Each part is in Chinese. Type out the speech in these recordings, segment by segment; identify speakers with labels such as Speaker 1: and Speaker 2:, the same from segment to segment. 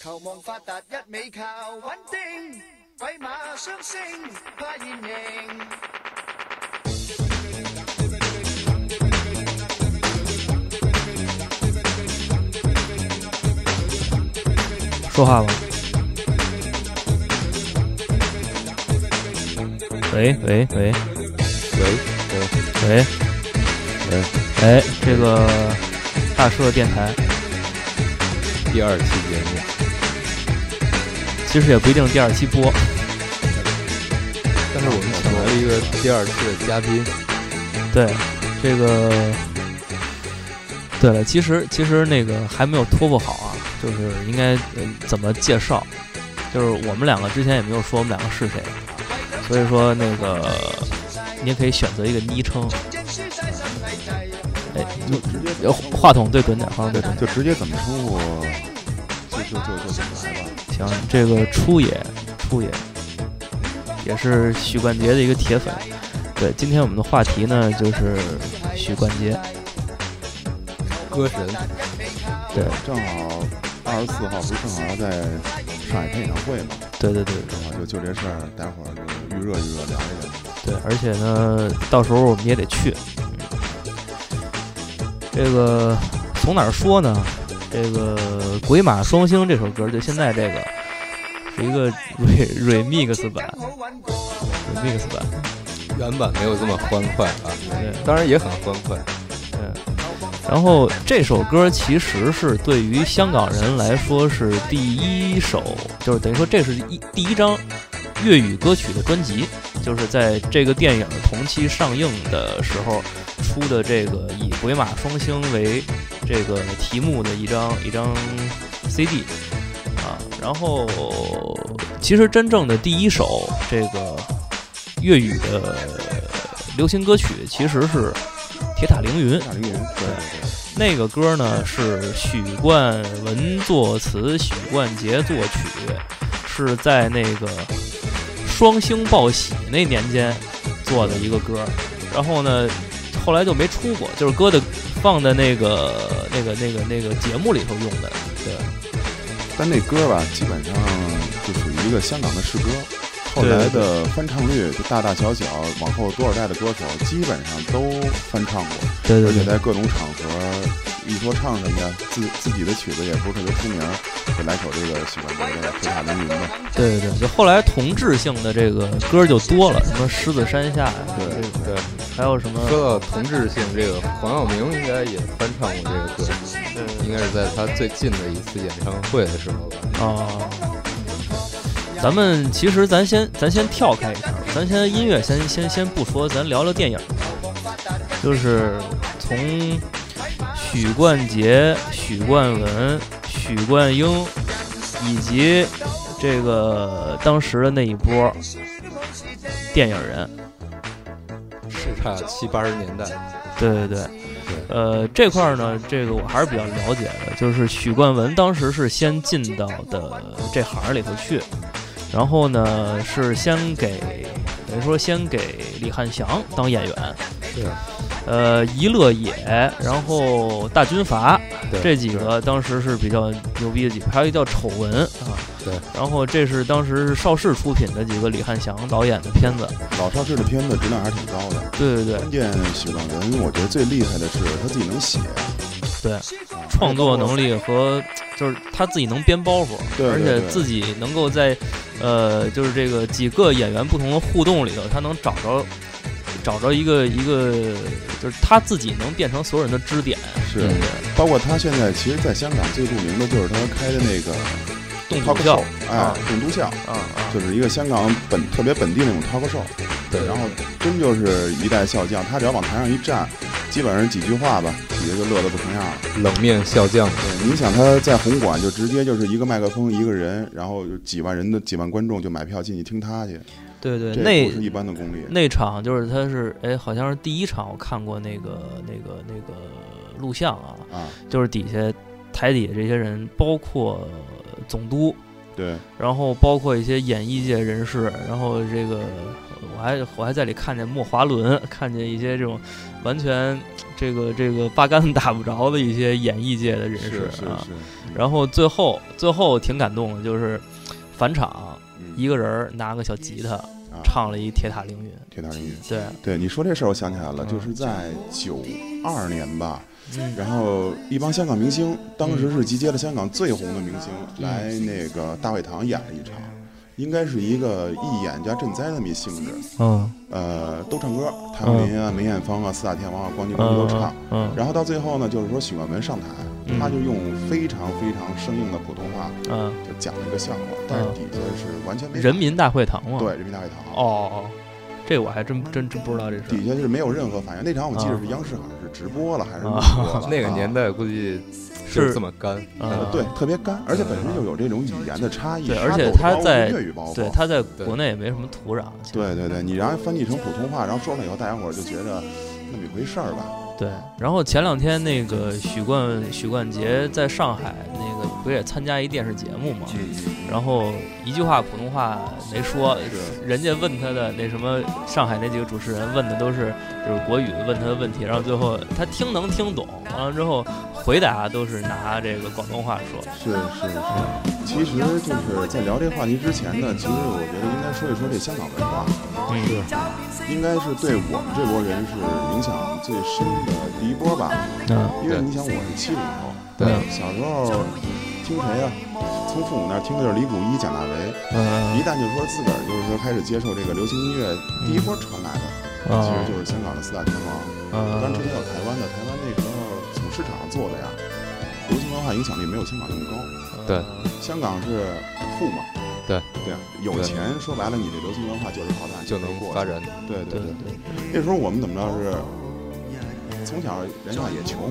Speaker 1: 求望發達一味靠穩定，鬼馬雙星怕現形。
Speaker 2: 说话吗？喂喂喂
Speaker 3: 喂喂
Speaker 2: 喂
Speaker 3: 喂，
Speaker 2: 哎，这个大叔的电台
Speaker 3: 第二期节目，
Speaker 2: 其实也不一定第二期播，
Speaker 3: 但是我们请来了一个第二次的嘉宾，
Speaker 2: 对这个。对了，其实其实那个还没有突破好啊，就是应该、呃、怎么介绍，就是我们两个之前也没有说我们两个是谁，所以说那个你也可以选择一个昵称，哎，你话筒对准点，话筒 对准点。
Speaker 4: 就直接怎么称呼，就就就就怎么来吧。
Speaker 2: 行，这个初野，初野也是许冠杰的一个铁粉。对，今天我们的话题呢就是许冠杰。
Speaker 3: 歌神，
Speaker 2: 对，
Speaker 4: 正好二十四号不是正好要在上海开演唱会嘛，
Speaker 2: 对对对
Speaker 4: 正好就就这事儿，待会儿就预热预热聊一聊。
Speaker 2: 对，而且呢，到时候我们也得去。嗯这个从哪儿说呢？这个《鬼马双星》这首歌，就现在这个是一个 re remix 版，remix 版，
Speaker 3: 原版没有这么欢快啊，
Speaker 2: 对。
Speaker 3: 当然也很欢快，
Speaker 2: 嗯，然后这首歌其实是对于香港人来说是第一首，就是等于说这是一第一张粤语歌曲的专辑，就是在这个电影同期上映的时候出的这个以《鬼马双星》为这个题目的一张一张 CD 啊。然后其实真正的第一首这个粤语的流行歌曲其实是。铁塔凌云，
Speaker 4: 大凌云，对对对，
Speaker 2: 那个歌呢是许冠文作词，许冠杰作曲，是在那个双星报喜那年间做的一个歌。然后呢，后来就没出过，就是搁的放在那个那个那个那个节目里头用的。
Speaker 4: 但那歌吧，基本上就属于一个香港的试歌。后来的翻唱率，就大大小小，往后多少代的歌手基本上都翻唱过，
Speaker 2: 对
Speaker 4: 而且在各种场合，一说唱什么呀，自自己的曲子也不是特别出名，就来首这个许冠杰的《铁塔凌云》吧。
Speaker 2: 对对对，就后来同质性的这个歌就多了，什么狮子山下呀，
Speaker 4: 对
Speaker 2: 这个
Speaker 3: 对。
Speaker 2: 还有什么
Speaker 3: 说到同质性，这个黄晓明应该也翻唱过这个歌，应该是在他最近的一次演唱会的时候吧。
Speaker 2: 啊。咱们其实咱先咱先跳开一下，咱先音乐先先先不说，咱聊聊电影吧。就是从许冠杰、许冠文、许冠英以及这个当时的那一波电影人，
Speaker 3: 叱咤七八十年代，
Speaker 2: 对对对，呃，这块儿呢，这个我还是比较了解的，就是许冠文当时是先进到的这行儿里头去，然后呢是先给等于说先给李翰祥当演员，
Speaker 3: 是
Speaker 2: 呃，一乐也，然后大军阀
Speaker 3: 对
Speaker 2: 这几个当时是比较牛逼的几个，还有一个叫丑闻啊，
Speaker 3: 对，
Speaker 2: 然后这是当时是邵氏出品的几个李翰祥导演的片子，
Speaker 4: 老邵氏的片子质量还是挺高的，
Speaker 2: 对对对
Speaker 4: 关键许冠文，我觉得最厉害的是他自己能写，
Speaker 2: 对，创作能力和就是他自己能编包袱。
Speaker 4: 对，
Speaker 2: 而且自
Speaker 4: 己
Speaker 2: 己能够在，呃，就是这个几个演员不同的互动里头，他能找着找着一个一个，就是他自己能变成所有人的支点。
Speaker 4: 是，
Speaker 2: 嗯
Speaker 4: 包括他现在其实，在香港最著名的就是他开的那个
Speaker 2: 动
Speaker 4: talk
Speaker 2: 笃笑
Speaker 4: show，哎
Speaker 2: 啊，
Speaker 4: 栋笃笑，
Speaker 2: 啊啊
Speaker 4: 就！是一个香港本特别本地那种 talk show，
Speaker 3: 对，
Speaker 4: 然后真就是一代笑匠，他只要往台上一站，基本上几句话吧，底下就乐得不成样了。
Speaker 3: 冷面笑匠，
Speaker 4: 对，你想他在红馆就直接就是一个麦克风一个人，然后有几万人的几万观众就买票进去听他去，
Speaker 2: 对对，
Speaker 4: 这
Speaker 2: 那
Speaker 4: 不是一般的功力。
Speaker 2: 那场就是他是哎，好像是第一场我看过那个那个那个录像啊，
Speaker 4: 啊，
Speaker 2: 就是底下台底下这些人，包括总督
Speaker 4: 对，
Speaker 2: 然后包括一些演艺界人士，然后这个我还我还在里看见莫华伦， 看见一些这种完全这个这个八竿子打不着的一些演艺界的人士
Speaker 4: 是是
Speaker 2: 啊。
Speaker 4: 是，嗯
Speaker 2: 然后最后最后挺感动的，就是返场
Speaker 4: 嗯
Speaker 2: 一个人儿拿个小吉他
Speaker 4: 啊
Speaker 2: 唱了一《铁塔凌云》，
Speaker 4: 铁达尼。
Speaker 2: 对，
Speaker 4: 对你说这事儿，我想起来了，
Speaker 2: 嗯
Speaker 4: 就是在九二年吧，
Speaker 2: 嗯
Speaker 4: 然后一帮香港明星，当时是集结了香港最红的明星
Speaker 2: 嗯
Speaker 4: 来那个大会堂演了一场，应该是一个义演加赈灾那么一性质，
Speaker 2: 嗯
Speaker 4: 呃，都唱歌，谭咏麟啊、梅艳芳啊、四大天王啊、关继
Speaker 2: 嗯
Speaker 4: 光都唱。
Speaker 2: 嗯
Speaker 4: 然后到最后呢，就是说许冠文上台，
Speaker 2: 嗯
Speaker 4: 他就用非常非常生硬的普通话
Speaker 2: 嗯，
Speaker 4: 就讲了一个笑话，但是底下是完全没
Speaker 2: 人民大会堂嘛，
Speaker 4: 对人民大会堂
Speaker 2: 哦，哦，这我还真真真不知道这事
Speaker 4: 底
Speaker 2: 儿。
Speaker 4: 下就是没有任何反应。那场我记得是
Speaker 2: 啊
Speaker 4: 央视好像是直播了还
Speaker 2: 啊
Speaker 4: 是录 播了，
Speaker 3: 那个
Speaker 4: 啊
Speaker 3: 年代估计就是这么干，
Speaker 2: 啊
Speaker 4: 对，特别干，而且本身就有这种语言的差异，
Speaker 2: 对
Speaker 4: 沙
Speaker 2: 而且
Speaker 4: 漏的
Speaker 2: 他
Speaker 4: 包袱
Speaker 2: 在
Speaker 4: 粤语包袱，
Speaker 2: 对，他在国内也没什么土壤。其实
Speaker 4: 对对对，你然后翻译成普通话，然后说出来以后，大家伙儿就觉得那么一回事儿吧。
Speaker 2: 对。然后前两天那个许冠许冠杰在上海那个不也参加一电视节目嘛，
Speaker 4: 嗯
Speaker 2: 然后一句话普通话没说，人家问他的那什么上海那几个主持人问的都是就是国语问他的问题，然后最后他听能听懂，完了之后回答都是拿这个广东话说。
Speaker 4: 是是是，其实就是在聊这话题之前呢，其实我觉得应该说一说这香港文化，
Speaker 2: 嗯，
Speaker 4: 应该是对我们这波人是影响最深的第一波吧。
Speaker 2: 嗯
Speaker 4: 因为
Speaker 3: 对
Speaker 4: 你想，我是七零后，
Speaker 3: 对
Speaker 4: 小时候听谁呀、从父母那儿听的就是李谷一、蒋大为，
Speaker 2: 嗯
Speaker 4: 一旦就说自个儿就是说开始接受这个流行音乐，第一波传来的
Speaker 3: 哦
Speaker 4: 其
Speaker 2: 哦
Speaker 4: 实就是香港的四大天王。
Speaker 2: 呃
Speaker 4: 当然之前有台湾的，台湾那时候从市场上做的呀，流行文化影响力没有香港那么高。
Speaker 2: 呃
Speaker 3: 对
Speaker 4: 香港是富嘛，
Speaker 3: 对
Speaker 4: 对啊，有钱说白了，你这流行文化就是靠大
Speaker 3: 就能发。展。
Speaker 4: 对
Speaker 2: 对
Speaker 4: 对
Speaker 2: 对
Speaker 4: 对，那时候我们怎么着是，从小人家也穷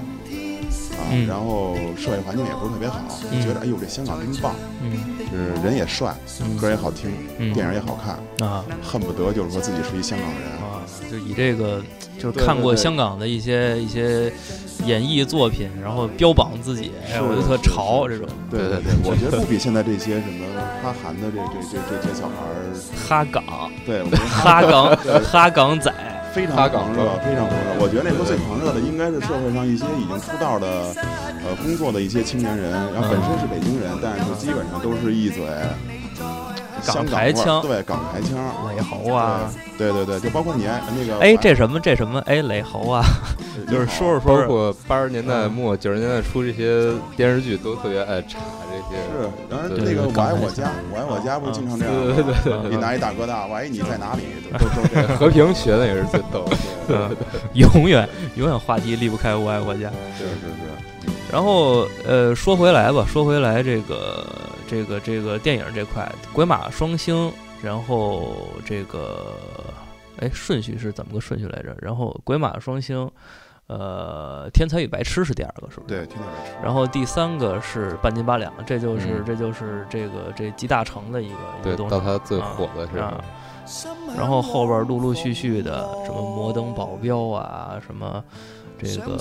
Speaker 4: 啊，
Speaker 2: 嗯
Speaker 4: 然后社会环境也不是特别好，
Speaker 2: 嗯
Speaker 4: 觉得哎呦这香港真棒，
Speaker 2: 嗯
Speaker 4: 就是人也帅，
Speaker 2: 嗯
Speaker 4: 歌也好听，
Speaker 2: 嗯
Speaker 4: 电影也好看，
Speaker 2: 啊。
Speaker 4: 恨不得就是说自己是一香港人。
Speaker 2: 啊，就以这个就是
Speaker 4: 对
Speaker 2: 看过
Speaker 4: 对对
Speaker 2: 香港的一些一些演艺作品，然后标榜自己，哎，
Speaker 4: 是
Speaker 2: 我就特潮这种
Speaker 4: 对对对，我觉得不比现在这些什么哈韩的这这这这这些小孩儿，
Speaker 2: 哈港
Speaker 4: 对我觉得
Speaker 2: 哈港 哈港仔，
Speaker 4: 非常
Speaker 3: 哈港
Speaker 4: 狂
Speaker 3: 风
Speaker 4: 热，非常狂热。我觉得那时候最
Speaker 3: 对
Speaker 4: 狂热的应该是社会上一些已经出道的，呃，工作的一些青年人，然后本身是北京人，但是基本上都是一嘴香
Speaker 2: 港台
Speaker 4: 味儿
Speaker 2: 腔
Speaker 4: 对港台腔。
Speaker 2: 雷猴啊，
Speaker 4: 对对对，就包括你哎那个，
Speaker 2: 哎，这什么这什么，哎，雷猴啊，就是说着说
Speaker 3: 包
Speaker 2: 着，
Speaker 3: 括八十年代末、九十年代初这些电视剧都特别爱查这
Speaker 4: 是
Speaker 3: 些，，
Speaker 4: 然后
Speaker 3: 对
Speaker 4: 那个
Speaker 2: 对
Speaker 4: 我
Speaker 2: 港
Speaker 4: 爱
Speaker 2: 台
Speaker 4: 我
Speaker 2: 腔
Speaker 4: 家，我爱我家不是经常这样
Speaker 3: 对对
Speaker 4: 吗？
Speaker 3: 对
Speaker 4: 一拿一大哥大，万一你在哪里，都都都这样。
Speaker 3: 对，和平学的也是最逗 的。
Speaker 2: 嗯，永远永远话题离不开我爱国家。
Speaker 4: 是是是，
Speaker 2: 然后呃，说回来吧，说回来这个这个这个电影这块，《鬼马双星》，然后这个哎顺序是怎么个顺序来着？然后《鬼马双星》，呃，《天才与白痴》是第二个，是不是？
Speaker 4: 对，听到没？
Speaker 2: 然后第三个是半斤八两，这就是、
Speaker 3: 嗯
Speaker 2: 这就是这个这集大成的一个一
Speaker 3: 对
Speaker 2: 个，东
Speaker 3: 到
Speaker 2: 西
Speaker 3: 他最火的时候
Speaker 2: 啊，。然后后边陆陆续续的什么摩登保镖啊，什么这个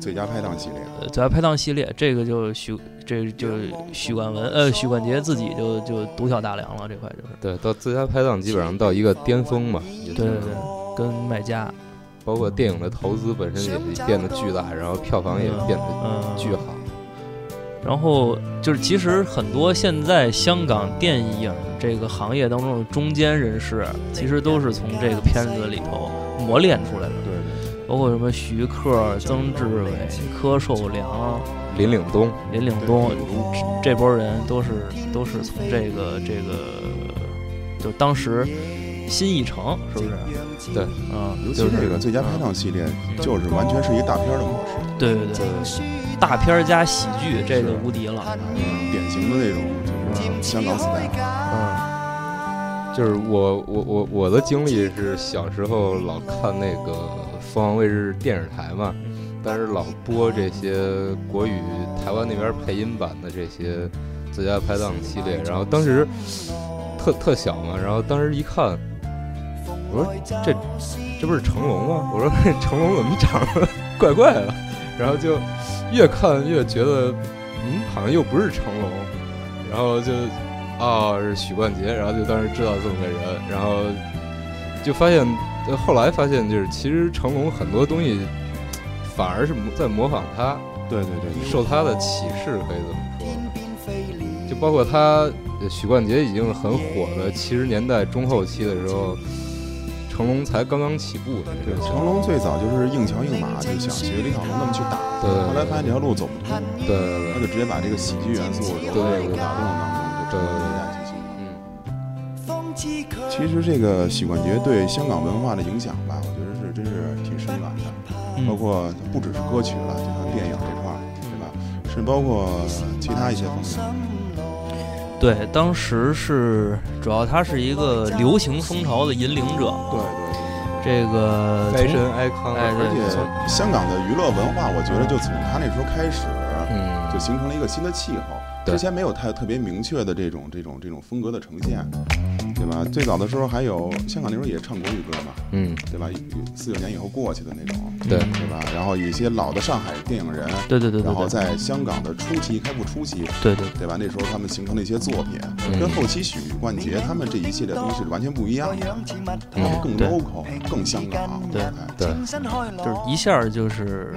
Speaker 4: 最佳拍档系列，
Speaker 2: 呃最爱拍档系列，这个就许这就许冠文呃许冠杰自己就就独挑大梁了，这块就是
Speaker 3: 对，到最佳拍档基本上到一个巅峰嘛，也
Speaker 2: 对
Speaker 3: 是
Speaker 2: 对对，嗯跟卖家
Speaker 3: 包括电影的投资本身也是变得巨大，然后票房也变得
Speaker 2: 嗯
Speaker 3: 巨好。
Speaker 2: 然后就是，其实很多现在香港电影这个行业当中的中间人士，其实都是从这个片子里头磨练出来的，
Speaker 4: 对对，
Speaker 2: 包括什么徐克、曾志伟、柯受良、
Speaker 3: 林岭东，
Speaker 2: 林岭东这波人都是都是从这个这个，就当时新艺城是不是？
Speaker 3: 对，
Speaker 2: 嗯，
Speaker 4: 尤
Speaker 2: 就
Speaker 4: 其
Speaker 2: 是
Speaker 4: 这个最佳拍档系列，就是完全是一大片儿的模式，
Speaker 2: 对对对，大片儿加喜剧，这个无敌了。
Speaker 4: 嗯典型的那种就是香港 style。
Speaker 2: 嗯
Speaker 3: 就是我我我我的经历是小时候老看那个凤凰卫视电视台嘛，但是老播这些国语台湾那边配音版的这些最佳拍档系列，然后当时特特小嘛，然后当时一看，我说这这不是成龙吗？我说成龙怎么长得 怪怪的？然后就越看越觉得，嗯，好像又不是成龙。然后就哦是许冠杰，然后就当时知道这么个人，然后就发现呃后来发现就是其实成龙很多东西反而是在模仿他，
Speaker 4: 对对对，
Speaker 3: 受他的启示可以这么说，就包括他呃许冠杰已经很火了，七十年代中后期的时候。成龙才刚刚起步，
Speaker 4: 对，成龙最早就是硬桥硬马，就想学李小龙那么去打，
Speaker 3: 对
Speaker 4: 后来发现这条路走不通，
Speaker 3: 对对
Speaker 4: 他就直接把这个喜剧元素融入到这个打斗当中，就成为一代巨星了。其实这个许冠杰对香港文化的影响吧，我觉得是真是挺深远的，包括不只是歌曲了，就像电影这块儿，对吧？是包括其他一些方面。
Speaker 2: 对，当时是主要他是一个流行风潮的引领者。
Speaker 4: 对对，
Speaker 2: 这个
Speaker 3: 爱神爱康，
Speaker 2: 哎，
Speaker 4: 而且香港的娱乐文化，我觉得就从他那时候开始，
Speaker 3: 嗯，
Speaker 4: 就形成了一个新的气候。之前没有太特别明确的这种这种这种风格的呈现，对吧？最早的时候还有香港那时候也唱国语歌嘛，
Speaker 3: 嗯，
Speaker 4: 对吧？四九年以后过去的那种，
Speaker 3: 对
Speaker 4: 对吧？然后有一些老的上海电影人，
Speaker 2: 对嗯对对，
Speaker 4: 然后在香港的初期开埠初期，
Speaker 2: 对对
Speaker 4: 对吧？那时候他们形成的一些作品，
Speaker 2: 嗯
Speaker 4: 跟后期许冠杰他们这一系列东西是完全不一样的，他们更 local，更香港，
Speaker 2: 对
Speaker 3: 对，
Speaker 2: 就是一下就是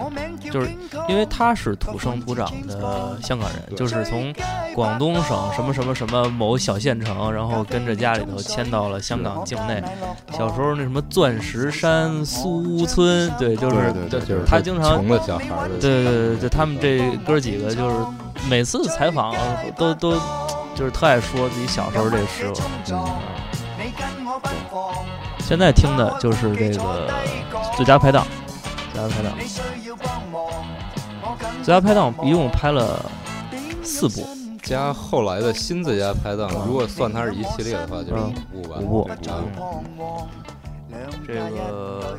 Speaker 2: 就是因为他是土生土长的香港人，就是从广东省什么什么什么某小县城，然后跟着家里头迁到了香港境内。小时候那什么钻石山、苏屋村，对，就是
Speaker 4: 对对，
Speaker 2: 他经常
Speaker 3: 穷的小孩儿的，
Speaker 2: 对对对对，他们这哥几个就是每次采访都都就是特爱说自己小时候这事。现在听的就是这个《最佳拍档》，最佳拍档，最佳拍档一共拍了四部，
Speaker 3: 加后来的新最佳拍档，如果算它是一系列的话，就是五部吧，
Speaker 2: 五部
Speaker 3: 嗯
Speaker 2: 这个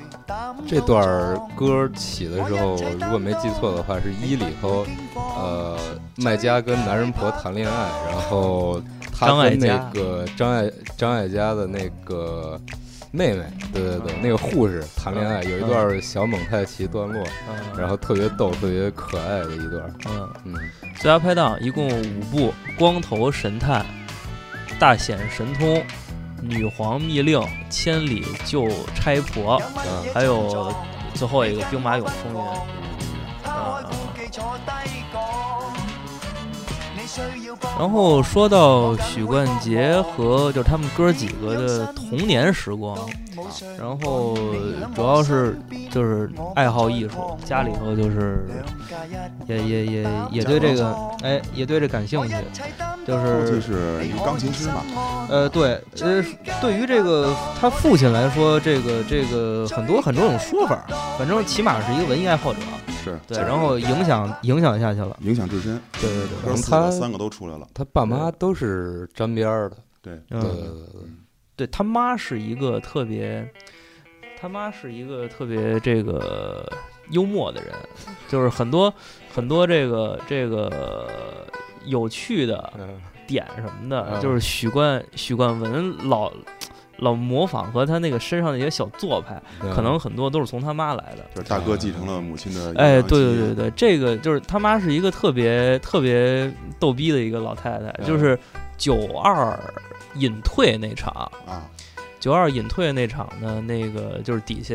Speaker 3: 这段儿歌起的时候，如果没记错的话，是一里头，呃，麦家跟男人婆谈恋爱，然后他跟那个张艾张艾嘉的那个妹妹，对对对，那个护士谈恋爱，有一段小蒙太奇段落，
Speaker 2: 呃
Speaker 3: 然后特别逗、特别可爱的一段。
Speaker 2: 嗯，
Speaker 3: 嗯，
Speaker 2: 最佳拍档一共五部：《光头神探》《大显神通》《女皇密令》《千里救差婆》，
Speaker 3: 嗯
Speaker 2: 还有最后一个《兵马俑风云》啊。然后说到许冠杰和就是他们哥几个的童年时光，然后主要是就是爱好艺术，家里头就是也也也也对这个哎也对这感兴趣，就
Speaker 4: 哎后期
Speaker 2: 是
Speaker 4: 是一钢琴师嘛，
Speaker 2: 呃对呃对于这个他父亲来说，这个这个呃很多很多种说法，反正起码是一个文艺爱好者，
Speaker 4: 是
Speaker 2: 对，然后影响影响下去了，
Speaker 4: 影响至深，
Speaker 2: 对对对，
Speaker 4: 哥四
Speaker 3: 他
Speaker 4: 个三个都出来了，
Speaker 3: 他爸妈都是沾边儿的，
Speaker 4: 对，
Speaker 3: 对对
Speaker 2: 嗯。
Speaker 3: 对对。
Speaker 2: 对他妈是一个特别，他妈是一个特别这个幽默的人，就是很多很多这个这个有趣的
Speaker 3: 嗯
Speaker 2: 点什么的，
Speaker 3: 嗯
Speaker 2: 就是许冠许冠文老老模仿和他那个身上的一些小做派，
Speaker 3: 嗯
Speaker 2: 可能很多都是从他妈来的。
Speaker 4: 嗯就是大哥继承了母亲的，
Speaker 2: 哎，对对对，
Speaker 3: 啊
Speaker 2: 对，这个就是他妈是一个特别特别逗逼的一个老太太，
Speaker 3: 嗯
Speaker 2: 就是九二隐退那场，
Speaker 4: 啊，
Speaker 2: 九二隐退那场呢，那个就是底下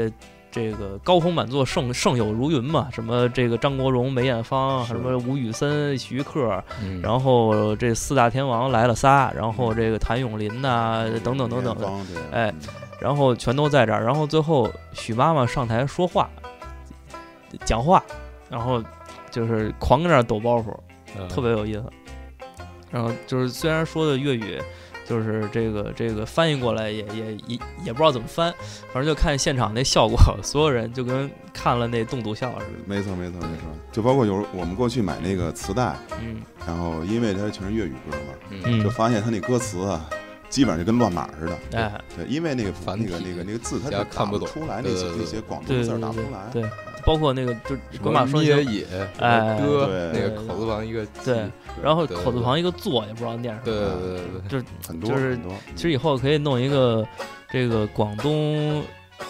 Speaker 2: 这个高朋满座，盛盛友如云嘛，什么这个张国荣、梅艳芳，
Speaker 4: 是
Speaker 2: 什么吴宇森、徐克，
Speaker 3: 嗯，
Speaker 2: 然后这四大天王来了仨，然后这个谭咏麟呐、呃等等等等的，
Speaker 4: 方这个，
Speaker 2: 哎，然后全都在这儿，然后最后许妈妈上台说话，讲话，然后就是狂跟那儿抖包袱，
Speaker 3: 嗯
Speaker 2: 特别有意思。然后就是虽然说的粤语，就是这个这个翻译过来也也也也不知道怎么翻，反正就看现场那效果，所有人就跟看了那冻笃笑似的。
Speaker 4: 嗯没错没错没错，就包括有时候我们过去买那个磁带，
Speaker 2: 嗯
Speaker 4: 然后因为它全是粤语歌嘛，
Speaker 3: 嗯
Speaker 4: 就
Speaker 2: 嗯，
Speaker 4: 发现它那歌词啊，基本上就跟乱码似的，
Speaker 2: 哎，
Speaker 4: 对，因为那个
Speaker 3: 繁
Speaker 4: 那个
Speaker 3: 体
Speaker 4: 那个那个字它
Speaker 3: 加
Speaker 4: 是
Speaker 3: 看不懂
Speaker 4: 出来，那些
Speaker 3: 对对对
Speaker 4: 那些广
Speaker 2: 对
Speaker 4: 东字
Speaker 2: 对
Speaker 4: 儿打不
Speaker 2: 对
Speaker 4: 出来，
Speaker 2: 对，包括那个就是
Speaker 3: 什
Speaker 2: 鬼
Speaker 3: 么
Speaker 2: 马双
Speaker 3: 咩
Speaker 2: 雄，
Speaker 3: 野，
Speaker 2: 哎
Speaker 3: 歌
Speaker 4: 对
Speaker 3: 那个口字旁一个鸡
Speaker 2: 对然后
Speaker 3: 对
Speaker 2: 口字旁一个坐也不知道念什么。
Speaker 3: 对对对对对，
Speaker 4: 很多
Speaker 2: 就是
Speaker 4: 很多，
Speaker 2: 其实以后可以弄一个这个广东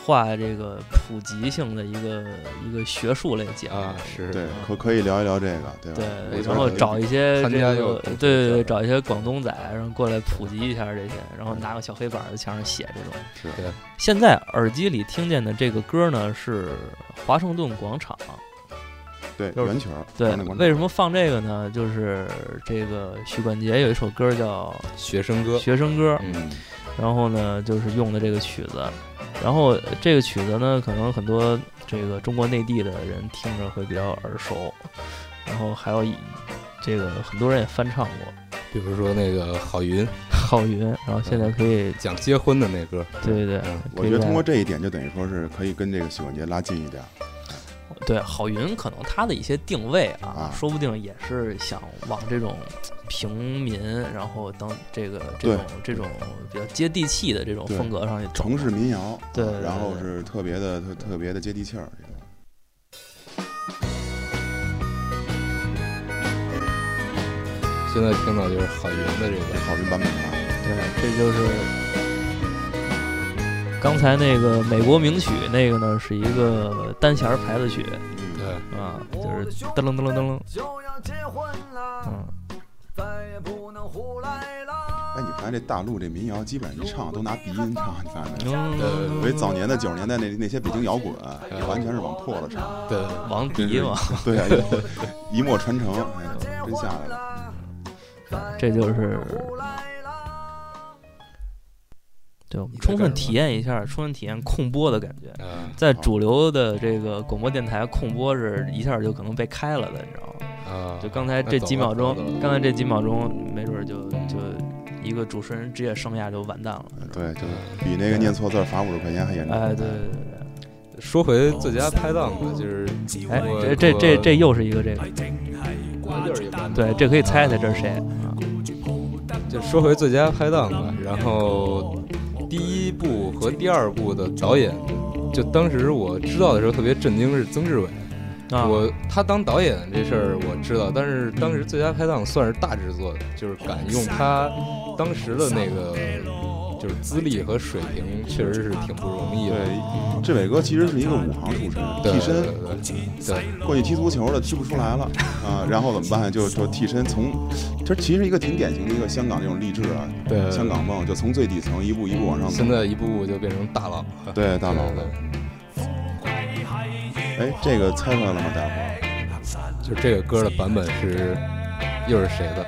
Speaker 2: 化这个普及性的一个一个学术类节目
Speaker 3: 啊，是
Speaker 4: 对，可可以聊一聊这个，对吧？
Speaker 2: 对，
Speaker 4: 我觉
Speaker 2: 然后
Speaker 4: 得
Speaker 2: 找一些
Speaker 3: 参
Speaker 2: 这
Speaker 3: 加
Speaker 2: 个
Speaker 3: 有同学
Speaker 2: 对对
Speaker 3: 的
Speaker 2: 对，找一些广东仔，然后过来普及一下这些，然后拿个小黑板在墙上写这种。
Speaker 4: 是
Speaker 3: 对
Speaker 2: 现在耳机里听见的这个歌呢是华盛顿广场。
Speaker 4: 对
Speaker 2: 就是
Speaker 4: 原曲儿，
Speaker 2: 对
Speaker 4: 原曲儿，
Speaker 2: 为什么放这个呢？就是这个许冠杰有一首歌叫
Speaker 3: 学生哥
Speaker 2: 《学生歌》，
Speaker 3: 嗯，
Speaker 4: 嗯，
Speaker 2: 然后呢，就是用的这个曲子，然后呃这个曲子呢，可能很多这个中国内地的人听着会比较耳熟，然后还有一这个很多人也翻唱过
Speaker 3: 比如说那个郝云
Speaker 2: 郝云，然后现在可以，
Speaker 3: 讲结婚的那歌，
Speaker 2: 对对对
Speaker 3: 嗯，
Speaker 4: 我
Speaker 2: 可以
Speaker 4: 觉得
Speaker 2: 在
Speaker 4: 通过这一点就等于说是可以跟这个许冠杰拉近一点儿，
Speaker 2: 对郝云可能他的一些定位啊，
Speaker 4: 啊
Speaker 2: 说不定也是想往这种平民，然后等这个这
Speaker 4: 对
Speaker 2: 种这种比较接地气的这种
Speaker 4: 对
Speaker 2: 风格上去走
Speaker 4: 城市民谣，啊
Speaker 2: 对对对
Speaker 4: 然后
Speaker 2: 对
Speaker 4: 是特别的特特别的接地气儿，这种
Speaker 3: 嗯现在听到就是郝云的这
Speaker 4: 这
Speaker 3: 个，
Speaker 4: 好云版本啊，
Speaker 2: 对，这就是刚才那个美国名曲，那个呢是一个单弦儿牌子曲
Speaker 4: 嗯，
Speaker 3: 对，
Speaker 2: 啊，就是噔楞噔楞噔楞，
Speaker 5: 就要结婚了，
Speaker 2: 嗯，
Speaker 5: 再也不能胡来了。
Speaker 4: 哎，你发现这大陆这民谣基本上一唱都拿鼻音唱，你发现没有？
Speaker 2: 嗯
Speaker 4: 所以早年的九十年代那那些北京摇滚，啊
Speaker 2: 哎
Speaker 4: 完全是往破了 唱，
Speaker 3: 对，
Speaker 2: 王迪 嘛，
Speaker 4: 对啊，一脉传承，哎呦，真下来了。
Speaker 2: 这就是。对，我们充分体验一下，充分体验控播的感觉。
Speaker 3: 啊
Speaker 2: 在主流的这个广播电台，控播是一下就可能被开了的，你知道吗？
Speaker 3: 啊，
Speaker 2: 就刚才这几秒钟，刚才这几秒钟，没准儿就就一个主持人职业生涯就完蛋了。
Speaker 4: 对，就是比那个念错字儿罚五十块钱还严重。
Speaker 2: 哎，对对对
Speaker 3: 说回最佳拍档吧，就是
Speaker 2: 对，哎，这这这这又是一个这个，对，这可以猜猜这是谁啊？
Speaker 3: 就说回最佳拍档吧，然后第一部和第二部的导演，就当时我知道的时候特别震惊，是曾志伟。
Speaker 2: 啊，
Speaker 3: 我他当导演这事儿我知道，但是当时最佳拍档算是大制作，就是敢用他当时的那个就是资历和水平，确实是挺不容易的。
Speaker 4: 对，志伟哥其实是一个武行出身，
Speaker 3: 对
Speaker 4: 替身
Speaker 3: 对
Speaker 4: 过去踢足球的踢不出来了啊，然后怎么办？就就替身从，这其实一个挺典型的一个香港那种励志啊，
Speaker 3: 对对，
Speaker 4: 香港梦，就从最底层一步一步往上走
Speaker 3: 现。在一步步就变成大佬了。
Speaker 4: 对，大佬
Speaker 3: 对，对
Speaker 4: 哎，这个猜出来了吗，大伙？
Speaker 3: 就这个歌的版本是又是谁的？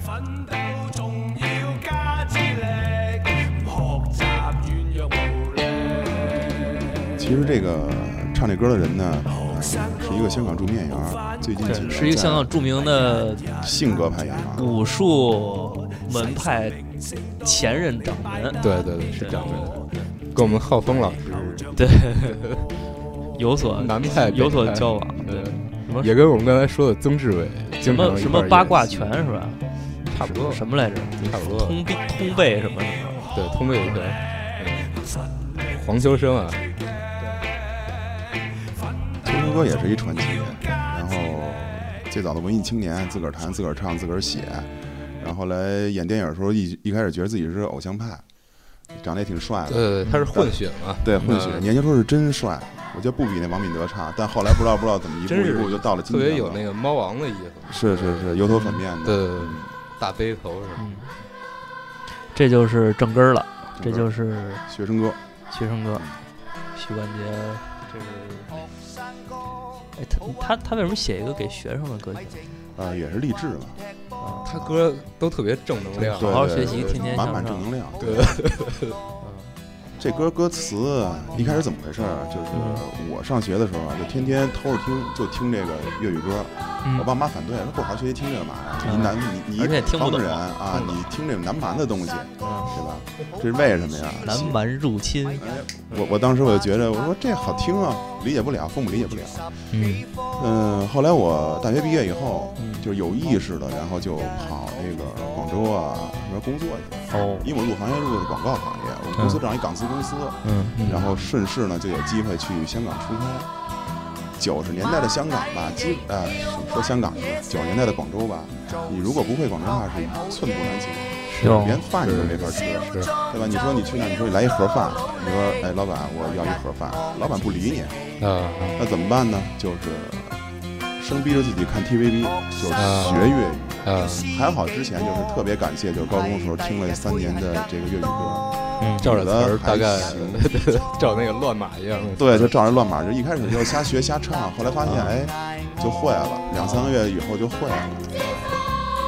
Speaker 5: 奋斗仲要加智力，唔學習軟弱無力。
Speaker 4: 其实这个唱这歌的人呢，是一个香港驻面演员，最近几
Speaker 2: 对，
Speaker 4: 年
Speaker 2: 是一个香港嗯著名的
Speaker 4: 在性格派演员，
Speaker 2: 武术门派前任掌门，
Speaker 3: 对对对，是张伟，
Speaker 2: 哦
Speaker 3: 跟我们浩峰老师
Speaker 2: 对，有所
Speaker 3: 南派
Speaker 2: 有所
Speaker 3: 北派
Speaker 2: 交往，对，什么
Speaker 3: 也跟我们刚才说的曾志伟
Speaker 2: 什
Speaker 3: 经常
Speaker 2: 么
Speaker 3: 一
Speaker 2: 什
Speaker 3: 块
Speaker 2: 么
Speaker 3: 儿
Speaker 2: 八
Speaker 3: 演
Speaker 2: 卦
Speaker 3: 戏
Speaker 2: 拳是吧？
Speaker 3: 差不多，
Speaker 2: 什么来着？
Speaker 3: 差不多，
Speaker 2: 通臂通背什么啊什么？
Speaker 3: 对，通背拳，嗯黄秋生啊，
Speaker 4: 秋生哥也是一传奇。然后最早的文艺青年，自个儿弹，自个儿唱，自个儿写。然后后来演电影的时候，一一开始觉得自己是偶像派，长得也挺帅的，
Speaker 3: 呃，他是混血嘛，
Speaker 4: 对，混血
Speaker 2: 嗯
Speaker 3: 呃，
Speaker 4: 年轻时候是真帅，我觉得不比那王敏德差，但后来不知道不知道怎么一步
Speaker 3: 真
Speaker 4: 一
Speaker 3: 是
Speaker 4: 步就到了今
Speaker 3: 特
Speaker 4: 天了。
Speaker 3: 别有那个猫王的意思，
Speaker 4: 是是是，油头粉面的。
Speaker 3: 的大背头是吧？
Speaker 2: 嗯，这就是正根儿了，这就是
Speaker 4: 学生哥，
Speaker 2: 学生哥，许冠杰，这是。哎，他他他为什么写一个给学生的歌曲
Speaker 4: 呃，也是励志嘛，
Speaker 2: 啊？
Speaker 3: 他歌都特别正能量，
Speaker 2: 好
Speaker 4: 对
Speaker 2: 好
Speaker 4: 对
Speaker 2: 学习，天天
Speaker 4: 满满
Speaker 2: 向
Speaker 4: 正
Speaker 2: 上。
Speaker 4: 能量。
Speaker 3: 对，
Speaker 4: 这歌歌词一开始怎么回事儿？
Speaker 2: 嗯
Speaker 4: 就是我上学的时候啊，就天天偷着听，就听这个粤语歌。我
Speaker 2: 嗯，
Speaker 4: 爸妈反对，说不好好学习听这干嘛呀？
Speaker 2: 嗯
Speaker 4: 你南你你
Speaker 2: 而且也听不
Speaker 4: 方
Speaker 2: 懂
Speaker 4: 人啊
Speaker 2: 听，不懂
Speaker 4: 你听这南蛮的东 西，对
Speaker 2: 嗯
Speaker 4: 吧？这是为什么呀？
Speaker 2: 南蛮入侵。
Speaker 4: 我我当时我就觉得，我说这好听啊，理解不了，父母理解不了。
Speaker 2: 嗯
Speaker 4: 嗯，后来我大学毕业以后，
Speaker 2: 嗯，
Speaker 4: 就是有意识的，然后就跑那个广州啊那边工作去了。
Speaker 2: 哦，
Speaker 4: 因为我入行业入的是广告行业，我们公司正好一港资公司，
Speaker 2: 嗯，
Speaker 4: 然后顺势呢就有机会去香港出差。九十年代的香港吧，基呃说香港，九十年代的广州吧，你如果不会广州话是寸步难行。吃
Speaker 2: 哟，
Speaker 4: 连饭你都没法吃，
Speaker 3: 是
Speaker 4: 对吧？你说你去那，你说你来一盒饭，你说哎，老板我要一盒饭，老板不理你，
Speaker 3: 啊，
Speaker 4: 那怎么办呢？就是生逼着自己看 TVB，就是学粤语。
Speaker 3: 啊，
Speaker 2: 嗯
Speaker 4: 还好之前就是特别感谢，就是高中的时候听了三年的这个粤语歌，
Speaker 2: 嗯，
Speaker 3: 照着词儿大概
Speaker 4: 还行
Speaker 3: 照那个乱码一样的。
Speaker 4: 对，就照着乱码，就一开始就瞎学瞎唱，后来发现哎就会了，两三个月以后就会了。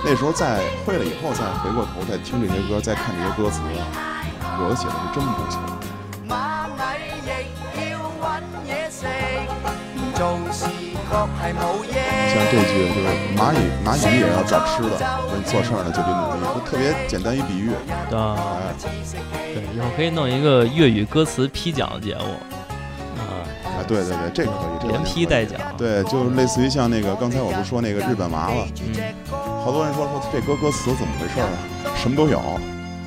Speaker 4: 那时候再会了以后，再回过头再听这些歌，再看这些歌词，有的写的是真不错。
Speaker 6: 螞蚁亦要揾嘢食，唔做事確係冇
Speaker 4: 像
Speaker 6: 嘢。
Speaker 4: 这句就是蚂蚁蚂蚁也要找吃的，你做事儿呢就得努力，就特别简单一比喻。
Speaker 2: 啊，
Speaker 4: 哎，
Speaker 2: 对，以后可以弄一个粤语歌词批奖节目，
Speaker 3: 嗯
Speaker 4: 啊，对对对，这个可以，这个
Speaker 2: 连
Speaker 4: 可以
Speaker 2: 批带奖。
Speaker 4: 对，就是类似于像那个刚才我不是说那个日本娃娃，
Speaker 2: 嗯，
Speaker 4: 好多人说说这歌歌词怎么回事儿啊？什么都有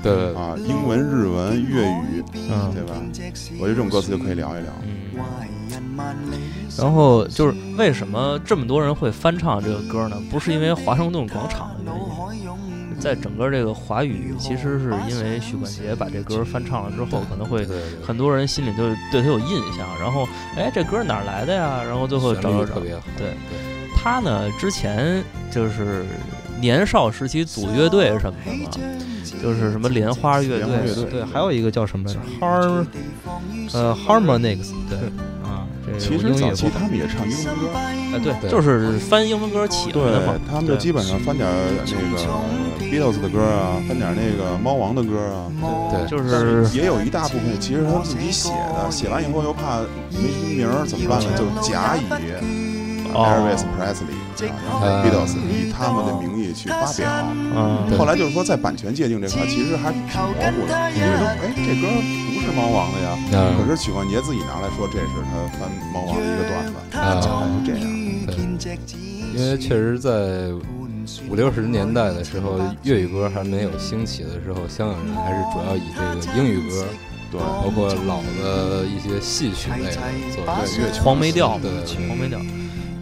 Speaker 3: 对对对，
Speaker 4: 啊，英文、日文、粤语，
Speaker 2: 嗯
Speaker 4: 对吧？我觉得这种歌词就可以聊一聊。
Speaker 2: 嗯。
Speaker 1: 怀人萬里
Speaker 2: 然后就是为什么这么多人会翻唱这个歌呢？不是因为华盛顿广场的原因，
Speaker 1: 海涌
Speaker 2: 在整个这个华语，其实是因为许冠杰把这歌翻唱了之后，可能会
Speaker 3: 对对对
Speaker 2: 很多人心里就对他有印象。然后，哎，这歌哪儿来的呀？然后最后
Speaker 3: 旋
Speaker 2: 找
Speaker 3: 律
Speaker 2: 找
Speaker 3: 特
Speaker 2: 找，
Speaker 3: 别好。
Speaker 2: 对他呢，之前就是年少时期组乐队什么的嘛，就是什么莲花乐
Speaker 4: 莲花
Speaker 2: 队，
Speaker 4: 乐队
Speaker 2: 对，还有一个叫什么来着，Har 呃 Harmonix，对，啊，这个
Speaker 4: 其
Speaker 2: 我
Speaker 4: 实
Speaker 2: 英语
Speaker 4: 早
Speaker 2: 也
Speaker 4: 期
Speaker 2: 不
Speaker 4: 他们也唱英文歌，
Speaker 2: 哎，对，
Speaker 3: 对
Speaker 2: 就是翻英文歌起来的嘛
Speaker 4: 对，他们就
Speaker 2: 对
Speaker 4: 基本上翻点儿那个 Beatles 的歌啊，翻点儿那个猫王的歌啊，
Speaker 3: 对
Speaker 2: 就
Speaker 4: 但
Speaker 2: 是
Speaker 4: 也有一大部分其实他自己写的，写完以后又怕没什么名儿，怎么办呢？就假以
Speaker 2: 哦
Speaker 4: Elvis Presley 啊，然后 Beatles 以他们的名义去发表。啊
Speaker 2: 嗯，
Speaker 3: 对
Speaker 4: 后来就是说，在版权界定这块儿其实还挺模糊的，因为说，哎，这歌不是猫王的呀，
Speaker 3: 嗯
Speaker 4: 可是许冠杰自己拿来说这是他翻猫王的一个段子，
Speaker 3: 啊
Speaker 4: 是这样。
Speaker 3: 因为确实在五六十年代的时候，粤语歌还没有兴起的时候，香港人还是主要以这个英语歌，
Speaker 4: 对，
Speaker 3: 包括老的一些戏曲类的作
Speaker 4: 啊对
Speaker 3: 为
Speaker 4: 乐曲
Speaker 2: 黄梅调，
Speaker 3: 对对对
Speaker 2: 黄梅调，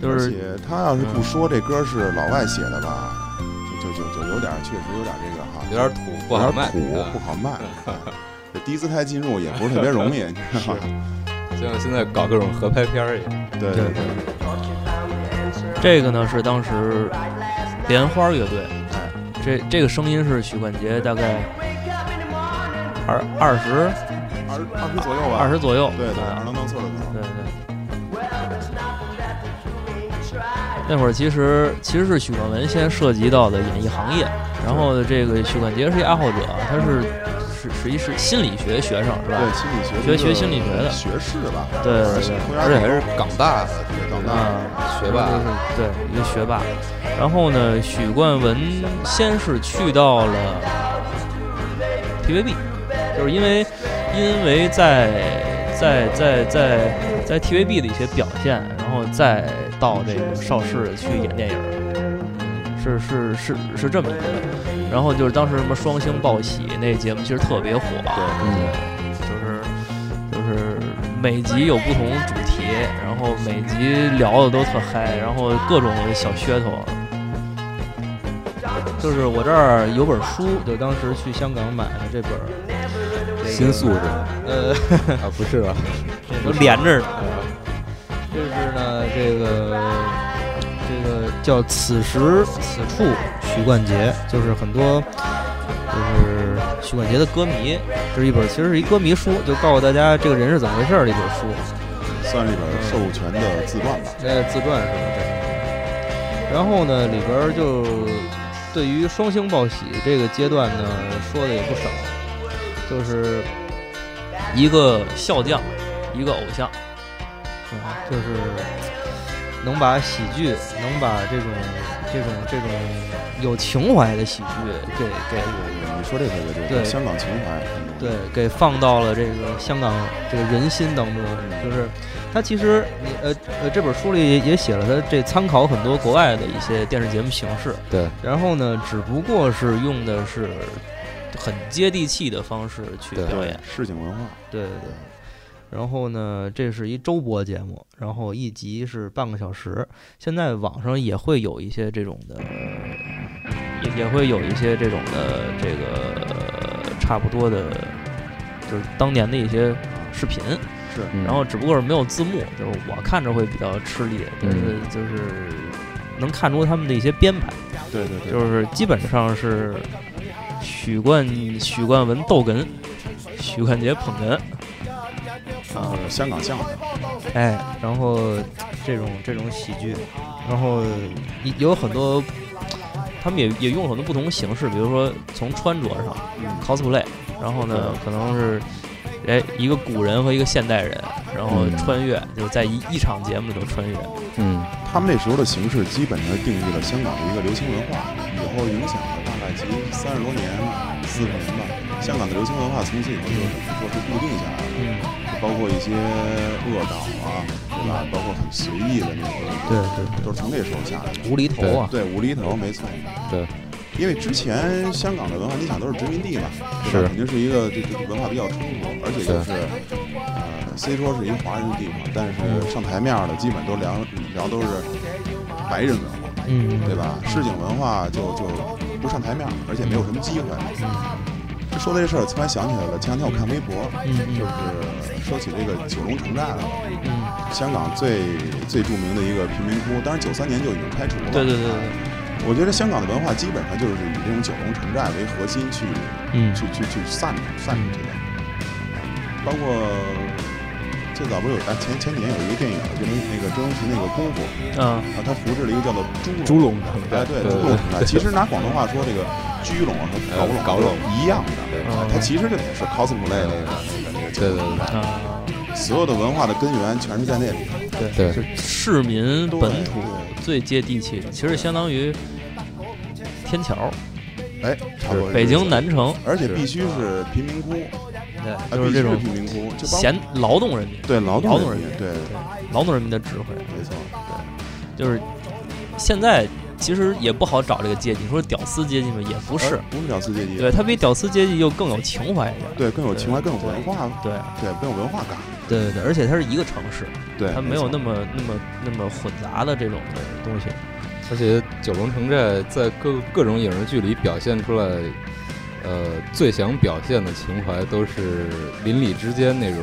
Speaker 2: 就
Speaker 4: 而
Speaker 2: 是
Speaker 4: 且他要是不说这歌是老外写的吧，就就就就有点儿确实有点儿这个哈，
Speaker 3: 有点土，不好卖。
Speaker 4: 有点
Speaker 3: 啊
Speaker 4: 土，不好卖。这低姿态进入也不是特别容易，你知道吗？
Speaker 3: 就像现在搞各种合拍片儿一样。
Speaker 4: 对对对，
Speaker 2: 这个呢是当时莲花乐队，
Speaker 4: 哎，
Speaker 2: 这这个声音是许冠杰大概二二十
Speaker 4: 二十二十左右吧，
Speaker 2: 二十左右，
Speaker 4: 对对，
Speaker 2: 啊
Speaker 4: 二郎当岁的可
Speaker 2: 对
Speaker 4: 能。
Speaker 2: 对。那会儿其实其实是许冠文先涉及到的演艺行业，然后这个许冠杰是一爱好者，他是是实际是心理学学生是吧？
Speaker 4: 对心理学
Speaker 2: 学
Speaker 4: 这个
Speaker 2: 学心理学的
Speaker 4: 学士吧，
Speaker 2: 对对对
Speaker 3: 而且还是港大
Speaker 4: 对港大
Speaker 2: 啊，
Speaker 3: 学霸
Speaker 2: 就是对一个学霸。然后呢，许冠文先是去到了 TVB，就是因为因为在在在在在 TVB 的一些表现，然后再到这个邵氏去演电影儿，是是是是这么一个。然后就是当时什么双星报喜那节目，其实特别火，啊
Speaker 4: 对
Speaker 2: 就是就是每集有不同主题，然后每集聊的都特嗨，然后各种小噱头。就是我这儿有本书，就当时去香港买的这本儿，这个
Speaker 3: 新素质啊，
Speaker 2: 呃，
Speaker 3: 不是啊吧？
Speaker 2: 都连着呢。就是呢，嗯这个这个叫“此时此处许冠杰”，就是很多就是许冠杰的歌迷，这是一本其实是一歌迷书，就告诉大家这个人是怎么回事儿的一本书。
Speaker 4: 算是一本授权的自传吧。
Speaker 2: 这自传什么这。然后呢，里边儿就对于双星报喜这个阶段呢，说的也不少，就是一个笑匠，一个偶像，嗯，就是能把喜剧，能把这种这种这种有情怀的喜剧给给
Speaker 4: 你说这个对
Speaker 2: 对
Speaker 4: 香港情怀，
Speaker 2: 对，给放到了这个香港这个人心当中，
Speaker 3: 嗯
Speaker 2: 就是他其实你呃呃这本书里也也写了，他这参考很多国外的一些电视节目形式，
Speaker 3: 对，
Speaker 2: 然后呢，只不过是用的是很接地气的方式去
Speaker 3: 对
Speaker 2: 表演，
Speaker 4: 市井文化，
Speaker 2: 对对对。然后呢，这是一周播节目，然后一集是半个小时。现在网上也会有一些这种的，也也会有一些这种的这个差不多的，就是当年的一些视频，
Speaker 4: 是
Speaker 3: 嗯
Speaker 2: 然后只不过是没有字幕，就是我看着会比较吃力，但是就是能看出他们的一些编排，
Speaker 4: 对对对，
Speaker 2: 就是基本上是许冠许冠文逗哏，许冠杰捧哏，
Speaker 4: 呃，香港相声，
Speaker 7: 哎，然后这种这种喜剧，然后也有很多
Speaker 2: 他们也也用了很多不同的形式，比如说从穿着上、cosplay，然后呢，可能是哎一个古人和一个现代人，然后
Speaker 3: 嗯
Speaker 2: 穿越，就在一一场节目里头穿越。
Speaker 3: 嗯，
Speaker 4: 他们那时候的形式基本上定义了香港的一个流行文化，以后影响了大概其三十多年、四十年吧。香港的流行文化从此以后就是怎么说是固定下来了，
Speaker 2: 嗯，
Speaker 4: 包括一些恶搞啊，对吧？包括很随意的那种，
Speaker 2: 嗯
Speaker 7: 对对对
Speaker 4: 都是从那时候下来的。
Speaker 7: 无厘头啊，
Speaker 4: 对，无厘头，没错。
Speaker 3: 对，
Speaker 4: 因为之前香港的文化，你想都是殖民地嘛，
Speaker 3: 是
Speaker 4: 对吧肯定是一个这这文化比较冲突，而且就是，呃，虽说是一个华人的地方，但是
Speaker 2: 嗯
Speaker 4: 上台面儿的基本都聊聊都是白人文化，
Speaker 2: 嗯
Speaker 4: 对吧？市井文化就就不上台面儿，而且没有什么机会。
Speaker 2: 嗯
Speaker 4: 这说这事儿，突然想起来了，前两天我看微博，就是说起这个九龙城寨了，
Speaker 2: 嗯
Speaker 4: 香港最最著名的一个贫民窟，当然九三年就已经开除了，
Speaker 2: 对对对对，
Speaker 4: 我觉得香港的文化基本上就是以这种九龙城寨为核心去，
Speaker 2: 嗯
Speaker 4: 去去去散散出去的。包括最早不是有啊前前几年有一个电影，就是那个周星驰那个功夫
Speaker 2: 啊，
Speaker 4: 啊，他复制了一个叫做猪笼
Speaker 7: 猪笼城
Speaker 4: 哎
Speaker 3: 对
Speaker 4: 对猪
Speaker 3: 对
Speaker 4: 笼城寨，其实拿广东话说这个居笼
Speaker 2: 哎
Speaker 4: 和
Speaker 3: 呃
Speaker 4: 狗
Speaker 3: 狗
Speaker 4: 笼
Speaker 3: 笼
Speaker 4: 一样的，
Speaker 2: 嗯
Speaker 4: 哎它其实就也是 cosplay 那个那个那个九
Speaker 3: 对对
Speaker 4: 龙城寨，
Speaker 2: 啊，
Speaker 4: 所有的文化的根源全是在那里。
Speaker 3: 对
Speaker 2: 就市民
Speaker 4: 对
Speaker 2: 本土
Speaker 4: 对
Speaker 2: 最接地气，其实相当于天桥，
Speaker 4: 哎，差不多是
Speaker 2: 北
Speaker 4: 这
Speaker 2: 京
Speaker 4: 个
Speaker 2: 南城，
Speaker 4: 而且必须是贫民窟，
Speaker 2: 对，
Speaker 4: 哎
Speaker 2: 就是这种
Speaker 4: 必须贫民窟，就包括
Speaker 2: 闲劳动人民，
Speaker 4: 对劳
Speaker 2: 劳
Speaker 4: 动
Speaker 2: 动
Speaker 4: 民，
Speaker 2: 人
Speaker 4: 对，
Speaker 2: 劳动人民的智慧，
Speaker 4: 没错，
Speaker 2: 就是现在其实也不好找这个阶级，说屌丝阶级嘛，也不
Speaker 4: 呃不
Speaker 2: 是，
Speaker 4: 不是屌丝阶级，
Speaker 2: 对他比屌丝阶级又更有情怀一点，
Speaker 4: 对更有情怀，更有文化，
Speaker 2: 对
Speaker 4: 对更有文化感，
Speaker 2: 对对对，而且它是一个城市，
Speaker 4: 对，
Speaker 2: 它没有
Speaker 4: 错
Speaker 2: 那么那么那么混杂的这种的东西，
Speaker 3: 而且九龙城寨在各各种影视剧里表现出来，呃，最想表现的情怀都是邻里之间那种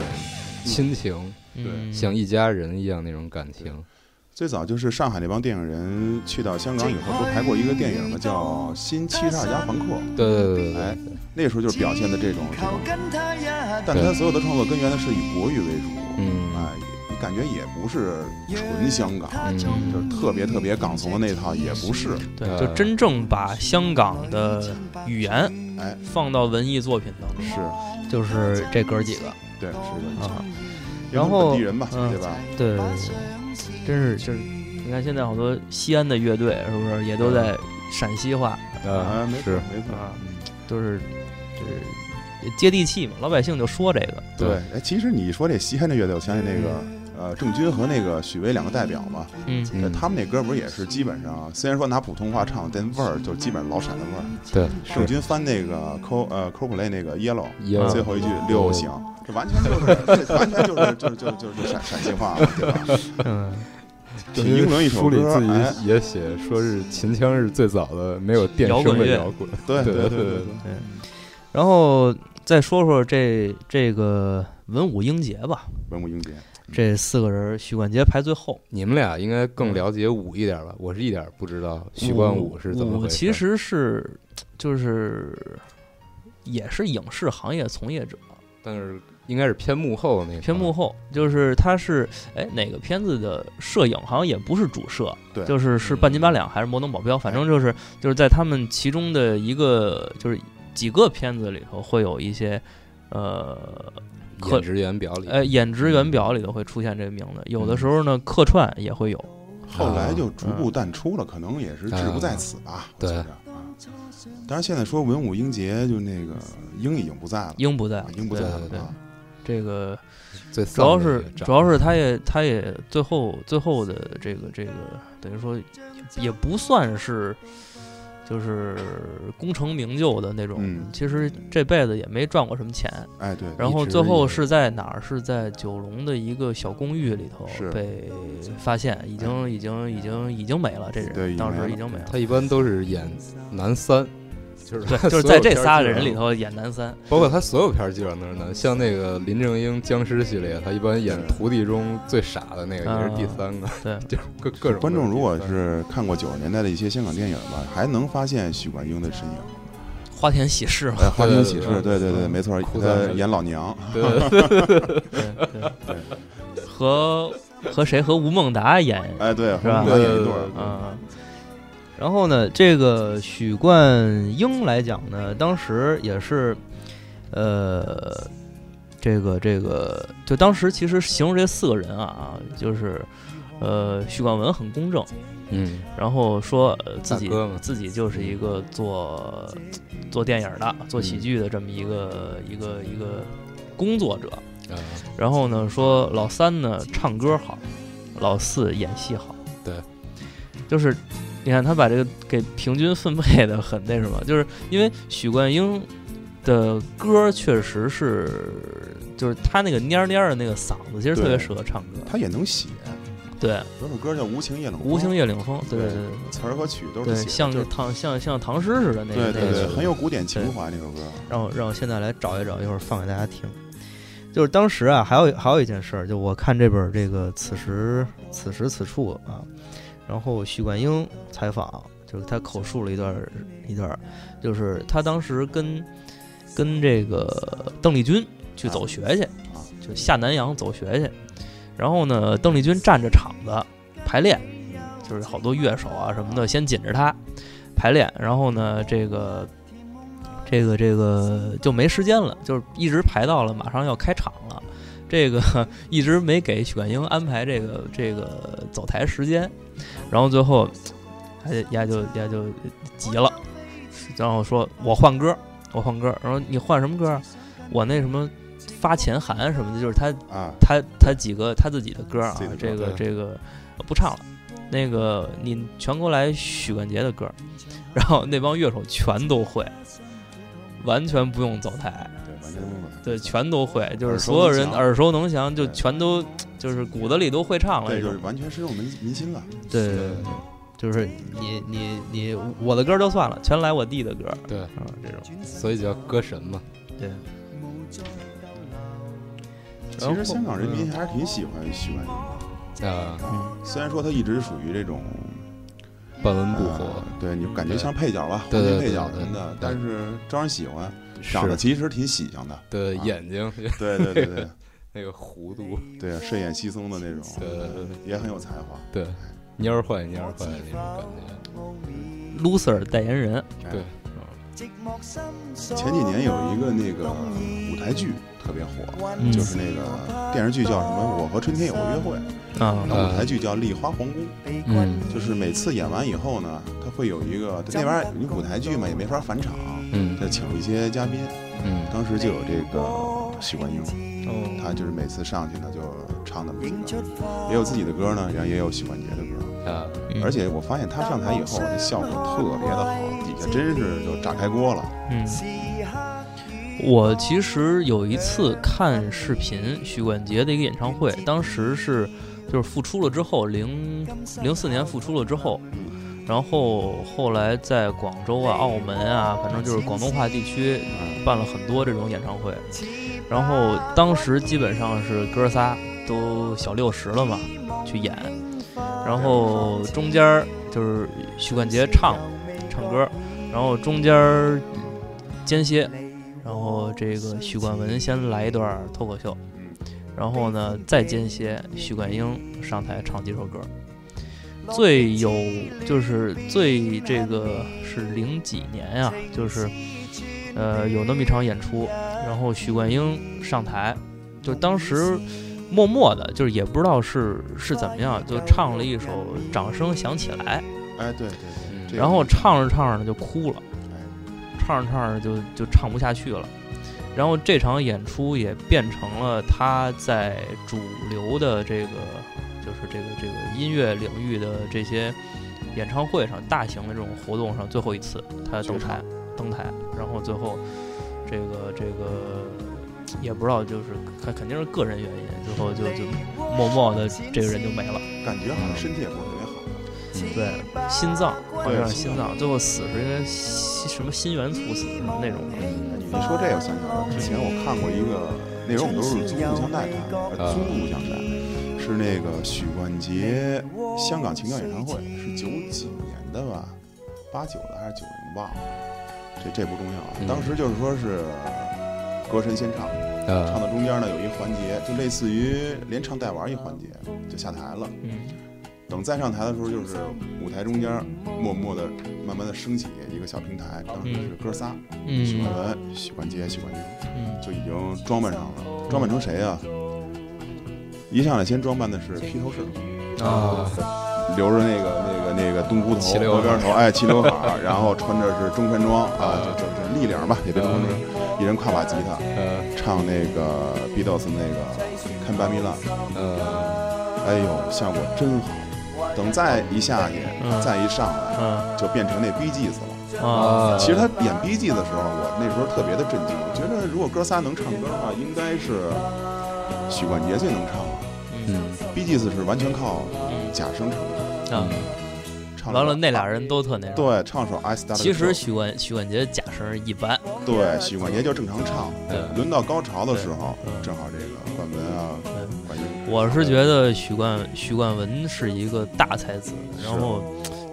Speaker 3: 亲情，
Speaker 2: 嗯
Speaker 3: 像一家人一样那种感情。
Speaker 4: 最早就是上海那帮电影人去到香港以后，不是拍过一个电影吗？叫《新七十二家房客》，
Speaker 3: 对对对对
Speaker 4: 哎
Speaker 3: 对，
Speaker 4: 那时候就是表现的这种这种，但
Speaker 3: 对
Speaker 4: 他所有的创作根源呢是以国语为主，
Speaker 3: 嗯
Speaker 4: 哎，你感觉也不是纯香港，
Speaker 3: 嗯
Speaker 4: 就是特别特别港怂的那套也不是，
Speaker 2: 对，
Speaker 3: 呃
Speaker 2: 就真正把香港的语言
Speaker 4: 哎
Speaker 2: 放到文艺作品当中，
Speaker 4: 是，
Speaker 7: 就是这哥几个
Speaker 4: 对，是的，
Speaker 7: 啊，
Speaker 4: 因为他
Speaker 7: 然
Speaker 4: 们
Speaker 7: 后
Speaker 4: 本地人嘛，
Speaker 7: 嗯
Speaker 4: 对吧？
Speaker 7: 对对对，
Speaker 2: 真是就是，你看现在好多西安的乐队是不是也都在陕西话
Speaker 3: 呃
Speaker 4: 啊，没错
Speaker 3: 是，
Speaker 4: 没错。
Speaker 2: 啊，都是就是也接地气嘛，老百姓就说这个，
Speaker 3: 对
Speaker 4: 对，哎，其实你说这西安这乐队，我想起那个呃郑钧和那个许巍两个代表嘛，
Speaker 2: 嗯
Speaker 4: 对
Speaker 3: 嗯，
Speaker 4: 他们那歌不是也是基本上，虽然说拿普通话唱，但味儿就基本上老陕的味儿。
Speaker 3: 对
Speaker 4: 郑
Speaker 3: 是
Speaker 4: 钧翻那个 Co 呃 Coldplay 那个 Yellow，
Speaker 3: Yellow
Speaker 4: 最后一句六行，这完全就是，这完全就是就是就是就是陕陕西话嘛，对吧？
Speaker 7: 嗯，
Speaker 4: 挺英伦一首
Speaker 3: 书里
Speaker 4: 歌，
Speaker 3: 自
Speaker 4: 哎，
Speaker 3: 己也写说是秦腔是最早的没有电
Speaker 2: 摇
Speaker 3: 声
Speaker 2: 滚
Speaker 3: 的
Speaker 2: 乐
Speaker 3: 摇滚，
Speaker 4: 对
Speaker 3: 对
Speaker 4: 对
Speaker 3: 对
Speaker 4: 对
Speaker 3: 对
Speaker 7: 然后再说说这这个文武英杰吧，
Speaker 4: 文武英杰，
Speaker 7: 这四个人，许冠杰排最后。
Speaker 3: 你们俩应该
Speaker 4: 嗯
Speaker 3: 更了解武一点吧？我是一点儿不知道许冠武是怎么
Speaker 2: 武
Speaker 3: 回事。
Speaker 2: 其实是就是也是影视行业从业者，
Speaker 3: 但是应该是偏幕后那个
Speaker 2: 偏幕后，就是他是哎哪个片子的摄影好像也不是主摄，
Speaker 4: 对
Speaker 2: 就是是半斤八两还是摩登保镖，反正就是就是在他们其中的一个就是几个片子里头会有一些呃客
Speaker 3: 演职员表里，
Speaker 2: 呃演职
Speaker 4: 嗯
Speaker 2: 员表里头会出现这个名字，有的时候呢客串也会有，
Speaker 4: 后来就逐步淡出了，可能也是志不在此吧。我觉
Speaker 3: 嗯对
Speaker 4: 着啊，当然现在说文武英杰，就那个英已经不在了，
Speaker 2: 英不在了，
Speaker 4: 英不在了
Speaker 2: 对对
Speaker 4: 啊。
Speaker 2: 这个。
Speaker 3: 最
Speaker 2: 主
Speaker 3: 丧
Speaker 2: 要
Speaker 3: 的
Speaker 2: 是
Speaker 3: 那个
Speaker 2: 主要是他也他也最后最后的这个这个等于说也也不算是就是功成名就的那种，
Speaker 4: 嗯
Speaker 2: 其实这辈子也没赚过什么钱。
Speaker 4: 哎，对，
Speaker 2: 然后
Speaker 3: 直
Speaker 2: 最后
Speaker 3: 也
Speaker 2: 是在哪儿？是在九龙的一个小公寓里头
Speaker 4: 是
Speaker 2: 被发现，已
Speaker 3: 哎
Speaker 2: 经已经已经已经没了，这人
Speaker 4: 对已经
Speaker 2: 当时
Speaker 4: 没
Speaker 2: 已经没了
Speaker 3: 他。一般都是演男三，就是
Speaker 2: 对，
Speaker 3: 他
Speaker 2: 就是
Speaker 3: 所
Speaker 2: 在
Speaker 3: 有
Speaker 2: 这
Speaker 3: 片儿
Speaker 2: 仨
Speaker 3: 基本
Speaker 2: 人里
Speaker 3: 上，
Speaker 2: 头演男三，
Speaker 3: 包括他所有片儿基本上都是男，像那个林正英僵尸系列，他一般演徒弟中最傻的那个，也是第三个，
Speaker 2: 嗯啊对，
Speaker 3: 就是各各种
Speaker 4: 观众如果
Speaker 3: 都第三个
Speaker 4: 是看过九十年代的一些香港电影吧，还能发现许冠英的身影。
Speaker 2: 花田喜事嘛，
Speaker 4: 哎，花田喜事，
Speaker 3: 对对
Speaker 4: 对对
Speaker 3: 对
Speaker 4: 对，
Speaker 3: 嗯
Speaker 4: 没错，
Speaker 3: 哭
Speaker 4: 他
Speaker 3: 丧着
Speaker 4: 演老娘，
Speaker 3: 对
Speaker 2: 对
Speaker 3: 对
Speaker 2: 对和和谁和吴孟达演，
Speaker 4: 哎，对，和
Speaker 2: 吧
Speaker 4: 他演一对
Speaker 3: 对对
Speaker 4: 儿，
Speaker 2: 啊，
Speaker 7: 然后呢，这个许冠英来讲呢，当时也是，呃，
Speaker 2: 这个这个，就当时其实形容这四个人啊，就是呃，许冠文很公正，
Speaker 3: 嗯，
Speaker 2: 然后说、呃、自己
Speaker 3: 大哥嘛
Speaker 2: 自己就是一个做做电影的、
Speaker 3: 嗯
Speaker 2: 做喜剧的这么一个、一个一个工作者。
Speaker 3: 啊
Speaker 2: 然后呢，说老三呢唱歌好，老四演戏好。
Speaker 3: 对，
Speaker 2: 就是你看他把这个给平均分配的很那什么， 就是因为许冠英的歌确实是，就是他那个蔫儿蔫儿的那个嗓子，其实特别
Speaker 4: 对
Speaker 2: 适合唱歌。
Speaker 4: 他也能写。
Speaker 2: 对，
Speaker 4: 有首歌叫《无情夜冷风》，
Speaker 2: 无情夜领风，对
Speaker 4: 对
Speaker 2: 对对对。
Speaker 4: 词儿和曲都
Speaker 2: 对，
Speaker 4: 是写的，
Speaker 2: 像
Speaker 4: 就是
Speaker 2: 唐像像唐诗似的那个那
Speaker 4: 对对
Speaker 2: 个
Speaker 4: 对，
Speaker 3: 对
Speaker 4: 很有古典情怀那首歌。
Speaker 7: 让我让我现在来找一找，一会儿放给大家听。就是当时啊，还有还有一件事儿，就我看这本儿这个此时此时此处啊，然后许冠英采访，就是他口述了一段儿一段儿，就是他当时跟跟这个邓丽君去走学去，
Speaker 4: 啊
Speaker 2: 就下南洋走学去，然后呢，邓丽君占着场子排练，就是好多乐手啊什么的先紧着她排练，然后呢，这个这个这个就没时间了，就是一直排到了马上要开场了，这个一直没给许冠英安排这个这个走台时间，然后最后他就丫就丫就急了，然后说我换歌，我换歌，然后你换什么歌啊？我那什么发钱函什么的，就是他
Speaker 4: 啊，
Speaker 2: 他他几个他自己的歌啊
Speaker 4: 自己的，歌
Speaker 2: 这个
Speaker 3: 对
Speaker 2: 这个呃不唱了。那个你全给我来许冠杰的歌，然后那帮乐手全都会，完全不用走台，
Speaker 4: 对，完全不能。
Speaker 2: 对，全都会，就
Speaker 4: 耳
Speaker 2: 是
Speaker 4: 熟
Speaker 2: 所有
Speaker 4: 能
Speaker 2: 人
Speaker 4: 详
Speaker 2: 耳熟能详，就
Speaker 4: 对
Speaker 2: 全都就是骨子里都会唱了
Speaker 4: 对，
Speaker 2: 这
Speaker 4: 就
Speaker 2: 种
Speaker 4: 是。完全深入民民心了。
Speaker 7: 对对对，就是你你你我的歌儿都算了，全来我弟的歌儿
Speaker 3: 对，
Speaker 7: 啊，这种
Speaker 3: 所以叫歌神嘛，
Speaker 7: 对。
Speaker 2: 呃
Speaker 4: 其实香港人
Speaker 2: 嗯
Speaker 4: 民还是挺喜欢许冠英的，
Speaker 3: 啊，
Speaker 4: 虽然说他一直属于这种
Speaker 3: 半文不火
Speaker 4: 呃，对你感觉像配角吧，
Speaker 3: 对
Speaker 4: 黄
Speaker 3: 对
Speaker 4: 金配
Speaker 3: 对
Speaker 4: 角
Speaker 3: 对
Speaker 4: 什么的
Speaker 3: 对，
Speaker 4: 但是招人喜欢，
Speaker 3: 是
Speaker 4: 长得其实挺喜庆的。
Speaker 3: 的
Speaker 4: 啊
Speaker 3: 眼睛
Speaker 4: 对对对对
Speaker 3: 那个弧度，
Speaker 4: 对，啊睡眼惺忪的那
Speaker 3: 对对对
Speaker 4: 种，也很有才华。
Speaker 3: 对，蔫儿坏蔫儿坏那种感觉。
Speaker 2: loser 代言人，
Speaker 4: 哎
Speaker 3: 对，
Speaker 4: 前几年有一个那个舞台剧特别火，
Speaker 2: 嗯
Speaker 4: 就是那个电视剧叫什么《我和春天有个约会》，
Speaker 2: 啊
Speaker 4: 然，后舞台剧叫《丽花皇宫》。
Speaker 3: 嗯
Speaker 4: 就是每次演完以后呢，他会有一个那边儿你舞台剧嘛，也没法返场，
Speaker 3: 嗯
Speaker 4: 他请一些嘉宾，
Speaker 3: 嗯
Speaker 4: 当时就有这个许冠英，
Speaker 2: 哦
Speaker 4: 他就是每次上去呢就唱那么几个，也有自己的歌呢，然后也有许冠杰的歌，
Speaker 3: 啊，
Speaker 2: 嗯
Speaker 4: 而且我发现他上台以后那效果特别的好，底下真是就炸开锅了，
Speaker 2: 嗯，我其实有一次看视频许冠杰的一个演唱会，当时是就是复出了之后，零零四年复出了之后，然后后来在广州啊、澳门啊，反正就是广东话地区
Speaker 4: 嗯，
Speaker 2: 办了很多这种演唱会，然后当时基本上是哥仨都小六十了嘛，去演，然后中间儿就是许冠杰唱唱歌，然后中间儿间歇，然后这个许冠文先来一段儿脱口秀，然后呢再间歇，许冠英上台唱几首歌。
Speaker 4: 嗯
Speaker 2: 最有就是最这个是零几年呀、就是呃有那么一场演出，然后许冠英上台，就当时默默的，就是也不知道是是怎么样，就唱了一首《掌声响起来
Speaker 4: 哎，对对对，
Speaker 3: 嗯
Speaker 4: 这》，个
Speaker 2: 然后唱着唱着就哭了，
Speaker 4: 哎
Speaker 2: 唱着唱着就就唱不下去了。然后这场演出也变成了他在主流的这个就是这个这个音乐领域的这些演唱会上、大型的这种活动上最后一次他登台登台，然后最后这个这个也不知道就是肯肯定是个嗯人原因，最后就就默默的这个人就没了。
Speaker 4: 感觉好像身体也不是特别好，
Speaker 7: 对，
Speaker 2: 心脏，好像是
Speaker 4: 心
Speaker 2: 心脏，最后死是因为心什么心源猝死什么那种。
Speaker 4: 你说这个想起来了，之前我看过一个，那时候我们都是租录像带看，呃租录像带，是那个许冠杰香港情歌演唱
Speaker 1: 哦
Speaker 4: 会，是九几年的吧，八九的还是九零忘了，这这不重要啊。
Speaker 3: 嗯
Speaker 4: 当时就是说是歌神先唱，唱
Speaker 3: 呃，
Speaker 4: 到中间呢有一环节，就类似于连唱带玩一环节，就下台了。
Speaker 2: 嗯
Speaker 4: 等再上台的时候，就是舞台中间默默的、慢慢的升起一个小平台，当时是哥仨，许
Speaker 2: 嗯
Speaker 4: 冠文、许冠杰、许冠英。
Speaker 2: 嗯，
Speaker 4: 就已经装扮上了，装扮成谁呀、一上来先装扮的是披头士，
Speaker 3: 啊，
Speaker 4: 留着那个那个那个冬菇头、
Speaker 3: 齐刘海
Speaker 4: 锅边头，哎，齐刘海儿，然后穿着是中山装啊，就就就立领吧，也别中山装，
Speaker 2: 嗯
Speaker 4: 一人挎把吉他，
Speaker 3: 呃
Speaker 4: 唱那个 Beatles 那个《看巴米拉》，
Speaker 3: 呃，
Speaker 4: 哎呦，效果真好。等再一下去，
Speaker 2: 嗯
Speaker 4: 再一上来，
Speaker 2: 嗯
Speaker 4: 就变成那 B G 子了。
Speaker 2: 啊，
Speaker 4: 其实他演 B G 的时候，我那时候特别的震惊，我觉得如果哥仨能唱歌的话，应该是许冠杰最能唱了。
Speaker 3: 嗯
Speaker 4: B G S 是完全靠假声唱的，
Speaker 2: 啊，
Speaker 4: 唱
Speaker 2: 嗯完了那俩人都特那种。
Speaker 4: 对唱首 I Star，
Speaker 2: 其实许冠许冠杰假声一般，
Speaker 4: 对许冠杰就正常唱，
Speaker 3: 呃
Speaker 2: 对，
Speaker 4: 轮到高潮的时候
Speaker 2: 对嗯，
Speaker 4: 正好这个冠文啊
Speaker 2: 嗯，
Speaker 4: 冠英，
Speaker 2: 我是觉得许冠许冠文是一个大才子，然后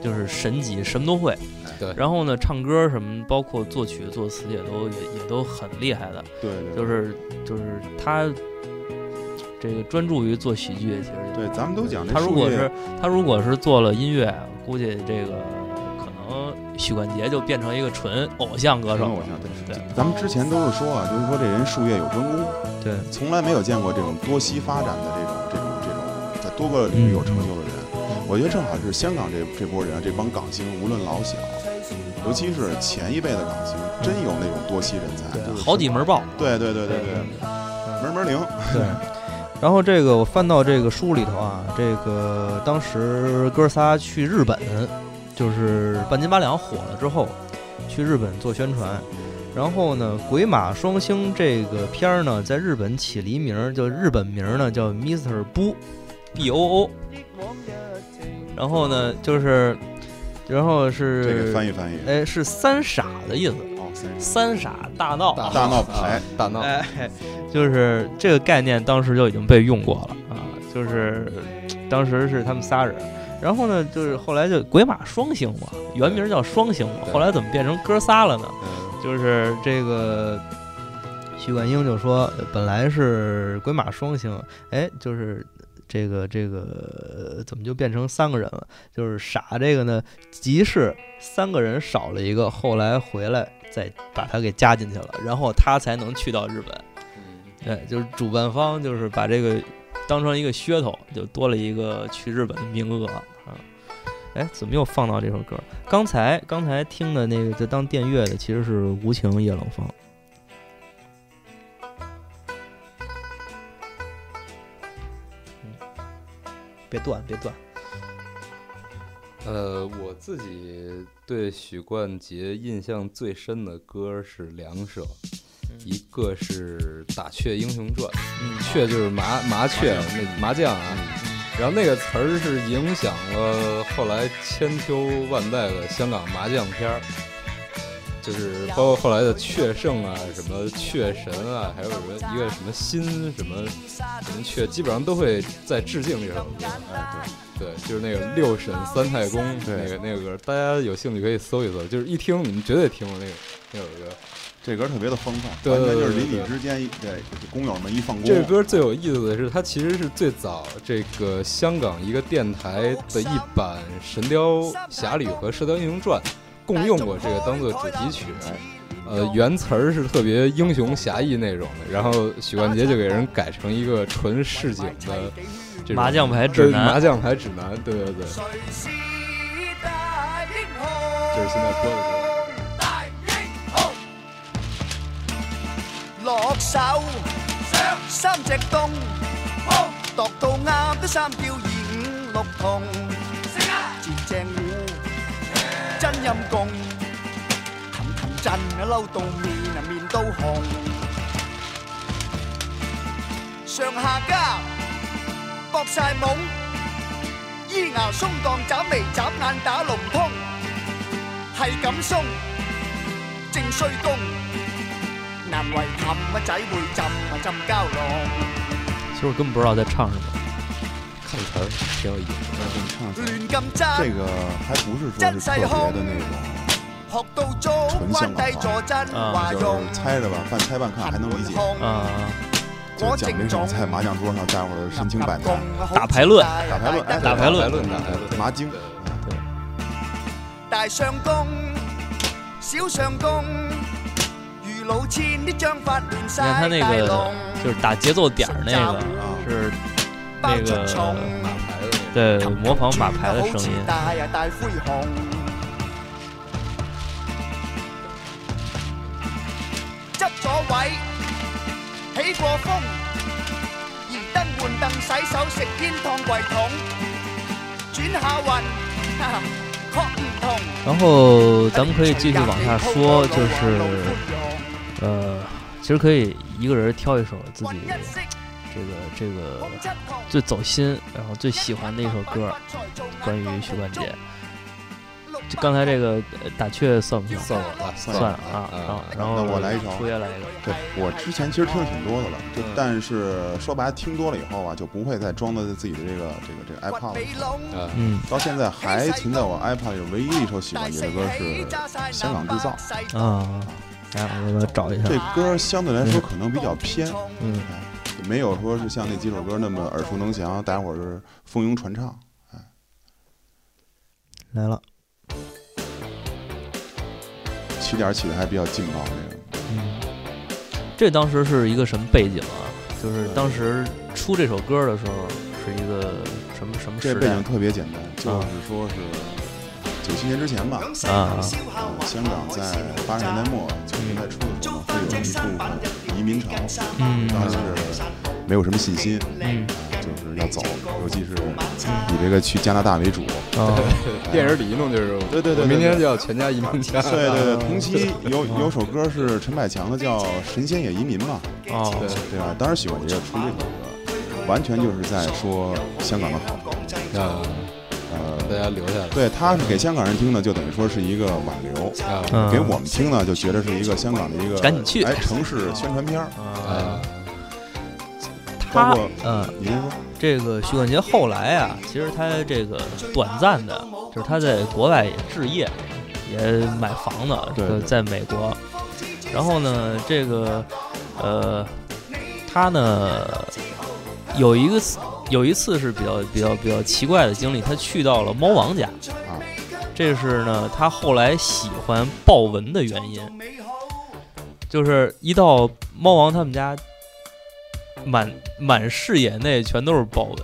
Speaker 2: 就是神级，什么都会。
Speaker 3: 对
Speaker 2: 然后呢，唱歌什么，包括作曲、作词也都也也都很厉害的。
Speaker 4: 对对，
Speaker 2: 就是就是他这个专注于做喜剧，其实
Speaker 4: 对，咱们都讲这
Speaker 2: 他如果
Speaker 4: 术业
Speaker 2: 是他如果是做了音乐，估计这个可能许冠杰就变成一个纯偶像歌
Speaker 4: 纯
Speaker 2: 手
Speaker 4: 偶像对
Speaker 2: 对
Speaker 4: 咱们之前都是说啊，就是说这人术业有专攻，
Speaker 7: 对，
Speaker 4: 从来没有见过这种多栖发展的这种这种这种在多个领域有成就的人。我觉得正好是香港这这波人啊，这帮港星，无论老小，尤其是前一辈的港星，真有那种多栖人才，就是
Speaker 2: 好几门爆。
Speaker 4: 对对对对
Speaker 1: 嗯
Speaker 4: 对，门门灵，
Speaker 7: 对。然后这个我翻到这个书里头啊，这个当时哥仨去日本，就是半斤八两火了之后，去日本做宣传。然后呢，《鬼马双星》这个片儿呢，在日本起了一名儿，叫日本名儿呢叫 Mr. 布 B O O。然后呢，就是，然后是
Speaker 4: 这个翻译翻译，
Speaker 7: 哎，是三傻的意思，
Speaker 4: 哦，三
Speaker 2: 三
Speaker 4: 十
Speaker 2: 傻大闹，
Speaker 4: 大闹牌，
Speaker 3: 大闹，
Speaker 7: 哎，就是这个概念当时就已经被用过了啊，就是当时是他们仨人，然后呢，就是后来就鬼马双星嘛，原名叫双星嘛，
Speaker 3: 对
Speaker 7: 后来怎么变成哥仨了呢？
Speaker 3: 嗯
Speaker 7: 就是这个许冠英就说，呃本来是鬼马双星，哎，就是。这个这个呃怎么就变成三个人了？就是傻这个呢，即是三个人少了一个，后来回来再把他给加进去了，然后他才能去到日本。
Speaker 2: 嗯
Speaker 7: 对，就是主办方就是把这个当成一个噱头，就多了一个去日本的名额啊。哎，怎么又放到这首歌？刚才刚才听的那个就当电乐的其实是《无情夜冷风》。嗯别断，别断。
Speaker 3: 呃，我自己对许冠杰印象最深的歌是两首，一个是《打雀英雄传》，
Speaker 2: 嗯
Speaker 3: 雀就是麻麻雀，那麻将啊。然后那个词儿是影响了后来千秋万代的香港麻将片儿，就是包括后来的雀圣啊、什么雀神啊，还有什么一个什么新什么什么雀，基本上都会在致敬这首歌。哎，对，对，就是那个六神三太公
Speaker 4: 对
Speaker 3: 那个那个歌，大家有兴趣可以搜一搜，就是一听你们绝对听过那个那首歌。
Speaker 4: 这歌特别的欢快，
Speaker 3: 对
Speaker 4: 完
Speaker 3: 对
Speaker 4: 全
Speaker 3: 对
Speaker 4: 就是邻
Speaker 3: 对
Speaker 4: 里
Speaker 3: 对
Speaker 4: 之间一，对工友们一放工，
Speaker 3: 这歌最有意思的是，它其实是最早这个香港一个电台的一版《神雕侠侣》和《射雕英雄传》共用过这个当做主题曲。呃，原词儿是特别英雄侠义那种的，然后许冠杰就给人改成一个纯市井的这种
Speaker 2: 麻将牌指
Speaker 3: 对
Speaker 2: 南
Speaker 3: 麻将牌指南，对对对，就是现在说的这个。
Speaker 1: 落手，三隻洞，度到啱都三叫二五六同，截正糊，真陰公，氹氹震啊嬲到面啊面都紅，上下家搏晒懵，腰咿牙鬆當眨眉眨眼打龍通，係咁鬆，正衰公，難為氹乜仔會浸啊浸膠囊。
Speaker 2: 其實我根本不知道在唱什么。
Speaker 3: 看词儿挺有意思的。
Speaker 4: 你唱一下
Speaker 1: 亂咁揸，
Speaker 4: 这个还不是说是特别的那种，
Speaker 1: 學到足
Speaker 4: 純
Speaker 1: 關
Speaker 4: 香港
Speaker 1: 帝坐真
Speaker 2: 啊
Speaker 1: 話
Speaker 4: 就
Speaker 1: 用，
Speaker 4: 是猜着吧，半猜半看还
Speaker 1: 行
Speaker 4: 能理解。
Speaker 1: 行
Speaker 2: 啊、
Speaker 4: 就讲这种在麻将桌上待会儿身经百战，
Speaker 2: 打牌論
Speaker 4: 打牌論哎
Speaker 2: 打牌論啊
Speaker 3: 打牌论，打牌论。
Speaker 4: 麻精。
Speaker 1: 大相公、小相公，如老千啲章法亂
Speaker 2: 你
Speaker 1: 晒。
Speaker 2: 看他那
Speaker 1: 大
Speaker 2: 个
Speaker 1: 龍
Speaker 2: 就是打节奏点儿那个
Speaker 4: 啊，
Speaker 2: 是
Speaker 1: 包
Speaker 2: 那
Speaker 1: 出蟲
Speaker 2: 个
Speaker 3: 打牌的那
Speaker 2: 对模仿马牌的
Speaker 1: 好似
Speaker 2: 声音。
Speaker 1: 大呀大灰熊。執咗位，起過風，移燈換凳，洗手食煙燙櫃桶，轉下運，哈哈，確唔同。
Speaker 2: 然后咱们可以继续往下说，就是呃，其实可以一个人挑一首自己这个这个最走心，然后最喜欢的一首歌，关于许冠杰。就刚才这个呃打雀算不
Speaker 3: 个
Speaker 2: 算？
Speaker 3: 算了吧，
Speaker 4: 算
Speaker 2: 算
Speaker 3: 了
Speaker 2: 啊，然后
Speaker 3: 啊。
Speaker 2: 然后
Speaker 4: 那我来一首
Speaker 2: 出爷来一个，
Speaker 4: 对我之前其实听了挺多的了，就
Speaker 3: 嗯
Speaker 4: 但是说白了听多了以后啊，就不会再装到自己的这个这个这个 iPod 里。
Speaker 3: 啊
Speaker 2: 嗯
Speaker 4: 到现在还存在我 iPod 里唯一一首喜欢杰的歌是《香港制造》，
Speaker 7: 啊，来我给它找一下
Speaker 4: 这，歌相对来说可能比较偏，
Speaker 7: 嗯，
Speaker 4: 没有说是像那几首歌那么耳熟能详，大家伙儿是蜂拥传唱。
Speaker 7: 来了，
Speaker 4: 起点起的还比较劲爆那种。
Speaker 7: 嗯，
Speaker 2: 这当时是一个什么背景啊？就是当时出这首歌的时候是一个什么什么
Speaker 4: 这
Speaker 2: 时
Speaker 4: 背
Speaker 2: 代
Speaker 4: 景？特别简单，就
Speaker 2: 啊
Speaker 4: 是说是九七年之前吧，
Speaker 2: 啊
Speaker 4: 呃香港在八十年代末九十年代初的时候会有一部分移民潮，
Speaker 2: 嗯
Speaker 4: 当时没有什么信心，
Speaker 2: 嗯
Speaker 4: 啊就是要走，尤其是以这个去加拿大为主。
Speaker 2: 啊，
Speaker 3: 电影里一弄就是，
Speaker 4: 对对对对
Speaker 3: 我明天就要全家移民家。
Speaker 4: 对对对，同期有有首歌是陈百强的，叫《神仙也移民》嘛，
Speaker 2: 哦，
Speaker 4: 对吧？当时喜欢杰出这首歌，完全就是在说香港的好。
Speaker 3: 啊，
Speaker 4: 呃，
Speaker 3: 大家留下来。
Speaker 4: 对，他是给香港人听的，就等于说是一个挽留。
Speaker 3: 啊
Speaker 2: 嗯
Speaker 4: 给我们听呢，就觉得是一个香港的一个
Speaker 2: 赶紧去
Speaker 4: 哎城市宣传片儿，
Speaker 3: 啊，
Speaker 2: 呃
Speaker 4: 包
Speaker 2: 他呃
Speaker 7: 嗯，
Speaker 4: 括您说
Speaker 7: 这个
Speaker 2: 许冠杰后来啊，其实他这个短暂的，就是他在国外也置业，也买房子，这
Speaker 4: 对
Speaker 2: 个
Speaker 4: 对
Speaker 2: 在美国。然后呢，这个呃，他呢有一个次有一次是比较比较比较奇怪的经历，他去到了猫王家。
Speaker 4: 啊，
Speaker 2: 这是呢，他后来喜欢豹纹的原因，就是一到猫王他们家，满满视野内全都是豹纹，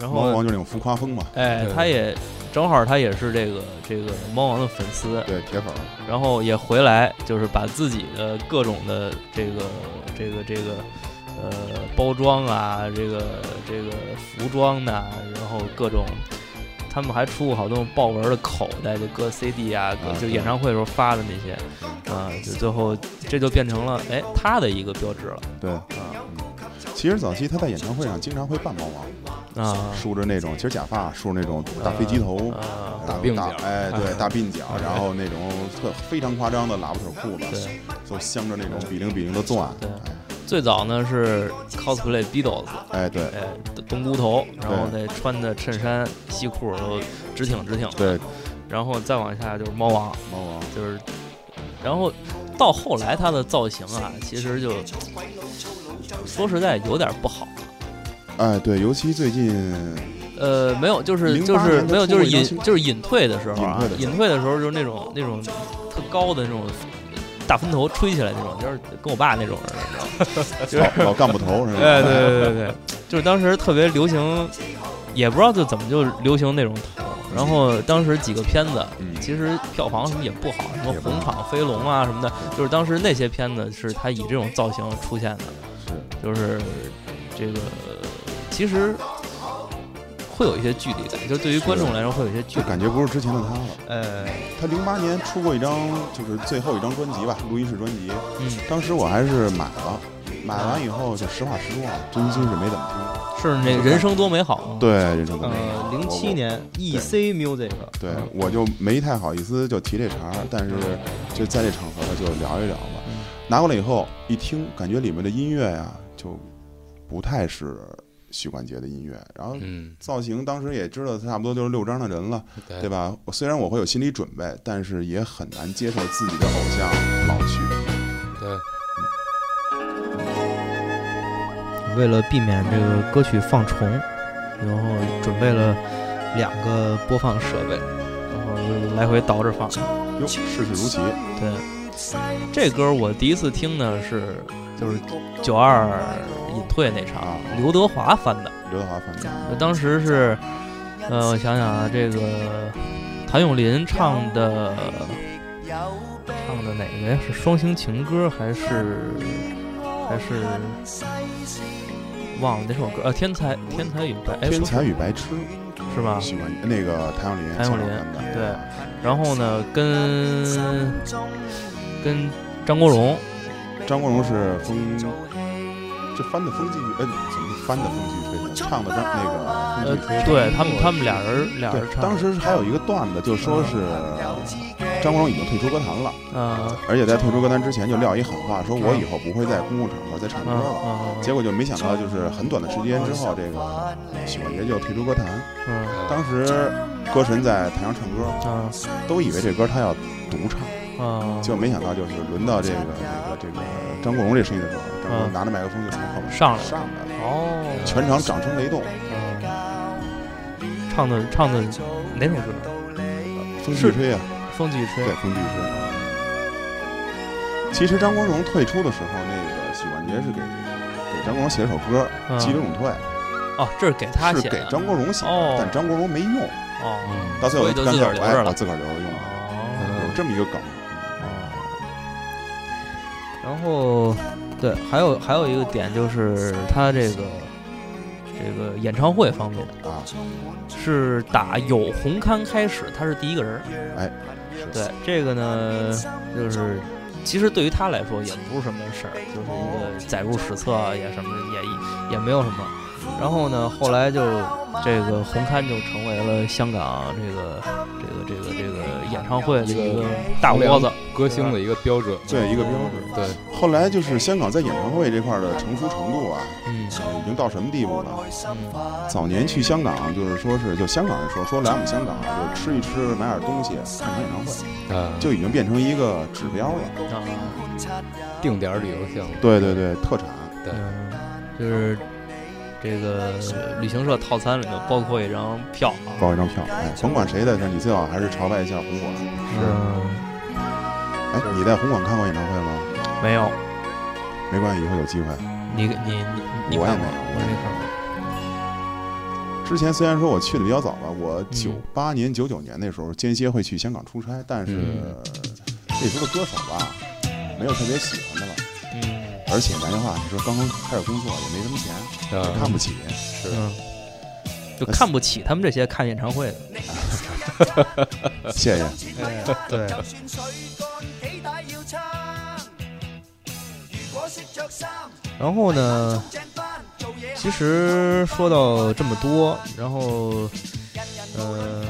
Speaker 2: 然
Speaker 4: 猫
Speaker 2: 后
Speaker 4: 王就是那种浮夸风嘛，
Speaker 2: 哎，
Speaker 3: 对
Speaker 2: 他也正好他也是这个这个猫王的粉丝，
Speaker 4: 对，铁粉儿，
Speaker 2: 然后也回来就是把自己的各种的这个这个这个呃包装啊，这个这个服装呐、然后各种。他们还出过好多豹纹的口袋，就搁 CD 啊，搁
Speaker 4: 啊
Speaker 2: 就
Speaker 4: 对
Speaker 2: 演唱会的时候发的那些，啊，就最后这就变成了哎他的一个标志了
Speaker 4: 对啊。嗯其实早期他在演唱会上经常会扮猫王，
Speaker 2: 啊
Speaker 4: 梳着那种其实假发，梳着那种大飞机头，
Speaker 2: 啊，
Speaker 4: 然后
Speaker 3: 大鬓角
Speaker 4: 哎，对，大鬓角
Speaker 2: 啊，
Speaker 4: 然后那种特非常夸张的喇叭腿裤子，
Speaker 2: 对，
Speaker 4: 都镶着那种比灵比灵的钻，
Speaker 2: 对最早呢是 cosplay Beatles，
Speaker 4: 哎，对
Speaker 2: 哎冬菇头，然后再穿的衬衫西裤都直挺直挺的，
Speaker 4: 对，
Speaker 2: 然后再往下就是猫王，
Speaker 4: 猫王，
Speaker 2: 就是，然后到后来他的造型啊，其实就说实在有点不好。
Speaker 4: 哎，对，尤其最近
Speaker 2: 呃，没有，就是
Speaker 4: 08
Speaker 2: 就是
Speaker 4: 年他
Speaker 2: 没有，
Speaker 4: 出
Speaker 2: 就是
Speaker 4: 过一张
Speaker 2: 隐
Speaker 4: 新
Speaker 2: 就是隐退的时候啊
Speaker 4: 隐退，的时
Speaker 2: 隐
Speaker 4: 候
Speaker 2: 退的时候就是那种那种特高的那种大分头吹起来那种，就是跟我爸那种似的，你知道吗？
Speaker 4: 老老干部头是吧？
Speaker 2: 哎，对对 对对，就是当时特别流行，也不知道就怎么就流行那种头。然后当时几个片子，
Speaker 4: 嗯
Speaker 2: 其实票房什么也不好，什么
Speaker 4: 也不
Speaker 2: 红场飞龙啊什么的，就是当时那些片子是他以这种造型出现的，
Speaker 4: 是
Speaker 2: 就是这个其实会有一些距离感，就对于观众来说会有一些距
Speaker 4: 就
Speaker 2: 离感。
Speaker 4: 感觉不是之前的他了。
Speaker 7: 呃，
Speaker 4: 他零八年出过一张，就是最后一张专辑吧，录音室专辑。
Speaker 2: 嗯，
Speaker 4: 当时我还是买了，买完以后就实话实说啊，真心是没怎么听。
Speaker 2: 是那个人生多美好，
Speaker 4: 对，人生多美好。
Speaker 7: 呃，零七年
Speaker 2: E
Speaker 7: EC Music，
Speaker 4: 对，我就没太好意思就提这茬儿，但是就在这场合就聊一聊吧。
Speaker 2: 嗯
Speaker 4: 拿过来以后一听，感觉里面的音乐呀、就不太是许冠杰的音乐。然后
Speaker 3: 嗯，
Speaker 4: 造型当时也知道差不多就是六张的人了，对
Speaker 3: 对吧？
Speaker 4: 吧？我虽然我会有心理准备，但是也很难接受自己的偶像老去。
Speaker 3: 对，
Speaker 7: 为了避免这个歌曲放重，然后准备了两个播放设备，
Speaker 2: 然后来回倒着放。
Speaker 4: 哟，世事如棋，
Speaker 2: 对，这歌我第一次听呢是就是九二隐退那场
Speaker 4: 啊
Speaker 2: 刘德华翻的，
Speaker 4: 刘德华翻的，
Speaker 2: 当时是呃我想想啊，这个谭咏麟唱的呃唱的哪个呀？是《双星情歌》还是还是忘了那首歌？呃，天才天才与白哎
Speaker 4: 天
Speaker 2: 不
Speaker 4: 才与白痴，
Speaker 2: 是是吧？
Speaker 4: 喜欢那个谭咏麟，
Speaker 2: 谭咏麟
Speaker 4: 香港翻的
Speaker 2: 对然后呢，跟跟张国荣
Speaker 4: 张国荣是风，这翻的风继续，嗯，怎么翻的风继续吹呢？唱的张那个
Speaker 2: 呃
Speaker 4: 风继续吹。
Speaker 2: 对他们他们俩人俩人
Speaker 4: 对，
Speaker 2: 唱的，
Speaker 4: 当时还有一个段子，就说是张国荣已经退出歌坛了，
Speaker 2: 啊
Speaker 4: 而且在退出歌坛之前就撂一狠话，说我以后不会在公共场合再唱
Speaker 2: 啊
Speaker 4: 歌了。
Speaker 2: 啊，
Speaker 4: 结果就没想到，就是很短的时间之后，这个许冠杰就退出歌坛。
Speaker 2: 嗯
Speaker 4: 当时歌神在台上唱歌，
Speaker 2: 啊
Speaker 4: 都以为这歌他要独唱，
Speaker 2: 啊，
Speaker 4: 结果没想到就是轮到这个这个这个张国荣这声音的时候，啊张国荣拿着麦克风就从后面
Speaker 2: 嗯上来
Speaker 4: 上来了，
Speaker 2: 哦，
Speaker 4: 全场掌声雷动。
Speaker 2: 嗯唱的唱的哪首歌？
Speaker 4: 风继续吹啊，
Speaker 2: 风继续吹
Speaker 4: 对，。风继续吹。其实张国荣退出的时候，那个许冠杰是给给张国荣写了首歌
Speaker 2: 嗯
Speaker 4: 《急流勇退》，
Speaker 2: 哦，这是给他
Speaker 4: 是
Speaker 2: 写
Speaker 4: 给
Speaker 2: 的。
Speaker 4: 张国荣写
Speaker 2: 哦
Speaker 4: 的，但张国荣没用，
Speaker 2: 哦
Speaker 4: 到最后
Speaker 2: 所以就
Speaker 4: 干
Speaker 2: 自
Speaker 4: 脆
Speaker 2: 个儿留着
Speaker 4: 哎，
Speaker 2: 了嗯
Speaker 4: 我自个儿留着用了，有
Speaker 2: 哦
Speaker 4: 这么一个梗。
Speaker 7: 然后对，还有还有一个点就是
Speaker 2: 他这个这个演唱会方面
Speaker 4: 啊，
Speaker 2: 是打有红刊开始，他是第一个人儿。
Speaker 4: 哎，
Speaker 2: 对，
Speaker 7: 这个呢，呃就是
Speaker 2: 其实对于他来说也不是什么事儿，就是一个载入史册啊，也什么也也没有什么。
Speaker 7: 然后呢，呃后来就
Speaker 2: 这个红刊就成为了香港这个这个这个这个演唱会的一个大窝子。
Speaker 3: 歌星的一个标准，
Speaker 4: 对一个标准。
Speaker 3: 对，
Speaker 4: 后来就是香港在演唱会这块的成熟程度啊，
Speaker 2: 嗯
Speaker 4: 已经到什么地步了？早年去香港，就是说是就香港人说说来我们香港啊，就吃一吃，买点东西，看场演唱会，
Speaker 3: 啊，
Speaker 4: 就已经变成一个指标了。
Speaker 2: 啊，
Speaker 3: 定点旅游项目，
Speaker 4: 对对对，特产。
Speaker 3: 对，
Speaker 7: 嗯，就是
Speaker 2: 这个旅行社套餐里头包括一张票啊，
Speaker 4: 包一张票，哎，甭管谁在这儿，你最好还是朝拜一下红馆。
Speaker 2: 嗯
Speaker 7: 是
Speaker 4: 哎，你在红馆看过演唱会吗？
Speaker 2: 没有，
Speaker 4: 没关系，以后有机会。
Speaker 2: 你你你你
Speaker 4: 我也
Speaker 2: 看
Speaker 4: 没
Speaker 2: 过
Speaker 4: 有，
Speaker 2: 我没看过。
Speaker 4: 之前虽然说我去的比较早吧，我九八年、九九年那时候间歇会去香港出差，但是
Speaker 2: 嗯
Speaker 4: 那时候的歌手吧，没有特别喜欢的了。
Speaker 2: 嗯
Speaker 4: 而且白话，你说刚刚开始工作也没什么钱，
Speaker 3: 啊，
Speaker 4: 看不起。
Speaker 3: 是
Speaker 7: 嗯，
Speaker 2: 就看不起他们这些看演唱会的。
Speaker 4: 谢谢。
Speaker 7: 对，然后呢，其实说到这么多，然后呃，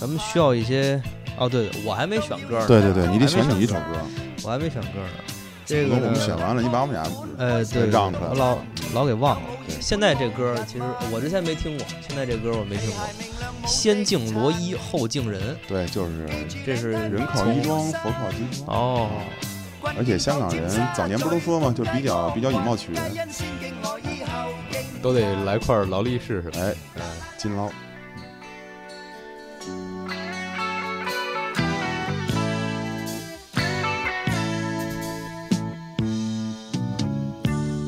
Speaker 7: 咱们需要一些哦，对我还没选歌呢，
Speaker 4: 对对对，你得选
Speaker 7: 还没
Speaker 4: 你一首
Speaker 7: 歌，
Speaker 4: 歌。
Speaker 7: 我还没选歌呢。这
Speaker 4: 如
Speaker 7: 个
Speaker 4: 果
Speaker 7: 呢
Speaker 4: 我们选完了，你把我们俩
Speaker 7: 呃，对，
Speaker 4: 让出来
Speaker 7: 我老老给忘了。现在这歌儿其实我之前没听过，现在这歌儿我没听过。先敬罗衣，后敬人，
Speaker 4: 对，就是
Speaker 7: 这是
Speaker 4: 人靠
Speaker 7: 从
Speaker 4: 衣装，佛靠金装。
Speaker 2: 哦，
Speaker 4: 而且香港人早年不都说嘛，就比较比较以貌取人，
Speaker 3: 都得来块劳力士是吧？
Speaker 4: 哎，金捞。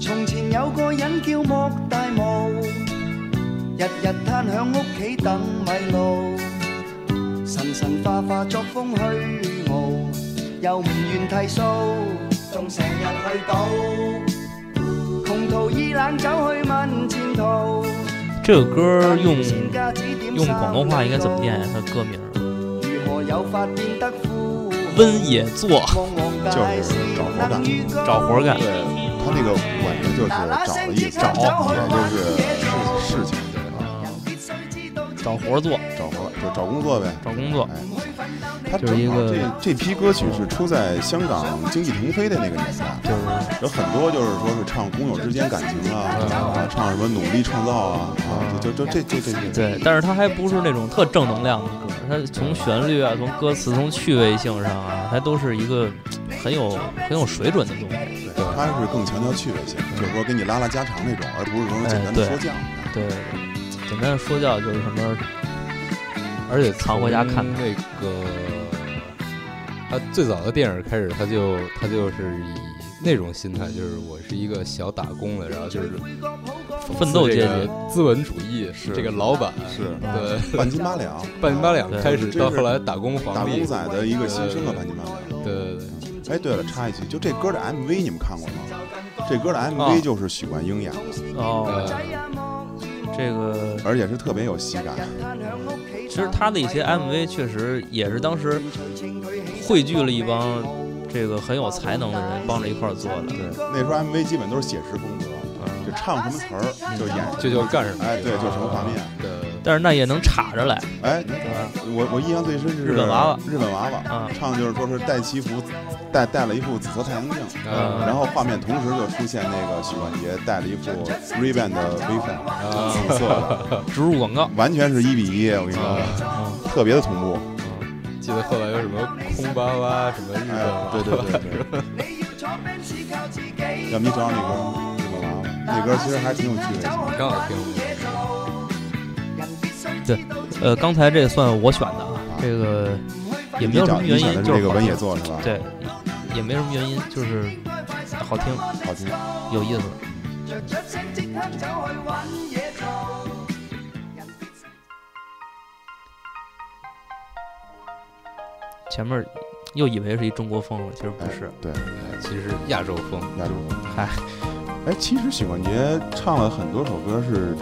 Speaker 1: 從前有個人叫莫大霧，日日攤響屋企等米路，神神化化作風虛無，又唔願剃須，仲成日去賭，窮途依冷走去問前途，
Speaker 2: 这个歌儿用
Speaker 1: 賺完家指點
Speaker 2: 用广东话应该怎么念呀
Speaker 1: 三？
Speaker 2: 它歌名儿
Speaker 1: 兩路如何有法變得富？
Speaker 2: 温野作，
Speaker 1: 茫茫大
Speaker 4: 就是
Speaker 1: 事
Speaker 4: 找活
Speaker 1: 能
Speaker 4: 干
Speaker 1: 預
Speaker 2: 找活干
Speaker 4: 对，他那个稳呢，就是找了一找，也就是事事情，
Speaker 3: 对
Speaker 4: 啊，
Speaker 2: 找活儿做，
Speaker 4: 找活儿就找工作呗。
Speaker 2: 找工作，
Speaker 4: 哎，他
Speaker 7: 哦就是一
Speaker 4: 正好
Speaker 7: 个
Speaker 4: 这这批歌曲是出在香港经济腾飞的那个年代，
Speaker 7: 就是
Speaker 4: 有很多就是说是唱工友之间感情啊，
Speaker 7: 嗯
Speaker 4: 啊，唱什么努力创造啊，啊，就就这这这这这，
Speaker 2: 对，但是它还不是那种特正能量的歌，它从旋律啊，从歌词，从趣味性上啊，它都是一个很有很有水准的东西。
Speaker 4: 他是更强调趣味性，就是说给你拉拉家常那种，而不是说简单
Speaker 2: 嗯
Speaker 4: 的
Speaker 2: 哎对
Speaker 4: 说教。
Speaker 2: 对，简单的说教就是什么，
Speaker 3: 而且
Speaker 2: 常回家看看
Speaker 3: 从那个，他最早的电影开始，他就他就是以那种心态，就是我是一个小打工的，然后就是
Speaker 2: 奋斗阶级
Speaker 3: 这个资本主义
Speaker 4: 是
Speaker 3: 这个老板
Speaker 4: 是
Speaker 3: 对
Speaker 4: 半斤八两，
Speaker 2: 嗯
Speaker 3: 半斤八两
Speaker 2: 对
Speaker 3: 开始，
Speaker 4: 这
Speaker 3: 到
Speaker 4: 是
Speaker 3: 后来打工
Speaker 4: 打
Speaker 3: 皇帝
Speaker 4: 工，仔
Speaker 2: 嗯
Speaker 4: 的一个新生的半斤八两。
Speaker 3: 对对对，
Speaker 4: 哎，对了，插一句，就这歌的 MV 你们看过吗？这歌的
Speaker 2: 啊
Speaker 4: MV 就是许冠英演的，
Speaker 2: 哦，
Speaker 3: 呃，
Speaker 2: 这个
Speaker 4: 而且是特别有喜感。
Speaker 2: 其实他的一些 MV 确实也是当时汇聚了一帮这个很有才能的人帮着一块儿做的。嗯
Speaker 4: 对，那时候 MV 基本都是写实风格，就唱什么词儿就演什么，
Speaker 3: 这就干什么？
Speaker 4: 哎，对，就什么画面。
Speaker 3: 对。
Speaker 2: 但是那也能插着来，
Speaker 4: 哎，我我印象最深是
Speaker 2: 日本娃娃，
Speaker 4: 日本娃娃
Speaker 2: 啊
Speaker 4: 唱就是说是戴西服，戴戴了一副紫色太阳镜，
Speaker 3: 啊
Speaker 4: 然后画面同时就出现那个许冠杰戴了一副 Ray-Ban 的
Speaker 2: 啊
Speaker 4: 嗯 Ray-Ban，紫
Speaker 1: 嗯
Speaker 4: 色的，
Speaker 2: 植入广告。
Speaker 4: 完全是一比一，我跟你说，
Speaker 2: 嗯，
Speaker 4: 特别的同步。
Speaker 3: 记得后来有什么空巴巴什么啊日本
Speaker 4: 哎
Speaker 3: 娃，
Speaker 4: 对对对对。要不你找找那歌，日本娃娃，那歌其实还挺有趣味
Speaker 1: 嗯
Speaker 4: 性。
Speaker 3: 刚好听过
Speaker 2: 呃，刚才这算我选的啊，这个也没有什么
Speaker 4: 你
Speaker 2: 原因，
Speaker 4: 找你选的
Speaker 2: 就是
Speaker 4: 这个
Speaker 2: 好
Speaker 4: 文
Speaker 2: 听
Speaker 4: 野做是吧？，
Speaker 2: 对，也没什么原因，就是好听，
Speaker 4: 好听。
Speaker 2: 有意思。前面又以为是一中国风了，其实不
Speaker 4: 哎
Speaker 2: 是。
Speaker 4: 对，
Speaker 3: 哎 其实亚洲风，
Speaker 4: 亚洲。
Speaker 2: 嗨，
Speaker 4: 哎，其实许冠杰唱了很多首歌是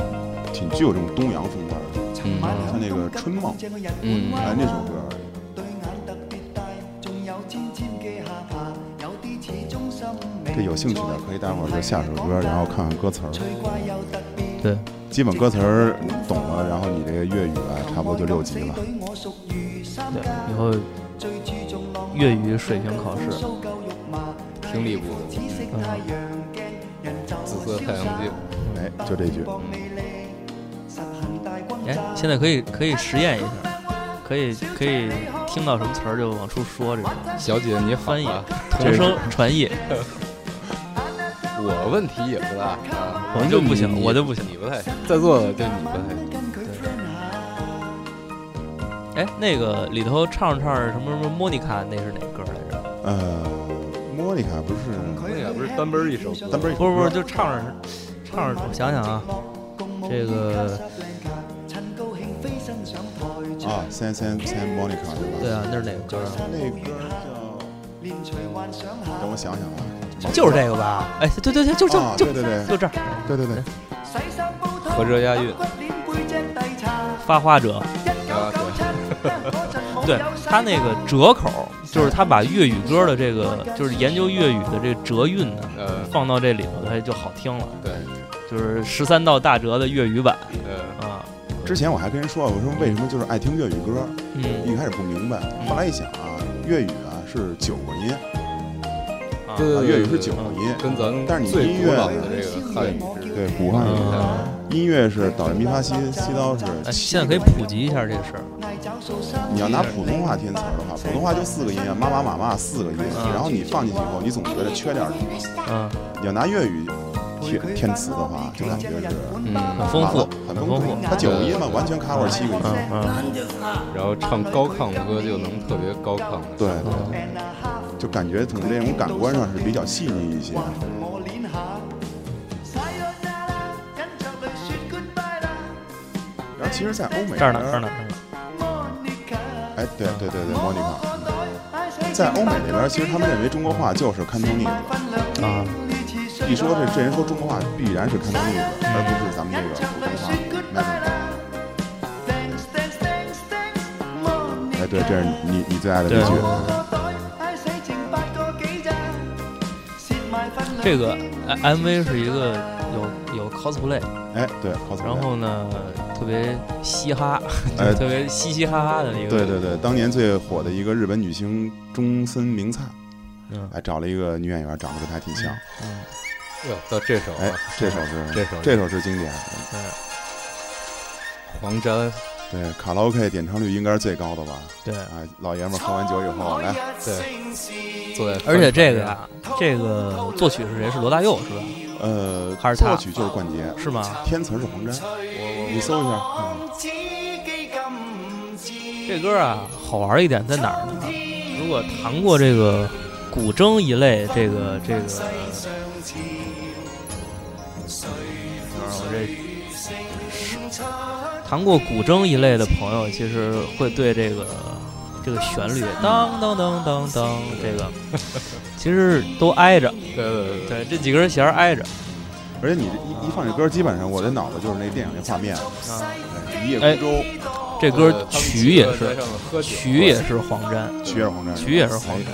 Speaker 4: 挺具有这种东洋风格的，
Speaker 3: 嗯
Speaker 4: 像那个《春梦》，
Speaker 3: 嗯，
Speaker 4: 哎，那首歌，
Speaker 1: 哎
Speaker 4: 这有兴趣的可以待会儿就下首歌，然后看看歌词儿。
Speaker 1: À,
Speaker 2: 对，
Speaker 4: 基本歌词儿懂了，然后你这个粤语啊，差不多就六级了。
Speaker 2: 对，以后粤语水平考试，嗯
Speaker 3: 听力不紫色太阳镜，
Speaker 4: 哎，就这句，
Speaker 2: 哎，现在可以可以实验一下，可以可以听到什么词儿就往出说，这种
Speaker 3: 小姐你好
Speaker 2: 翻译
Speaker 3: 啊，
Speaker 2: 同声传译。
Speaker 3: 我问题也不大，啊
Speaker 2: 我就不行
Speaker 3: 你
Speaker 2: 我就不行
Speaker 3: 你不太行，在座的就你不太行，
Speaker 2: 哎，那个里头唱着唱着什么什么莫妮卡，那是哪歌来着？
Speaker 4: 呃，莫妮卡不是
Speaker 3: 那个不是单奔一首歌，
Speaker 4: 单本
Speaker 2: 不是不是，就唱着唱着，我想
Speaker 1: À.
Speaker 2: 想啊，这个
Speaker 4: 啊，San San San Monica 对吧？
Speaker 2: 对啊，那是哪个歌啊？
Speaker 4: 那歌叫……等我想想啊，
Speaker 2: 就是这个吧？哎，对对对，就就
Speaker 4: 啊，
Speaker 2: 就
Speaker 4: 对对对
Speaker 2: 就这儿，哎
Speaker 4: 对对对，
Speaker 3: 合辙押韵，
Speaker 2: 发花者，对他那个折口，就是他把粤语歌的这个，就是研究粤语的这个折韵呢，
Speaker 3: 呃
Speaker 2: 放到这里头，它就好听了。
Speaker 3: 对，
Speaker 2: 就是十三道大折的粤语版
Speaker 3: 呃，
Speaker 2: 啊，
Speaker 4: 之前我还跟人说，我说为什么就是爱听粤语歌，
Speaker 2: 嗯，
Speaker 4: 一开始不明白，后来一想啊，粤语啊是九个音，
Speaker 2: 啊
Speaker 3: 对
Speaker 4: 啊
Speaker 3: 对
Speaker 4: 粤语是九个音，
Speaker 3: 跟咱们
Speaker 4: 但是你
Speaker 3: 最
Speaker 4: 音
Speaker 3: 古
Speaker 4: 乐
Speaker 3: 老的这个汉语是，
Speaker 4: 对，古汉语。
Speaker 2: 嗯，
Speaker 4: 音乐是哆来咪发西，西哆是
Speaker 2: 哎，
Speaker 4: 七
Speaker 2: 现在可以普及一下这事儿，
Speaker 4: 你要拿普通话填词儿的话，普通话就四个音啊，妈妈妈妈四个音，
Speaker 2: 嗯
Speaker 4: 然后你放进去以后，你总觉得缺点儿什么。
Speaker 2: 嗯，
Speaker 4: 你要拿粤语填填词的话，就感觉是
Speaker 2: 嗯，很丰富，很
Speaker 4: 很丰
Speaker 2: 丰
Speaker 4: 富
Speaker 2: 富。，
Speaker 4: 它九个音嘛，完全 cover 七个音。
Speaker 2: 嗯嗯，
Speaker 3: 然后唱高亢的歌就能特别高亢的，
Speaker 4: 对，就感觉可能这种感官上是比较细腻一些。然后其实，在欧美
Speaker 2: 这儿呢
Speaker 4: 边
Speaker 2: 这儿呢，这儿呢
Speaker 4: 哎，对对对对，Monica，在欧美那边，其实他们认为中国话就是 Cantonese，
Speaker 2: 啊，
Speaker 4: 一说这这人说中国话必然是 Cantonese，而不是咱们这个普通话。哎，对，这是你你最爱的那句
Speaker 2: 对。这个呃 MV 是一个有有 cosplay，
Speaker 4: 哎，对，cosplay，
Speaker 2: 然后呢，特别嘻哈，就
Speaker 4: 哎
Speaker 2: 特别嘻嘻哈哈的一个，嗯
Speaker 4: 对对对，当年最火的一个日本女星中森明菜，
Speaker 7: 嗯
Speaker 4: 哎，找了一个女演员，长得跟她挺像。
Speaker 2: 嗯，
Speaker 3: 哟，到这首
Speaker 4: 哎
Speaker 3: 啊，，
Speaker 4: 这首是
Speaker 3: 这首
Speaker 4: 这首是经典，
Speaker 3: 黄沾，
Speaker 4: 对，卡拉 OK 点唱率应该是最高的吧？
Speaker 2: 对，
Speaker 4: 啊，老爷们儿喝完酒以后啊来，
Speaker 3: 对，坐在饭
Speaker 2: 而且这个
Speaker 3: 上
Speaker 2: 呀，这个作曲是谁？是罗大佑是吧？
Speaker 4: 呃，
Speaker 2: 还是他
Speaker 4: 作曲就是冠杰，
Speaker 2: 是吗？
Speaker 4: 填词儿是黄沾，你搜一下。嗯
Speaker 2: 这歌啊，好玩一点在哪儿呢？如果弹过这个古筝一类，这个这个，等会儿我这弹过古筝一类的朋友，其实会对这个这个旋律当当当当当这个， 其实都挨着，
Speaker 3: 对对对
Speaker 2: 对，这几根弦儿挨着。
Speaker 4: 而且你一一放这歌，基本上我的脑子就是那电影那画面，
Speaker 2: 啊，
Speaker 4: 哎一叶孤舟，
Speaker 2: 这
Speaker 3: 对，
Speaker 2: 歌曲也是，曲
Speaker 3: 曲
Speaker 2: 也是黄沾，
Speaker 4: 曲也是黄沾，哎
Speaker 2: 曲也是黄沾。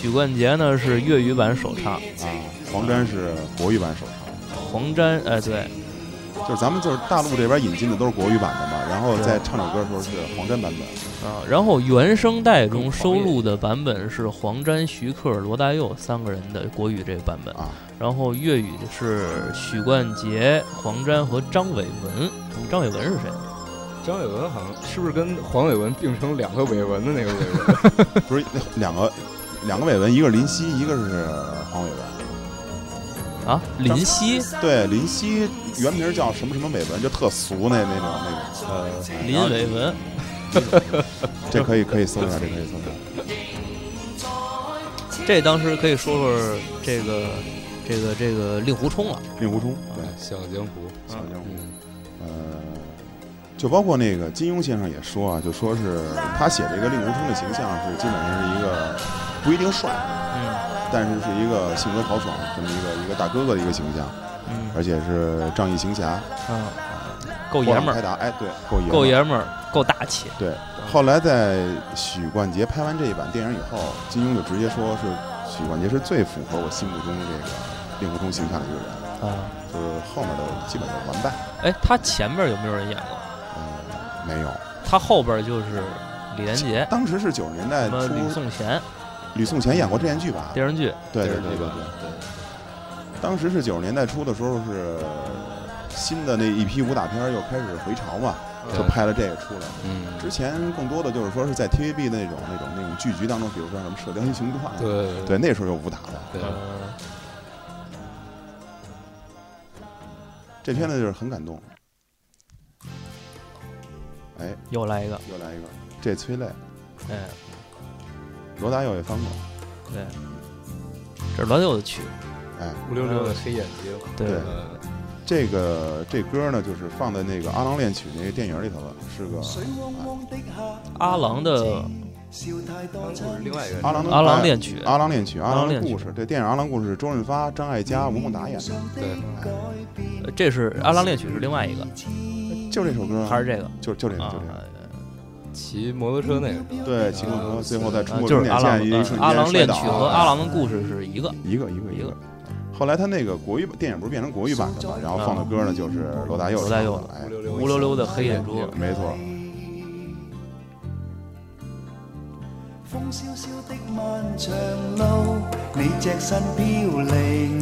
Speaker 2: 许冠杰呢是粤语版首唱，
Speaker 4: 啊，黄沾是国语版首唱，
Speaker 2: 黄沾哎对，
Speaker 4: 就是咱们就是大陆这边引进的都是国语版的嘛，然后再唱首歌的时候是黄沾版本。
Speaker 2: 啊，然后原声带中收录的版本是黄沾、徐克、罗大佑三个人的国语这个版本
Speaker 4: 啊，
Speaker 2: 然后粤语是许冠杰、黄沾和张伟文。嗯张伟文是谁？
Speaker 3: 张伟文好像是不是跟黄伟文并成两个伟文的那个伟文？
Speaker 4: 不是那两个两个伟文，一个是林夕，一个是黄伟文。
Speaker 2: 啊，林夕，
Speaker 4: 对，林夕原名叫什么什么伟文，就特俗那那种那种。呃，
Speaker 2: 林
Speaker 4: 然后
Speaker 2: 伟文。
Speaker 4: 这可以可以搜一下，这可以搜一下。
Speaker 2: 这当时可以说说这个这个这个令狐冲了。
Speaker 4: 令狐冲， 对，
Speaker 3: 小江湖，
Speaker 4: 小江湖，
Speaker 3: 嗯，
Speaker 4: 呃，就包括那个金庸先生也说啊，就说是他写这个令狐冲的形象是基本上是一个不一定帅，
Speaker 2: 嗯
Speaker 4: 但是是一个性格豪爽这么一个一个大哥哥的一个形象，
Speaker 2: 嗯
Speaker 4: 而且是仗义行侠，
Speaker 2: 啊，够爷们
Speaker 4: 豁朗开
Speaker 2: 儿，
Speaker 4: 达，哎，对，够爷们儿
Speaker 2: 够爷们儿，够大气。
Speaker 4: 对，后来在许冠杰拍完这一版电影以后，金庸就直接说是许冠杰是最符合我心目中这个令狐冲形象的一个人，
Speaker 2: 啊，
Speaker 4: 就是后面的基本就是完败。
Speaker 2: 哎，他前面有没有人演过？
Speaker 4: 呃，没有，
Speaker 2: 他后边就是李连杰、
Speaker 4: 当时是九十年代
Speaker 2: 什么
Speaker 4: 初，
Speaker 2: 吕颂贤
Speaker 4: 吕颂贤演过这电视剧吧？对
Speaker 2: 电视剧，
Speaker 4: 对对
Speaker 3: 电视
Speaker 4: 对
Speaker 3: 剧吧
Speaker 4: 对。当时是九十年代初的时候，是新的那一批武打片儿又开始回潮嘛，就
Speaker 3: 对
Speaker 4: 拍了这个出来。
Speaker 3: 嗯，
Speaker 4: 之前更多的就是说是在 TVB 那种那种那种剧集当中，比如说什么《射雕英雄传》，
Speaker 3: 对
Speaker 4: 对，那时候有武打的。
Speaker 3: 对，
Speaker 2: 嗯，
Speaker 4: 这片子就是很感动。哎，
Speaker 2: 又来一个，
Speaker 4: 又来一个，这催泪，
Speaker 2: 哎，
Speaker 4: 罗大佑也翻过，
Speaker 2: 对，这是罗大佑的曲，
Speaker 4: 哎，
Speaker 3: 乌溜溜的黑眼睛，
Speaker 2: 对
Speaker 4: 对
Speaker 3: 呃，
Speaker 4: 这个这歌呢，就是放在那个《阿郎恋曲》那个电影里头了，是个
Speaker 2: 阿郎的
Speaker 3: 当时是另外一个
Speaker 4: 阿郎的
Speaker 2: 阿郎恋曲
Speaker 4: 哎阿郎恋曲，阿郎的
Speaker 2: 阿郎恋曲
Speaker 4: 故事，这电影《阿郎故事》是周润发、张艾嘉、吴孟达演的，
Speaker 3: 对，
Speaker 2: 呃这是阿郎恋曲是另外一个，
Speaker 4: 就这首歌，
Speaker 2: 还是这个
Speaker 4: 就就这个
Speaker 2: 啊
Speaker 4: 就这个，？
Speaker 3: 骑摩托车那个是吧，
Speaker 4: 对，骑摩托车最后在
Speaker 2: 啊
Speaker 4: 冲，过
Speaker 2: 就
Speaker 4: 终
Speaker 2: 是
Speaker 4: 点
Speaker 2: 阿郎
Speaker 4: 线一
Speaker 2: 呃
Speaker 4: 一瞬
Speaker 2: 阿
Speaker 4: 间
Speaker 2: 郎
Speaker 4: 摔
Speaker 2: 恋
Speaker 4: 倒
Speaker 2: 曲和阿郎的故事是一个，
Speaker 4: 一个一个一
Speaker 2: 嗯一
Speaker 4: 个
Speaker 2: 个。嗯
Speaker 4: 后来他那个国语版电影不是变成国语版的嘛，然后放的歌呢就是罗大佑
Speaker 2: 罗大佑
Speaker 4: 唱的哎
Speaker 3: 乌溜溜
Speaker 2: 乌溜溜的黑眼珠，
Speaker 4: 没错，
Speaker 1: 风萧萧的漫长路，你只身飘零，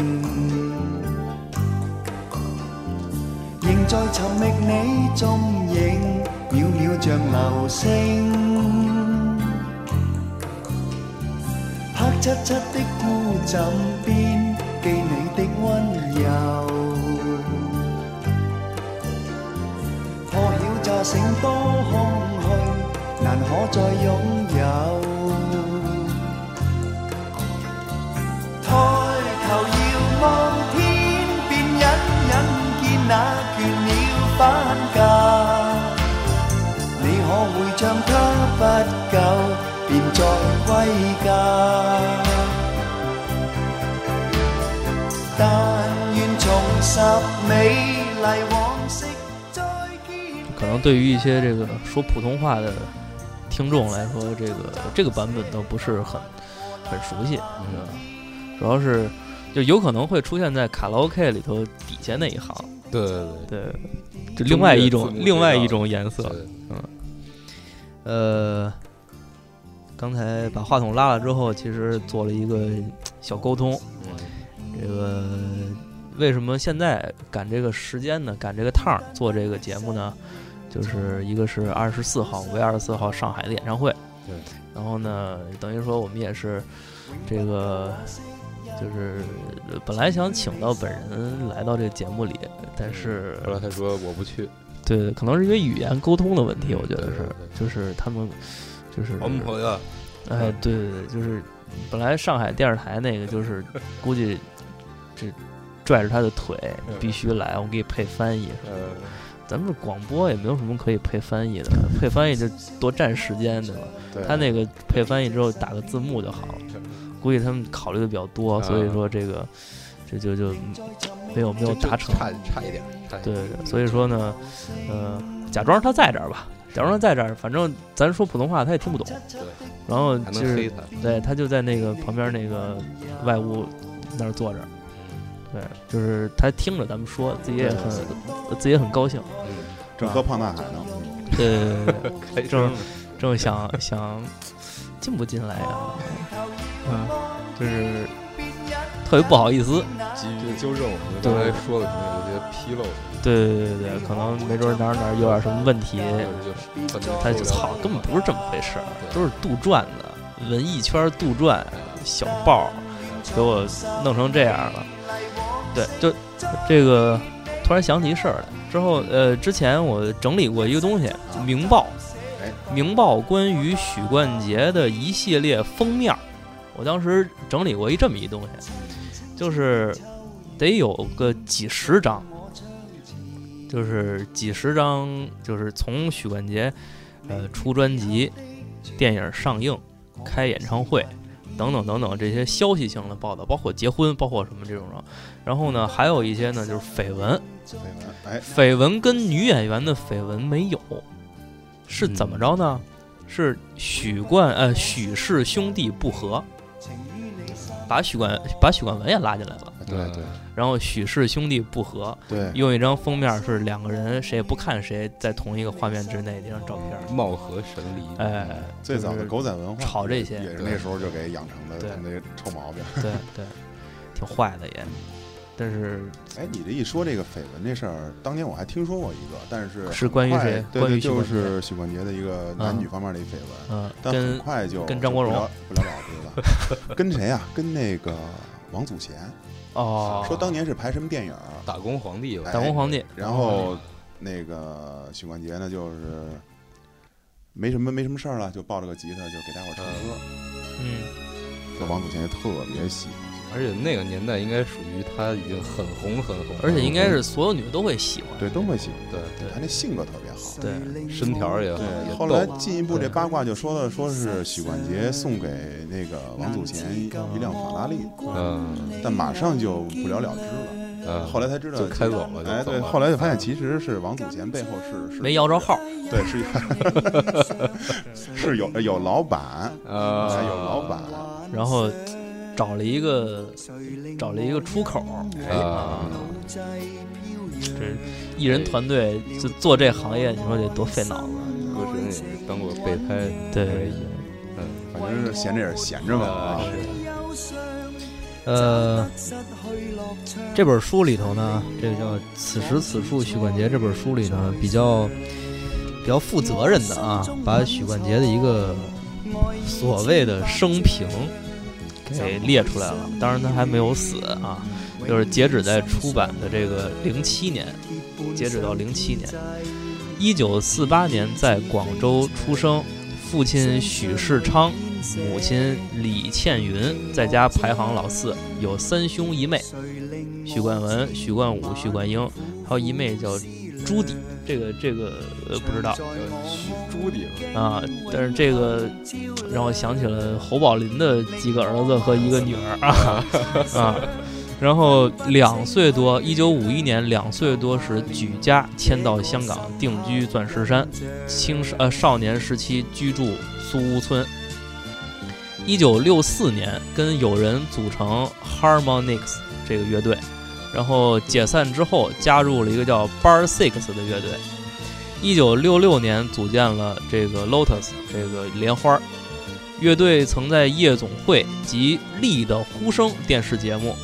Speaker 1: 仍在寻觅你踪影，渺渺像流星。黑漆漆的孤枕边，记你的温柔。破晓乍醒多空虚，難可再擁有。抬頭遙望天邊，隱隱見那倦鳥返家。你可會將它不久，便再歸家？但願重拾美麗往昔，再見。
Speaker 2: 可能对于一些这个说普通话的听众来说，这个这个版本都不是很很熟悉，
Speaker 3: 嗯
Speaker 2: 主要是就有可能会出现在卡拉 OK 里头底下那一行。
Speaker 3: 对对
Speaker 2: 对，就另外一
Speaker 3: 中
Speaker 2: 种
Speaker 3: 介字幕
Speaker 2: 另外
Speaker 3: 这
Speaker 2: 一
Speaker 3: 样
Speaker 2: 种颜
Speaker 3: 对
Speaker 2: 色。
Speaker 3: 对，
Speaker 7: 呃，刚才把话筒拉了之后，其实做了一个
Speaker 2: 小沟通，
Speaker 3: 嗯
Speaker 7: 这个
Speaker 2: 为什么现在赶这个时间呢？赶这个趟儿做这个节目呢？就是一个是二十四号，五月二十四号上海的演唱会，
Speaker 3: 对，
Speaker 2: 然后呢，等于说我们也是这个，就是呃本来想请到本人来到这个节目里，但是
Speaker 3: 后来他说我不去，
Speaker 2: 对，可能是因为语言沟通的问题，我觉得
Speaker 3: 对
Speaker 2: 是
Speaker 3: 对，
Speaker 2: 就是他们就是
Speaker 3: 我们朋友
Speaker 2: 哎，对对对，就是本来上海电视台那个， 就是估计这拽着他的腿
Speaker 3: 嗯
Speaker 2: 必须来，我给你配翻译。
Speaker 3: 呃
Speaker 2: 咱们广播也没有什么可以配翻译的，配翻译就多占时间，对吧？
Speaker 4: 对
Speaker 2: 他那个配翻译之后打个字幕就好了。估计他们考虑的比较
Speaker 3: 啊
Speaker 2: 多，所以说这个这就就没有没有
Speaker 3: 就就
Speaker 2: 达成。
Speaker 3: 差差一点，差一
Speaker 2: 对
Speaker 3: 点，
Speaker 2: 对，对所以说呢，呃，假装他在这儿吧，假装他在这儿，反正咱说普通话他也听不懂。
Speaker 3: 对，
Speaker 2: 然后
Speaker 3: 还
Speaker 2: 就
Speaker 3: 能
Speaker 2: 是
Speaker 3: 黑他，
Speaker 2: 对他就在那个旁边那个外屋那儿坐着，对，就是他听着咱们说，自己也很自己也很高兴，
Speaker 3: 嗯，
Speaker 4: 正喝胖大海呢，
Speaker 2: 对对对 对，
Speaker 3: 开
Speaker 2: 对正正想想进不进来呀、嗯，就是特别不好意思，
Speaker 3: 急于纠正我们
Speaker 2: 对
Speaker 3: 刚才说的可能有些纰漏，
Speaker 2: 对对对对，可能没准哪儿哪儿有点什么问题，
Speaker 3: 就是可能
Speaker 2: 他就
Speaker 3: 哦受不了
Speaker 2: 操，根本不是这么回事儿，
Speaker 3: 对
Speaker 2: 都是杜撰的，文艺圈杜撰，小报给我弄成这样了。对，就这个突然想起一事儿来，之后呃，之前我整理过一个东西，《明报》
Speaker 4: 哎，
Speaker 2: 《明报》关于许冠杰的一系列封面儿，我当时整理过一这么一东西，就是得有个几十张。就是几十张，就是从许冠杰，呃，出专辑、电影上映、开演唱会等等等等这些消息性的报道，包括结婚，包括什么这种的。然后
Speaker 4: 嗯
Speaker 2: 呢，还有一些呢就是绯闻，
Speaker 4: 绯闻，哎，
Speaker 2: 绯闻跟女演员的绯闻没有，是怎么着呢？
Speaker 4: 嗯
Speaker 2: 是许冠呃许氏兄弟不和，把许冠把许冠文也拉进来了，
Speaker 4: 对对
Speaker 2: 然后许氏兄弟不和，
Speaker 4: 对，
Speaker 2: 用一张封面是两个人谁也不看谁在同一个画面之内的一张照片儿，
Speaker 3: 貌合神离，
Speaker 2: 哎，
Speaker 4: 最早的狗仔文化
Speaker 2: 炒这些
Speaker 4: 嗯也是那时候就给养成的
Speaker 2: 对
Speaker 4: 他们那臭毛病。
Speaker 2: 对对，挺坏的也，但是
Speaker 4: 哎，你这一说这个绯闻这事儿，当年我还听说过一个，但是
Speaker 2: 是关于
Speaker 4: 快
Speaker 2: 谁？
Speaker 4: 对
Speaker 2: 关于
Speaker 4: 对，
Speaker 2: 许
Speaker 4: 就
Speaker 2: 冠杰
Speaker 4: 是许冠杰的一个男女方面的一绯闻，
Speaker 2: 嗯，
Speaker 4: 但很
Speaker 2: 跟
Speaker 4: 快就
Speaker 2: 跟张国荣
Speaker 4: 就不了不了了之了。跟谁啊？跟那个王祖贤，
Speaker 2: 哦，
Speaker 4: 说当年是拍什么电影儿，
Speaker 3: 打工皇帝吧，
Speaker 2: 打工皇帝，
Speaker 4: 哎
Speaker 3: 哦
Speaker 4: 然后那个许冠杰呢，就是没什么没什么事儿了，就抱着个吉他就给大伙儿唱歌。
Speaker 2: 嗯，
Speaker 4: 这王祖贤就特别喜欢，
Speaker 3: 而且那个年代应该属于他已经很红很红，
Speaker 2: 而且应该是所有女的都会喜欢，
Speaker 4: 对，都会喜欢。
Speaker 3: 对
Speaker 2: 对
Speaker 4: 他那性格特别好。
Speaker 2: 对，
Speaker 3: 身条也好，也
Speaker 4: 后
Speaker 3: 逗
Speaker 4: 来进一步这八卦就说了，说是许冠杰送给那个王祖贤一辆法拉利，
Speaker 3: 嗯
Speaker 4: 但马上就不了了之了。
Speaker 3: 嗯，
Speaker 4: 后来才知道
Speaker 3: 就开走了，
Speaker 4: 哎，
Speaker 3: 就走
Speaker 4: 对，
Speaker 3: 了
Speaker 4: 后来就发现其实是王祖贤背后是是
Speaker 2: 没摇着，号，
Speaker 4: 对，是是有有老板，
Speaker 3: 呃
Speaker 4: 哎有老板，
Speaker 2: 然后找了一个找了一个出口，
Speaker 3: 啊，
Speaker 2: 这艺人团队就做这行业，你说得多费脑子，
Speaker 3: 歌神也是当过备胎，
Speaker 2: 对，
Speaker 3: 嗯，
Speaker 4: 反正是闲着也是闲着嘛啊
Speaker 3: 啊，是，
Speaker 7: 呃，这本书里头呢，这个叫《此时此处许冠杰》这本书里呢，比较比较负责任的啊，把许冠杰的一个所谓的生平
Speaker 2: 给列出来了。当然，他还没有死啊，就是截止在出版的这个零七年，截止到零七年，一九四八年在广州出生，父亲许世昌，母亲李倩云，在家排行老四，有三兄一妹，许冠文、许冠武、许冠英，还有一妹叫朱迪，这个这个呃不知道。
Speaker 3: 叫许朱棣
Speaker 2: 啊，但是这个让我想起了侯宝林的几个儿子和一个女儿啊啊，然后两岁多，一九五一年两岁多时举家迁到香港定居钻石山，青少呃少年时期居住苏屋村。一九六四年跟友人组成 Harmonix 这个乐队，然后解散之后加入了一个叫 Bar Six 的乐队。一九六六年组建了这个 Lotus 这个莲花儿乐队，曾在夜总会及《力的呼声》电视节目，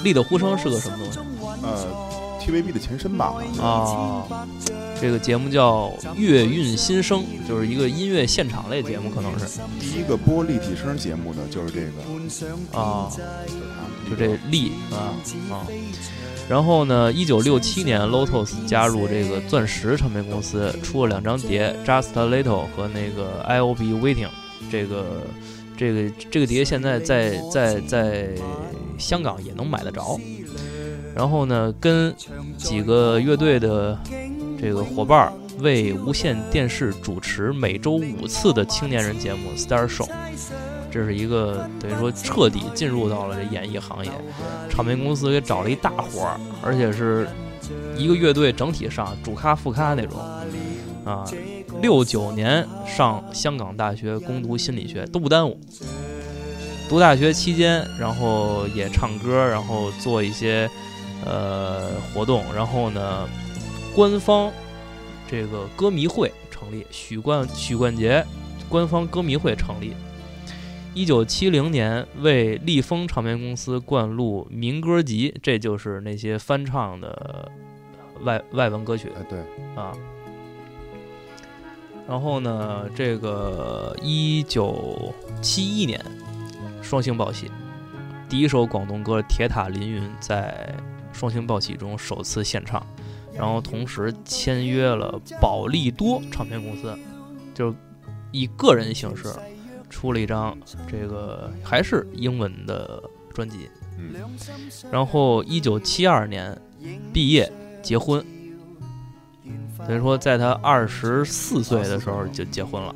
Speaker 2: 《力的呼声》是个什么东西？
Speaker 4: 呃，TVB 的前身吧，好像
Speaker 2: 啊，这个节目叫《乐韵新声》，就是一个音乐现场类节目，可能是
Speaker 4: 第一个播立体声节目的就是这个，
Speaker 2: 啊，
Speaker 4: 就是他们
Speaker 2: 就这力啊啊。然后呢，一九六七年，Lotus 加入这个钻石唱片公司，出了两张碟《Just a Little》和那个《I'll Be Waiting》。这个这个这个碟现在在在在香港也能买得着。然后呢，跟几个乐队的这个伙伴儿为无线电视主持每周五次的青年人节目《Star Show》，这是一个等于说彻底进入到了这演艺行业。唱片公司给找了一大活儿，而且是一个乐队整体上主咖副咖那种啊。六九年上香港大学攻读心理学都不耽误。读大学期间，然后也唱歌，然后做一些呃活动，然后呢，官方这个歌迷会成立，许冠许冠杰官方歌迷会成立。一九七零年为立丰唱片公司灌录民歌集，这就是那些翻唱的外外文歌曲
Speaker 4: 哎对，
Speaker 2: 啊。然后呢，这个一九七一年，双星报喜，第一首广东歌《铁塔凌云》在双星报喜中首次献唱，然后同时签约了宝利多唱片公司，就是以个人形式出了一张这个还是英文的专辑。
Speaker 4: 嗯，
Speaker 2: 然后一九七二年毕业结婚，等于说在他二十四岁的时候就结婚了。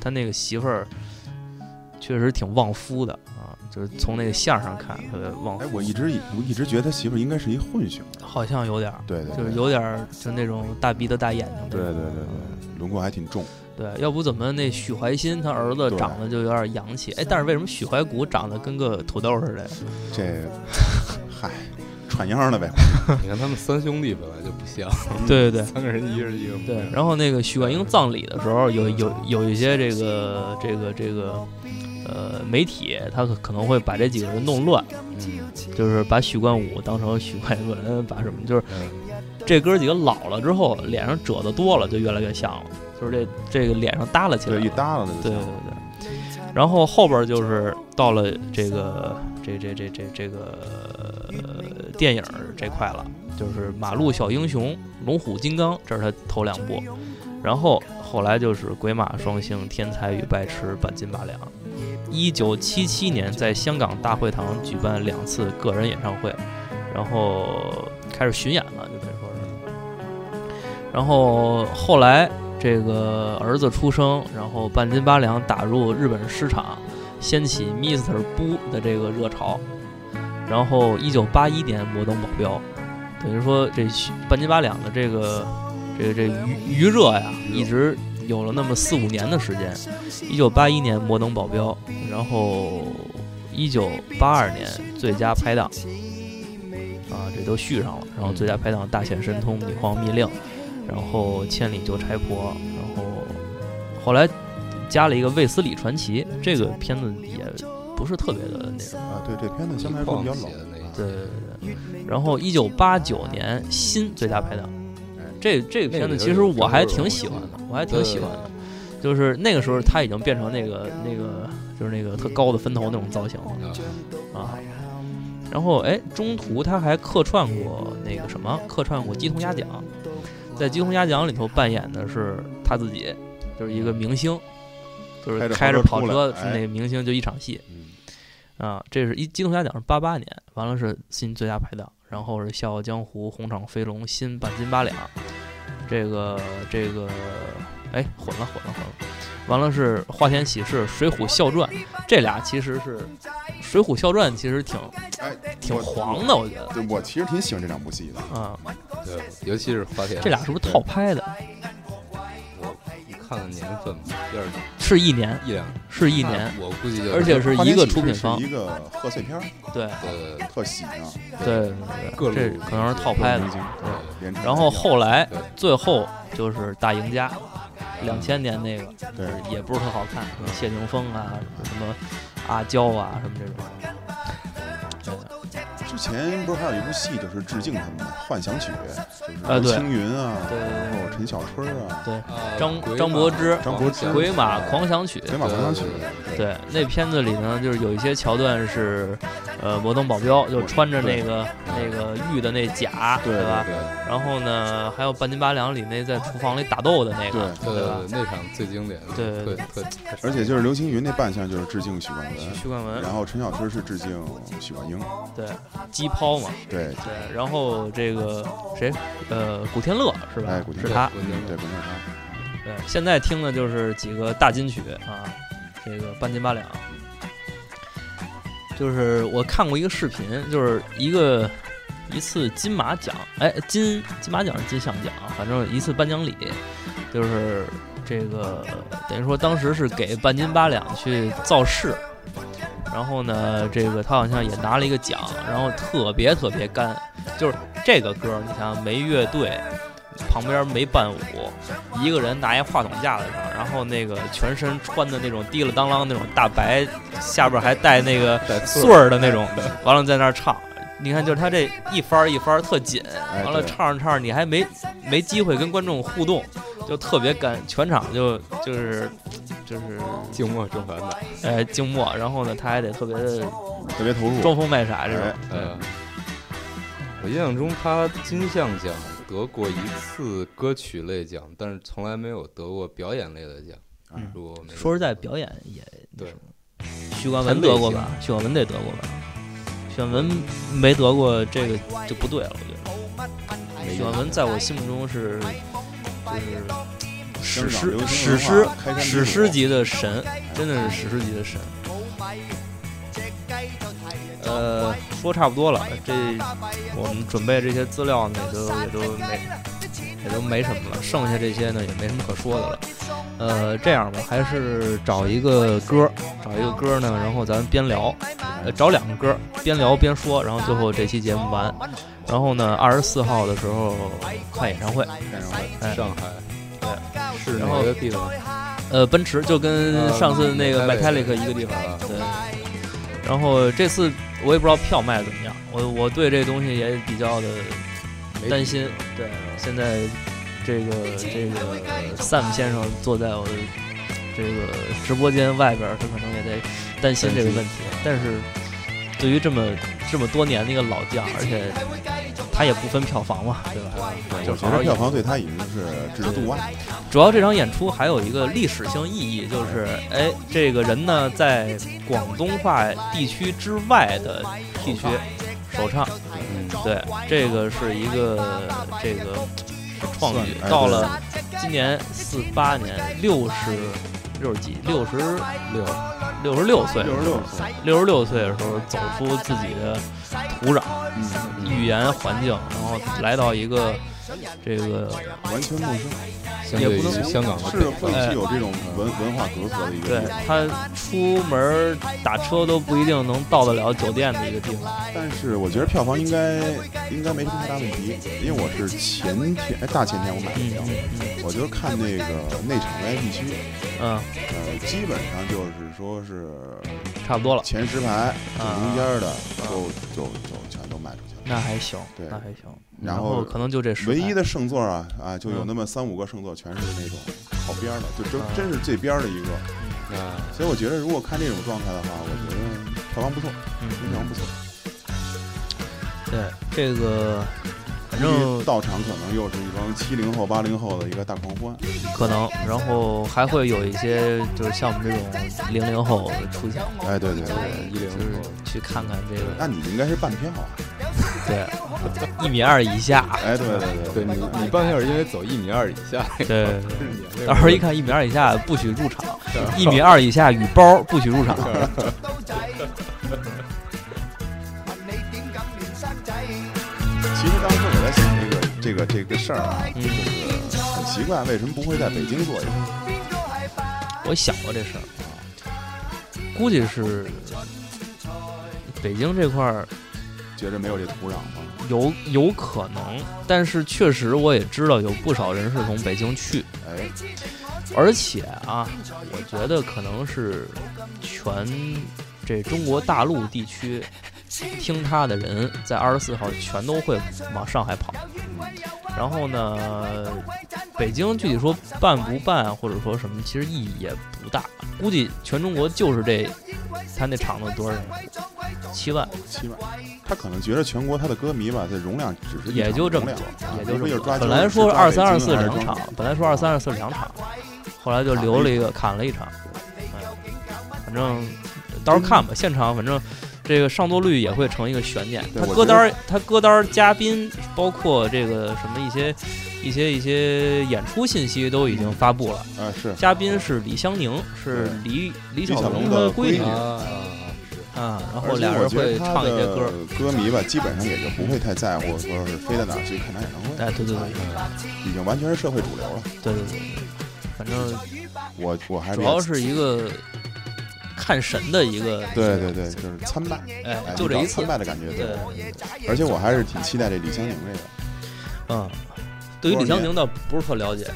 Speaker 2: 他那个媳妇儿确实挺旺夫的啊，就是从那个相上看特别旺
Speaker 4: 哎
Speaker 2: 夫，，
Speaker 4: 我一直以我一直觉得他媳妇儿应该是一混血，
Speaker 2: 好像有点儿，
Speaker 4: 对对，
Speaker 2: 就是
Speaker 4: 对
Speaker 2: 有点儿就那种大鼻子大眼睛
Speaker 4: 对
Speaker 2: 的。
Speaker 4: 对对对，轮廓还挺重，
Speaker 2: 对，要不怎么那许怀新他儿子
Speaker 4: 对
Speaker 2: 长得就有点洋气？哎，但是为什么许怀古长得跟个土豆似的呀？
Speaker 4: 这嗨，串秧了呗，
Speaker 3: 你看他们三兄弟本来就不像，
Speaker 4: 嗯
Speaker 2: 对对对，
Speaker 3: 三个人一人一个模样。
Speaker 2: 对，然后那个许冠英葬礼的时候，有有有一些这个这个这个呃媒体，他可可能会把这几个人弄乱，嗯就是把许冠武当成许冠文，把什么就是
Speaker 3: 嗯
Speaker 2: 这哥几个老了之后，脸上褶子多了，就越来越像了，就是这这个脸上耷拉起来了，
Speaker 4: 对，一耷拉的就
Speaker 2: 对对
Speaker 4: 行
Speaker 2: 对。然后后边就是到了这个这这这这这个、呃、电影儿这块了，就是《马路小英雄》《龙虎金刚》，这是他头两部。然后后来就是《鬼马双星》《天才与白痴》《半斤八两》。一九七七年在香港大会堂举办两次个人演唱会，然后开始巡演了，就等于说是。然后后来这个儿子出生，然后半斤八两打入日本市场，掀起 Mr. 布的这个热潮。然后，一九八一年摩登保镖，等于说这半斤八两的这个这个这个余余热呀，一直有了那么四五年的时间。一九八一年摩登保镖，然后一九八二年最佳拍档，啊，这都续上了。然后最佳拍档大显神通，女皇密令，然后千里救差婆，然后后来加了一个卫斯理传奇，这个片子也不是特别的那种。
Speaker 4: 啊，对，这片子相对来说比较
Speaker 3: 一
Speaker 4: 老
Speaker 3: 晃写的那一，
Speaker 2: 对对对对。然后一九八九年新最佳拍档，这这个片子其实我还挺喜欢的，我还挺喜欢的。就是那个时候他已经变成那个那个就是那个特高的分头那种造型了
Speaker 3: 啊
Speaker 2: 啊。然后哎，中途他还客串过那个什么，客串过《鸡同鸭讲》，在《鸡同鸭讲》里头扮演的是他自己，就是一个明星，就是开
Speaker 4: 开
Speaker 2: 着
Speaker 4: 着
Speaker 2: 跑
Speaker 4: 跑车
Speaker 2: 车
Speaker 4: 出
Speaker 2: 是
Speaker 4: 来哎
Speaker 2: 那个明星，就一场戏。
Speaker 4: 嗯
Speaker 2: 啊，这是一《机动侠奖》是八八年，完了是新最佳拍档，然后是《笑傲江湖》《红场飞龙》新半斤八两，这个这个，哎，混了混了混了，完了是《花田喜事》《水浒笑传》，这俩其实是《水浒笑传》其实挺
Speaker 4: 哎，
Speaker 2: 挺
Speaker 4: 我
Speaker 2: 黄的，我觉得
Speaker 4: 对，我其实挺喜欢这两部戏的，
Speaker 2: 啊，
Speaker 3: 对，尤其是花田，
Speaker 2: 这俩是不是套拍的？
Speaker 3: 我一看看看年份吧，要是
Speaker 2: 是一年，
Speaker 3: 一两
Speaker 2: 是一年，，
Speaker 3: 我估计就
Speaker 2: 而且是
Speaker 4: 花
Speaker 2: 一
Speaker 4: 间
Speaker 2: 个
Speaker 4: 喜
Speaker 2: 出
Speaker 4: 事
Speaker 2: 品
Speaker 4: 是
Speaker 2: 方
Speaker 4: 一个贺岁片儿，
Speaker 2: 对
Speaker 3: 呃
Speaker 4: 特喜呢，
Speaker 2: 对
Speaker 3: 各
Speaker 2: 对，
Speaker 3: 路
Speaker 2: 这可能是套拍的。
Speaker 4: 对，连串
Speaker 2: 然后后来
Speaker 3: 对
Speaker 2: 最后就是大赢家，两千年那个
Speaker 4: 带劲
Speaker 2: 也不是特好看，谢霆锋啊，什么阿娇啊，什么这种。
Speaker 4: 对，之前不是还有一部戏就是致敬他们的《幻想曲》，就是
Speaker 2: 啊
Speaker 4: 刘
Speaker 2: 对
Speaker 4: 青云啊，
Speaker 2: 对对对
Speaker 4: 然后陈小春啊，
Speaker 2: 对，
Speaker 3: 呃
Speaker 2: 张
Speaker 3: 鬼
Speaker 2: 张
Speaker 3: 马
Speaker 2: 柏芝
Speaker 4: 张柏芝
Speaker 2: 《鬼马狂想曲》
Speaker 4: 北马狂想曲，
Speaker 2: 对，那片子里呢，就是有一些桥段是，呃，摩登保镖就穿着那个那个玉的那甲，
Speaker 4: 对
Speaker 2: 吧？
Speaker 3: 对，
Speaker 2: 然后呢，还有半斤八两里那在厨房里打斗的那个，对
Speaker 3: 呃
Speaker 2: 吧？
Speaker 3: 那场最经典的，
Speaker 2: 对对
Speaker 3: 特特
Speaker 4: 而且就是刘青云那扮相就是致敬许冠文，
Speaker 2: 徐冠文
Speaker 4: 然后陈小春是致敬许冠英，
Speaker 2: 对击抛嘛，
Speaker 4: 对，
Speaker 2: 对，然后这个谁，呃，古天乐是吧？
Speaker 4: 哎古天乐
Speaker 2: 是他，
Speaker 3: 我觉
Speaker 4: 对，不是他，
Speaker 2: 对，现在听的就是几个大金曲啊，这个半斤八两。就是我看过一个视频，就是一个一次金马奖，哎，金金马奖是金像奖，反正一次颁奖礼，就是这个等于说当时是给半斤八两去造势，然后呢，这个他好像也拿了一个奖，然后特别特别干，就是这个歌，你想想没乐队，旁边没伴舞，一个人拿一话筒架子上，然后那个全身穿的那种滴了当啷那种大白，下边还带那个
Speaker 3: 带穗
Speaker 2: 穗儿的那种，完了在那儿唱。你看，就是他这一翻儿一翻儿特紧，
Speaker 4: 哎
Speaker 2: 完了
Speaker 4: 对
Speaker 2: 唱着唱着你还没没机会跟观众互动，就特别干，全场就就是就是
Speaker 3: 静默正反打，
Speaker 2: 哎静默，然后呢他还得特别的
Speaker 4: 特别投入，
Speaker 2: 装疯卖傻这
Speaker 4: 哎
Speaker 2: 种，
Speaker 3: 呃，我印象中他金像奖得过一次歌曲类奖，但是从来没有得过表演类的奖。
Speaker 4: 嗯
Speaker 3: 如果我没
Speaker 2: 说实在，
Speaker 3: 记错
Speaker 2: 表演也
Speaker 3: 对，
Speaker 2: 许冠文得过吧？许冠文得得过吧？许冠文没得过这个就不对了，我觉得。
Speaker 3: 没
Speaker 2: 许冠文在我心目中是就是史
Speaker 4: 香港
Speaker 2: 诗
Speaker 4: 流行
Speaker 2: 史
Speaker 4: 文
Speaker 2: 诗
Speaker 4: 化开山鼻祖
Speaker 2: 史诗级的神，真的是史诗级的神。
Speaker 4: 嗯
Speaker 2: 呃，说差不多了，这我们准备这些资料呢，也就也就没也都没什么了，剩下这些呢也没什么可说的了。呃，这样吧，还是找一个歌，找一个歌呢，然后咱们边聊，呃，找两个歌边聊边说，然后最后这期节目完。然后呢，二十四号的时候看演唱会，
Speaker 4: 演唱会
Speaker 2: 哎
Speaker 3: 上海是
Speaker 2: 然
Speaker 3: 哪
Speaker 2: 后
Speaker 3: 个地方？
Speaker 2: 呃，奔驰就跟上次那个
Speaker 3: 呃
Speaker 2: Metallic
Speaker 3: Metallica
Speaker 2: 一个地方，
Speaker 3: 啊
Speaker 2: 对。然后这次我也不知道票卖得怎么样，我我对这东西也比较的
Speaker 3: 没
Speaker 2: 担心。对，现在这个这个 Sam 先生坐在我的这个直播间外边儿，他可能也在担心这个问题。但是对于这么这么多年的一个老将，而且他也不分票房嘛，对吧？就
Speaker 4: 我
Speaker 2: 好好
Speaker 4: 觉
Speaker 2: 演
Speaker 4: 得票房对他已经是置之度外，
Speaker 2: 主要这场演出还有一个历史性意义，就是哎，这个人呢在广东话地区之外的地区首唱，
Speaker 3: 嗯，
Speaker 2: 对，这个是一个这个是创举
Speaker 4: 算哎，
Speaker 2: 到了今年四八年六十六十几六十
Speaker 3: 六
Speaker 2: 六十六岁
Speaker 4: 六十六岁，
Speaker 2: 六十六岁的时候走出自己的土壤、
Speaker 4: 嗯，
Speaker 2: 语言环境，然后来到一个这个
Speaker 4: 完全陌生，
Speaker 3: 相
Speaker 2: 也
Speaker 3: 对
Speaker 2: 不
Speaker 3: 于
Speaker 2: 能说哎
Speaker 3: 香港和
Speaker 4: 是
Speaker 3: 北
Speaker 4: 会
Speaker 3: 方，
Speaker 4: 具有这种文文化隔阂的一个
Speaker 2: 对
Speaker 4: 地方，
Speaker 2: 他出门儿打车都不一定能到得了酒店的一个地方。
Speaker 4: 但是我觉得票房应该应该没什么太大问题，因为我是前天哎大前天我买的
Speaker 2: 嗯
Speaker 4: 票，
Speaker 2: 嗯
Speaker 4: 我就是看那个内场 VIP 区，
Speaker 2: 嗯，
Speaker 4: 呃，基本上就是说是
Speaker 2: 嗯，差不多了，
Speaker 4: 前十排就
Speaker 2: 啊
Speaker 4: 中间的都就就全都卖出去了。
Speaker 2: 那还行，
Speaker 4: 对
Speaker 2: 那还行。
Speaker 4: 然后
Speaker 2: 后可能就这十
Speaker 4: 唯一
Speaker 2: 排
Speaker 4: 的剩座啊啊，就
Speaker 2: 嗯
Speaker 4: 有那么三五个剩座，全是那种靠边儿的，就真真是最边儿的一个。
Speaker 3: 啊，
Speaker 4: 所以我觉得，如果看这种状态的话，我觉得票房不错，
Speaker 2: 嗯
Speaker 4: 非常不错。
Speaker 2: 对这个，反
Speaker 4: 因为
Speaker 2: 正
Speaker 4: 到场可能又是一帮七零后、八零后的一个大狂欢，
Speaker 2: 可能，然后还会有一些就是像我们这种零零后出现，
Speaker 4: 哎，对对
Speaker 3: 对
Speaker 4: 对，
Speaker 3: 一零
Speaker 2: 就是
Speaker 3: 后
Speaker 2: 去看看这
Speaker 4: 那
Speaker 2: 个，
Speaker 4: 你应该是半票 啊，
Speaker 2: 对，一米二以下，
Speaker 4: 哎，对对
Speaker 3: 对
Speaker 4: 对
Speaker 3: 你你半票是因为走一米二以下，
Speaker 2: 对对，对
Speaker 3: 对
Speaker 2: 到时候一看一米二以下啊不许入 场，一米二以下与包不许入场。
Speaker 4: 其实当时我在 想这个这个这个事儿啊，
Speaker 2: 嗯
Speaker 4: 就是很奇怪，为什么不会在北京做一个？
Speaker 8: 我想过这事儿，
Speaker 2: 啊估计是北京这块儿
Speaker 4: 觉着没有这土壤吗？
Speaker 2: 有有可能，但是确实我也知道有不少人是从北京去，
Speaker 4: 哎，
Speaker 2: 而且啊，我觉得可能是全这中国大陆地区听他的人，在二十四号全都会往上海跑。然后呢，北京具体说办不办，或者说什么，其实意义也不大。估计全中国就是这他那场子多少人，七万，
Speaker 4: 七 万，他可能觉得全国他的歌迷吧，这容量只是一
Speaker 2: 也
Speaker 4: 场
Speaker 2: 就这
Speaker 4: 容
Speaker 2: 么
Speaker 4: 量
Speaker 2: 多
Speaker 4: 啊，
Speaker 2: 也就
Speaker 4: 无
Speaker 2: 这
Speaker 4: 非是
Speaker 2: 么
Speaker 4: 抓
Speaker 2: 多。本
Speaker 4: 京
Speaker 2: 来说
Speaker 4: 是
Speaker 2: 二
Speaker 4: 抓
Speaker 2: 三
Speaker 4: 北
Speaker 2: 二
Speaker 4: 京
Speaker 2: 四
Speaker 4: 还是
Speaker 2: 两
Speaker 4: 抓
Speaker 2: 场，本来说二三二四两场，后来就留了一个砍了一场，嗯，反正到时候看吧，现场反正。这个上座率也会成一个悬念。
Speaker 4: 对
Speaker 2: 他
Speaker 4: 我
Speaker 2: 歌
Speaker 4: 觉得
Speaker 2: 单儿，他歌单儿嘉宾，包括这个什么一些、一些、一些演出信息都已经发布了。
Speaker 4: 啊， 是
Speaker 2: 嘉宾是李香宁，是李李小龙的闺
Speaker 4: 李小龙的闺女
Speaker 3: 啊，是
Speaker 2: 啊，然
Speaker 4: 而
Speaker 2: 后
Speaker 4: 且
Speaker 2: 俩
Speaker 4: 我
Speaker 2: 人
Speaker 4: 觉得
Speaker 2: 会
Speaker 4: 他
Speaker 2: 唱一些
Speaker 4: 的
Speaker 2: 歌。
Speaker 4: 歌迷吧，基本上也就不会太在乎说是飞到哪儿去看他演唱会，
Speaker 2: 哎，对对对
Speaker 4: 嗯已经完全是社会主流了。
Speaker 2: 对对对对，反正
Speaker 4: 我我还
Speaker 2: 主
Speaker 4: 比
Speaker 2: 要
Speaker 4: 较
Speaker 2: 是一个看神的一个，
Speaker 4: 对对对，就是参拜，
Speaker 2: 哎，
Speaker 4: 哎
Speaker 2: 就
Speaker 4: 有
Speaker 2: 这一
Speaker 4: 种
Speaker 2: 次
Speaker 4: 参，拜的感觉。
Speaker 2: 对，
Speaker 4: 而且我还是挺期待这李香凝这个。
Speaker 2: 嗯。对于李香宁倒不是特了解，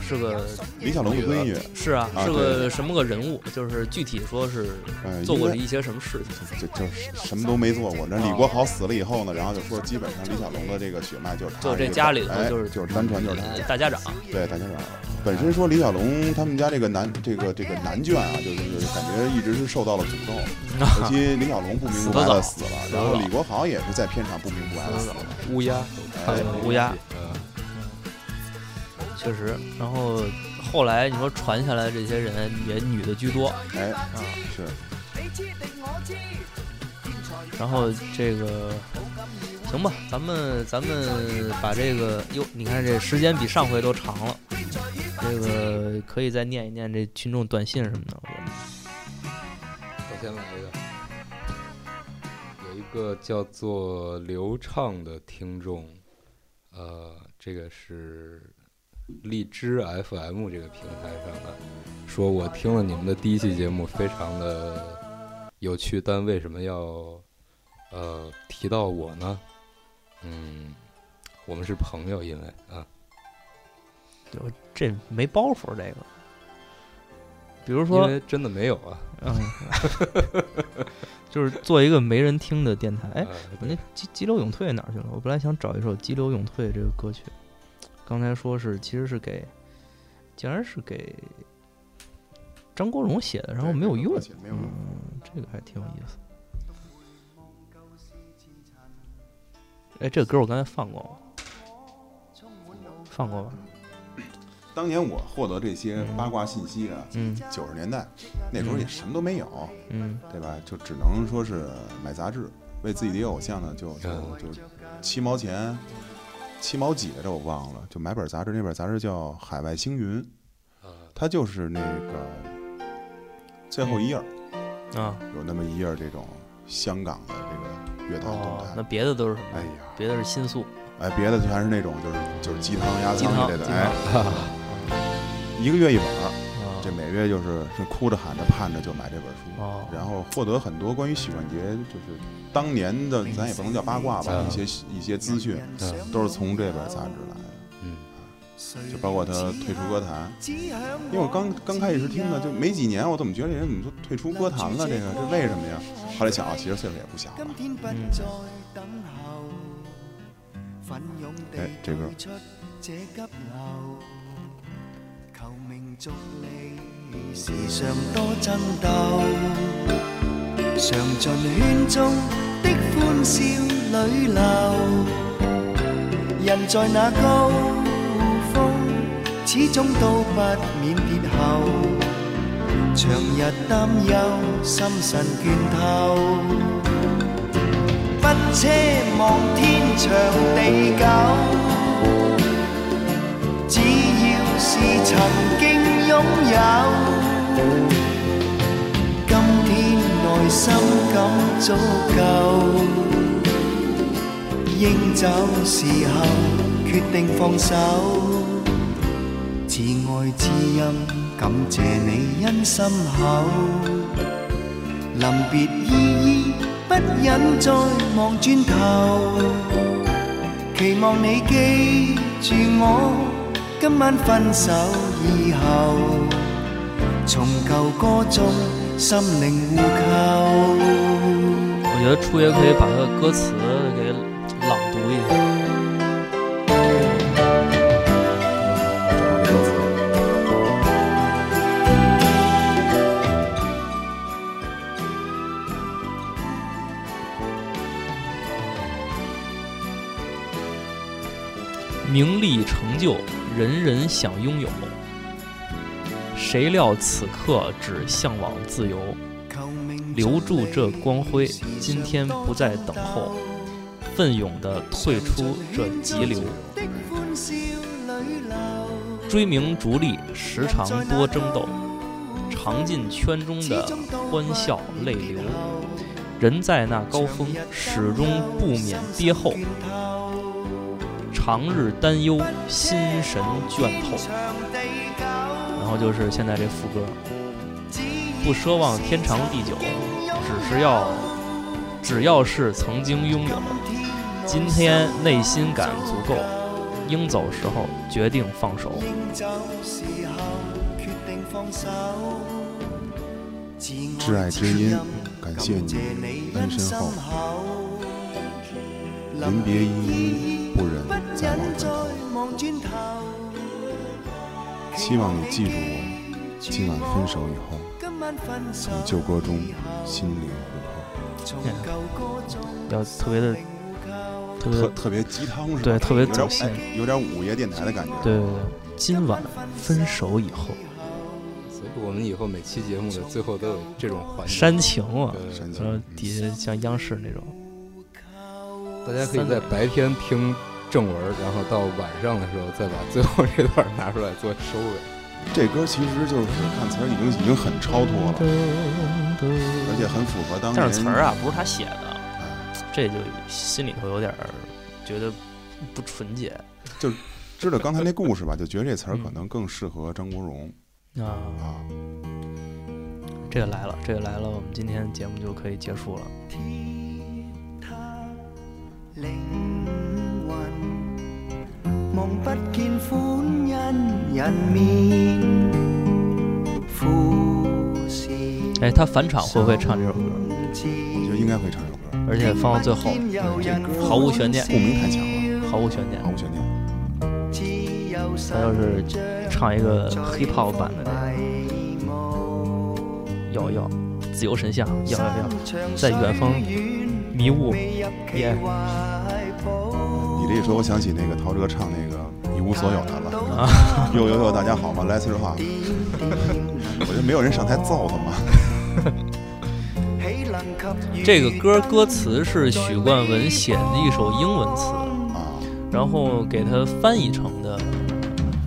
Speaker 2: 是个
Speaker 4: 李小龙的闺女，
Speaker 2: 是啊，
Speaker 4: 啊
Speaker 2: 是个
Speaker 4: 对
Speaker 2: 什么个人物？就是具体说是
Speaker 4: 嗯、
Speaker 2: 做过
Speaker 4: 应
Speaker 2: 一些什么事情？
Speaker 4: 该就就是什么都没做过。那李国豪死了以后呢，然后就说基本上李小龙的这个血脉就是他
Speaker 2: 就这
Speaker 4: 个
Speaker 2: 家里头
Speaker 4: 哎
Speaker 2: 就呃嗯
Speaker 4: 就是是单传就是他。
Speaker 2: 大家长，
Speaker 4: 对，大家长。本身说李小龙他们家这个男这个这个男眷啊，就是感觉一直是受到了诅咒，尤其李小龙不明不白的死了，然后李国豪也是在片场不明不白的死了。
Speaker 3: 乌鸦，
Speaker 4: 哎
Speaker 2: 乌鸦
Speaker 3: 嗯，
Speaker 2: 确实。然后后来你说传下来这些人也女的居多，
Speaker 4: 哎，
Speaker 2: 啊，
Speaker 4: 是
Speaker 2: 然后这个行吧，咱们咱们把这个哟，你看这时间比上回都长了，这个可以再念一念这群众短信什么的。
Speaker 3: 我先来一个，有一个叫做刘畅的听众，呃，这个是荔枝 FM 这个平台上的，说我听了你们的第一期节目，非常的有趣，但为什么要呃提到我呢？嗯，我们是朋友，因为啊，
Speaker 2: 我这没包袱，这个，比如
Speaker 3: 因
Speaker 2: 说，
Speaker 3: 为真的没有啊，
Speaker 2: 嗯， 就是做一个没人听的电台。哎，
Speaker 3: 呃
Speaker 2: 我那激激流勇退哪儿去了？我本来想找一首《激流勇退》这个歌曲，刚才说是其实是给，竟然是给张国荣写的，然后没有用
Speaker 4: 而。且没有用。
Speaker 2: 嗯，这个还挺有意思。哎，这个歌我刚才放过吗？放过吧。
Speaker 4: 当年我获得这些八卦信息啊，
Speaker 2: 嗯
Speaker 4: 九十年代那时候也什么都没有，
Speaker 2: 嗯
Speaker 4: 对吧？就只能说是买杂志，为自己的偶像呢，就
Speaker 2: 嗯
Speaker 4: 就就七毛钱。七毛几来着？我忘了，就买本杂志，那本杂志叫《海外星云》，
Speaker 3: 呃
Speaker 4: 它就是那个最后一页儿
Speaker 2: 啊
Speaker 4: 有那么一页儿这种香港的这个乐坛动
Speaker 2: 哦，那
Speaker 4: 态。
Speaker 2: 别的都是什么
Speaker 4: 哎？呀，
Speaker 2: 别的是新宿
Speaker 4: 哎，别的全是那种就是就是鸡汤鸭
Speaker 2: 鸡
Speaker 4: 汤
Speaker 2: 汤
Speaker 4: 之类
Speaker 2: 鸡
Speaker 4: 的，
Speaker 2: 汤
Speaker 4: 哎，一个月一本儿，
Speaker 2: 啊
Speaker 4: 哎这每月就是是哭着喊着盼着就买这本书，
Speaker 2: 哦
Speaker 4: 然后获得很多关于许冠杰就是当年的，咱也不能叫八卦吧，
Speaker 3: 嗯
Speaker 4: 一些一些资讯
Speaker 3: 嗯
Speaker 4: 都是从这本杂志来的，
Speaker 3: 嗯，
Speaker 4: 就包括他退出歌坛。因为我刚刚开始听呢，就没几年，我怎么觉得这人怎么就退出歌坛了？这个这为什么呀？后来想啊，其实岁数也不小了。哎，这歌、
Speaker 1: 常日担忧，心神倦透。不奢望天長地久，只要是曾經擁有，今天內心感足夠，應走時候決定放手，自愛自任。感謝你恩心厚，臨別依依不忍再望轉頭，期望你記住我，今晚分手以後，從舊歌中心靈互扣。
Speaker 2: 我觉得初爷可以把他的歌词给朗读一下。名利成就，人人想拥有。谁料此刻只向往自由，留住这光辉，今天不再等候，奋勇地退出这急流。追名逐利，时常多争斗，尝尽圈中的欢笑泪流。人在那高峰，始终不免跌后。长日担忧，心神倦透。然后就是现在这副歌，不奢望天长地久，只是要，只要是曾经拥有，今天内心感足够，应走时候决定放手。
Speaker 4: 挚爱之音，感谢你恩深厚，临别依依不忍再望分头。希望你记住我，今晚分手以后，从旧歌中心灵互
Speaker 2: 要特别的，特别的，
Speaker 4: 透，特特别鸡汤是吧？
Speaker 2: 对，特别
Speaker 4: 有
Speaker 2: 走
Speaker 4: 点
Speaker 2: 心。
Speaker 4: 哎有点午夜电台的感觉。
Speaker 2: 对对对，今晚分手以后，
Speaker 3: 所以我们以后每期节目的最后都有这种环节。
Speaker 2: 煽情啊嘛，
Speaker 3: 对
Speaker 4: 煽
Speaker 2: 然后
Speaker 4: 情，
Speaker 2: 底下像央视那种。
Speaker 3: 大家可以在白天听正文，然后到晚上的时候再把最后这段拿出来做收尾。
Speaker 4: 这歌其实就是看词儿已经已经很超脱了，而且很符合当年。
Speaker 2: 但是词儿啊，不是他写的，
Speaker 4: 哎，
Speaker 2: 这就心里头有点儿觉得不纯洁
Speaker 4: 知道刚才那故事吧，就觉得这词儿可能更适合张国荣
Speaker 2: 啊。
Speaker 4: 啊。
Speaker 2: 这个来了，这个来了，我们今天节目就可以结束了。
Speaker 1: 灵魂，望不見歡欣人面，富士
Speaker 2: 哎，他返场会不会唱这首歌？
Speaker 1: 自
Speaker 4: 我觉得应该会唱这首歌，
Speaker 2: 而且放到最后，
Speaker 1: 天有人
Speaker 2: 毫无悬念
Speaker 4: 共鸣太强了，
Speaker 2: 毫无悬念
Speaker 4: 毫。无悬念。
Speaker 1: 自由
Speaker 2: 他要是唱一个 hiphop 版的那
Speaker 1: 迷雾，
Speaker 2: 个，要要自由神像，要要要，
Speaker 1: 長
Speaker 2: 在远方
Speaker 1: 水遠
Speaker 2: 迷雾，
Speaker 1: 未入其
Speaker 2: 耶
Speaker 1: 懷
Speaker 4: 你
Speaker 1: 抱。
Speaker 4: 这一说，我想起那个陶喆唱那个《一无所有》来了。
Speaker 2: 啊
Speaker 1: 嗯
Speaker 4: 哟哟哟，大家好吗？来四川话，我觉得没有人上台揍他嘛。
Speaker 1: 豈能及遇
Speaker 2: 这个歌歌词是许冠文写的一首英文词，
Speaker 4: 啊，
Speaker 2: 然后给他翻译成的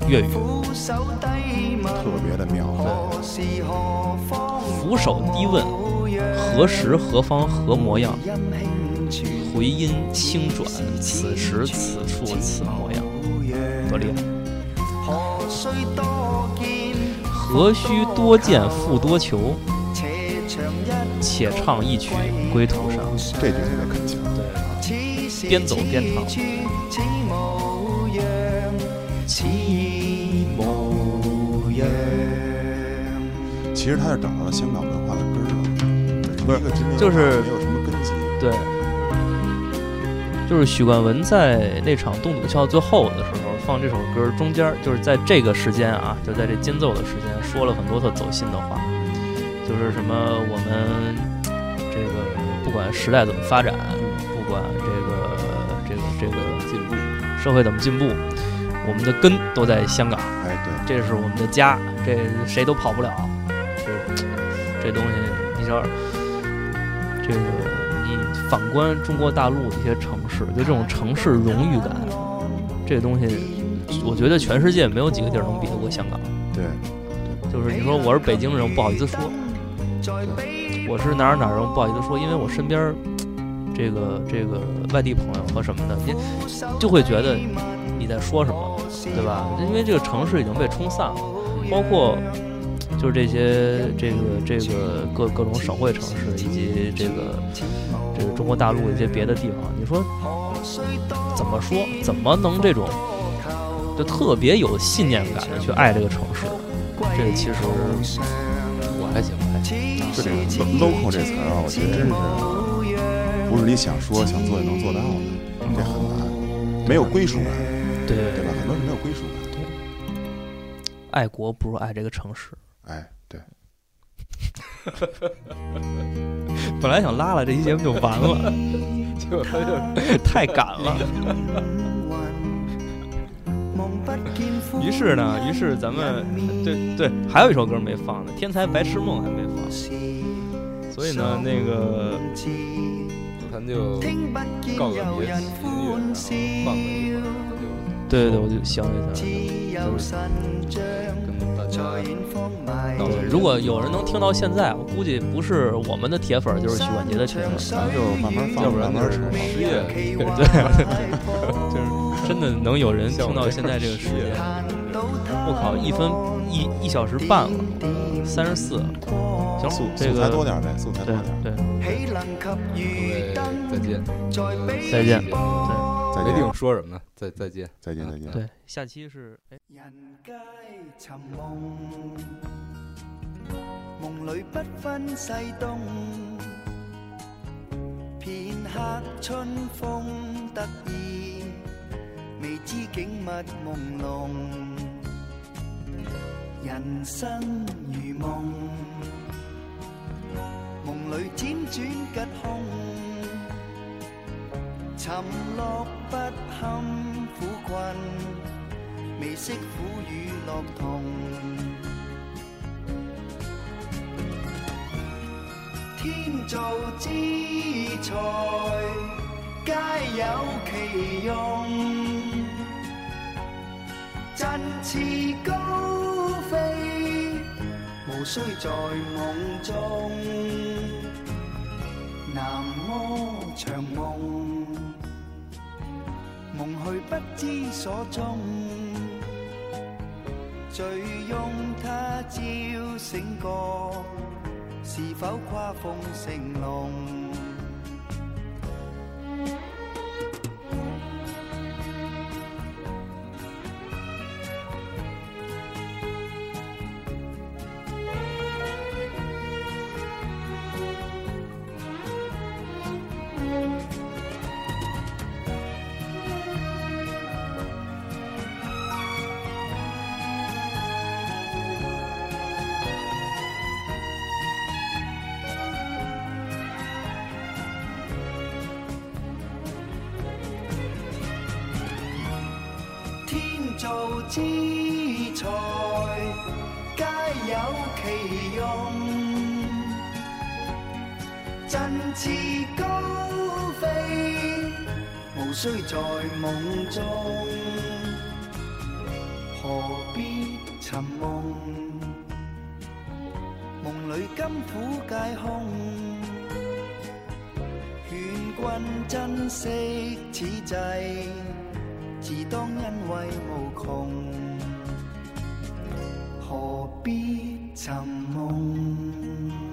Speaker 2: 粤语。
Speaker 1: 俯首低吻，
Speaker 4: 啊特别的妙。
Speaker 1: 何時何方？
Speaker 2: 俯首低问，何时何方何模样？
Speaker 1: 音輕傳
Speaker 2: 回音轻转，此时此处此模样，多厉害！
Speaker 1: 何須多見，
Speaker 2: 何须多见复多求，
Speaker 1: 且長一
Speaker 2: 且唱一曲归途上。
Speaker 4: 这句特别铿锵。
Speaker 1: 此時
Speaker 2: 边走边唱
Speaker 1: 此處此模樣，此模樣。
Speaker 4: 其实他是找到了香港文化的根儿了，
Speaker 2: 不是
Speaker 4: 一个真正
Speaker 2: 就是
Speaker 4: 没有什么根基。
Speaker 2: 对，就是许冠文在那场冻笃笑最后的时候放这首歌，中间就是在这个时间啊，就在这间奏的时间，说了很多特走心的话，就是什么我们这个不管时代怎么发展，不管这个这个这个
Speaker 3: 进步，
Speaker 2: 社会怎么进步，我们的根都在香港，
Speaker 4: 哎，对，
Speaker 2: 这是我们的家，这谁都跑不了。这这东西，你知道，这个你反观中国大陆的一些城市，就这种城市荣誉感，这个东西，我觉得全世界没有几个地儿能比得过香港。
Speaker 4: 对，
Speaker 2: 就是你说我是北京人，我不好意思说；我是哪儿哪儿人，我不好意思说，因为我身边儿这个这个外地朋友和什么的，你就会觉得你在说什么，对吧？因为这个城市已经被冲散了，包括就是这些这个这个各各种省会城市以及这个这个中国大陆一些别的地方，你说怎么说？怎么能这种就特别有信念感的去爱这个城市？这个其实
Speaker 3: 我还行，我还行。
Speaker 4: 就这个 lo- local 这词儿啊，我觉得真是不是你想说想做就能做到的，这很难，没有归属感，
Speaker 2: 对
Speaker 4: 对吧？很多人没有归属感。
Speaker 2: 爱国不如爱这个城市。
Speaker 4: 哎，对，
Speaker 2: 本来想拉了，这期节目就完 了，
Speaker 3: 结果他就
Speaker 2: 太赶了。于是呢，于是咱们对对，还有一首歌没放呢，《天才白痴梦》还没放，所以呢，那个
Speaker 3: 咱就告个别音乐，然后放个一会儿，
Speaker 2: 对对对，我就想一下。
Speaker 3: 就跟大家道
Speaker 2: 对
Speaker 3: 了。
Speaker 2: 如果有人能听到现在，我估计不是我们的铁粉儿，就是许冠杰的铁粉儿，
Speaker 4: 咱们就慢慢放，
Speaker 3: 要不然
Speaker 4: 慢
Speaker 3: 就
Speaker 4: 慢
Speaker 3: 是
Speaker 4: 瞅。
Speaker 3: 失业，
Speaker 2: 对，就是 真的能有人听到现在这个时间，我靠，一分一一小时半了，三十四，行，
Speaker 4: 素
Speaker 2: 这
Speaker 4: 素材多
Speaker 2: 个
Speaker 4: 点儿呗，素材多
Speaker 2: 对
Speaker 4: 点儿。
Speaker 2: 对，
Speaker 3: 对再见，
Speaker 2: 再见，
Speaker 4: 再
Speaker 3: 没
Speaker 4: 见
Speaker 3: 定，说什么呢？再再见。
Speaker 4: 再见，再见。
Speaker 2: 对，下期是。哎
Speaker 1: 人皆寻梦，梦里不分西东。片刻春风得意，未知景物朦胧。人生如梦，夢裏輾轉吉凶，沉落不堪苦困。未識苦與樂同。天造之才，皆有其用。振翅高飛，無需在夢中。南柯長夢。夢去不知所蹤，醉擁他朝醒過，是否跨鳳成龍？天造之才，皆有其用。振翅高飛，無需在夢中，何必尋夢？夢裏甘苦皆空，勸君珍惜此際。自當因為無窮，何必尋夢？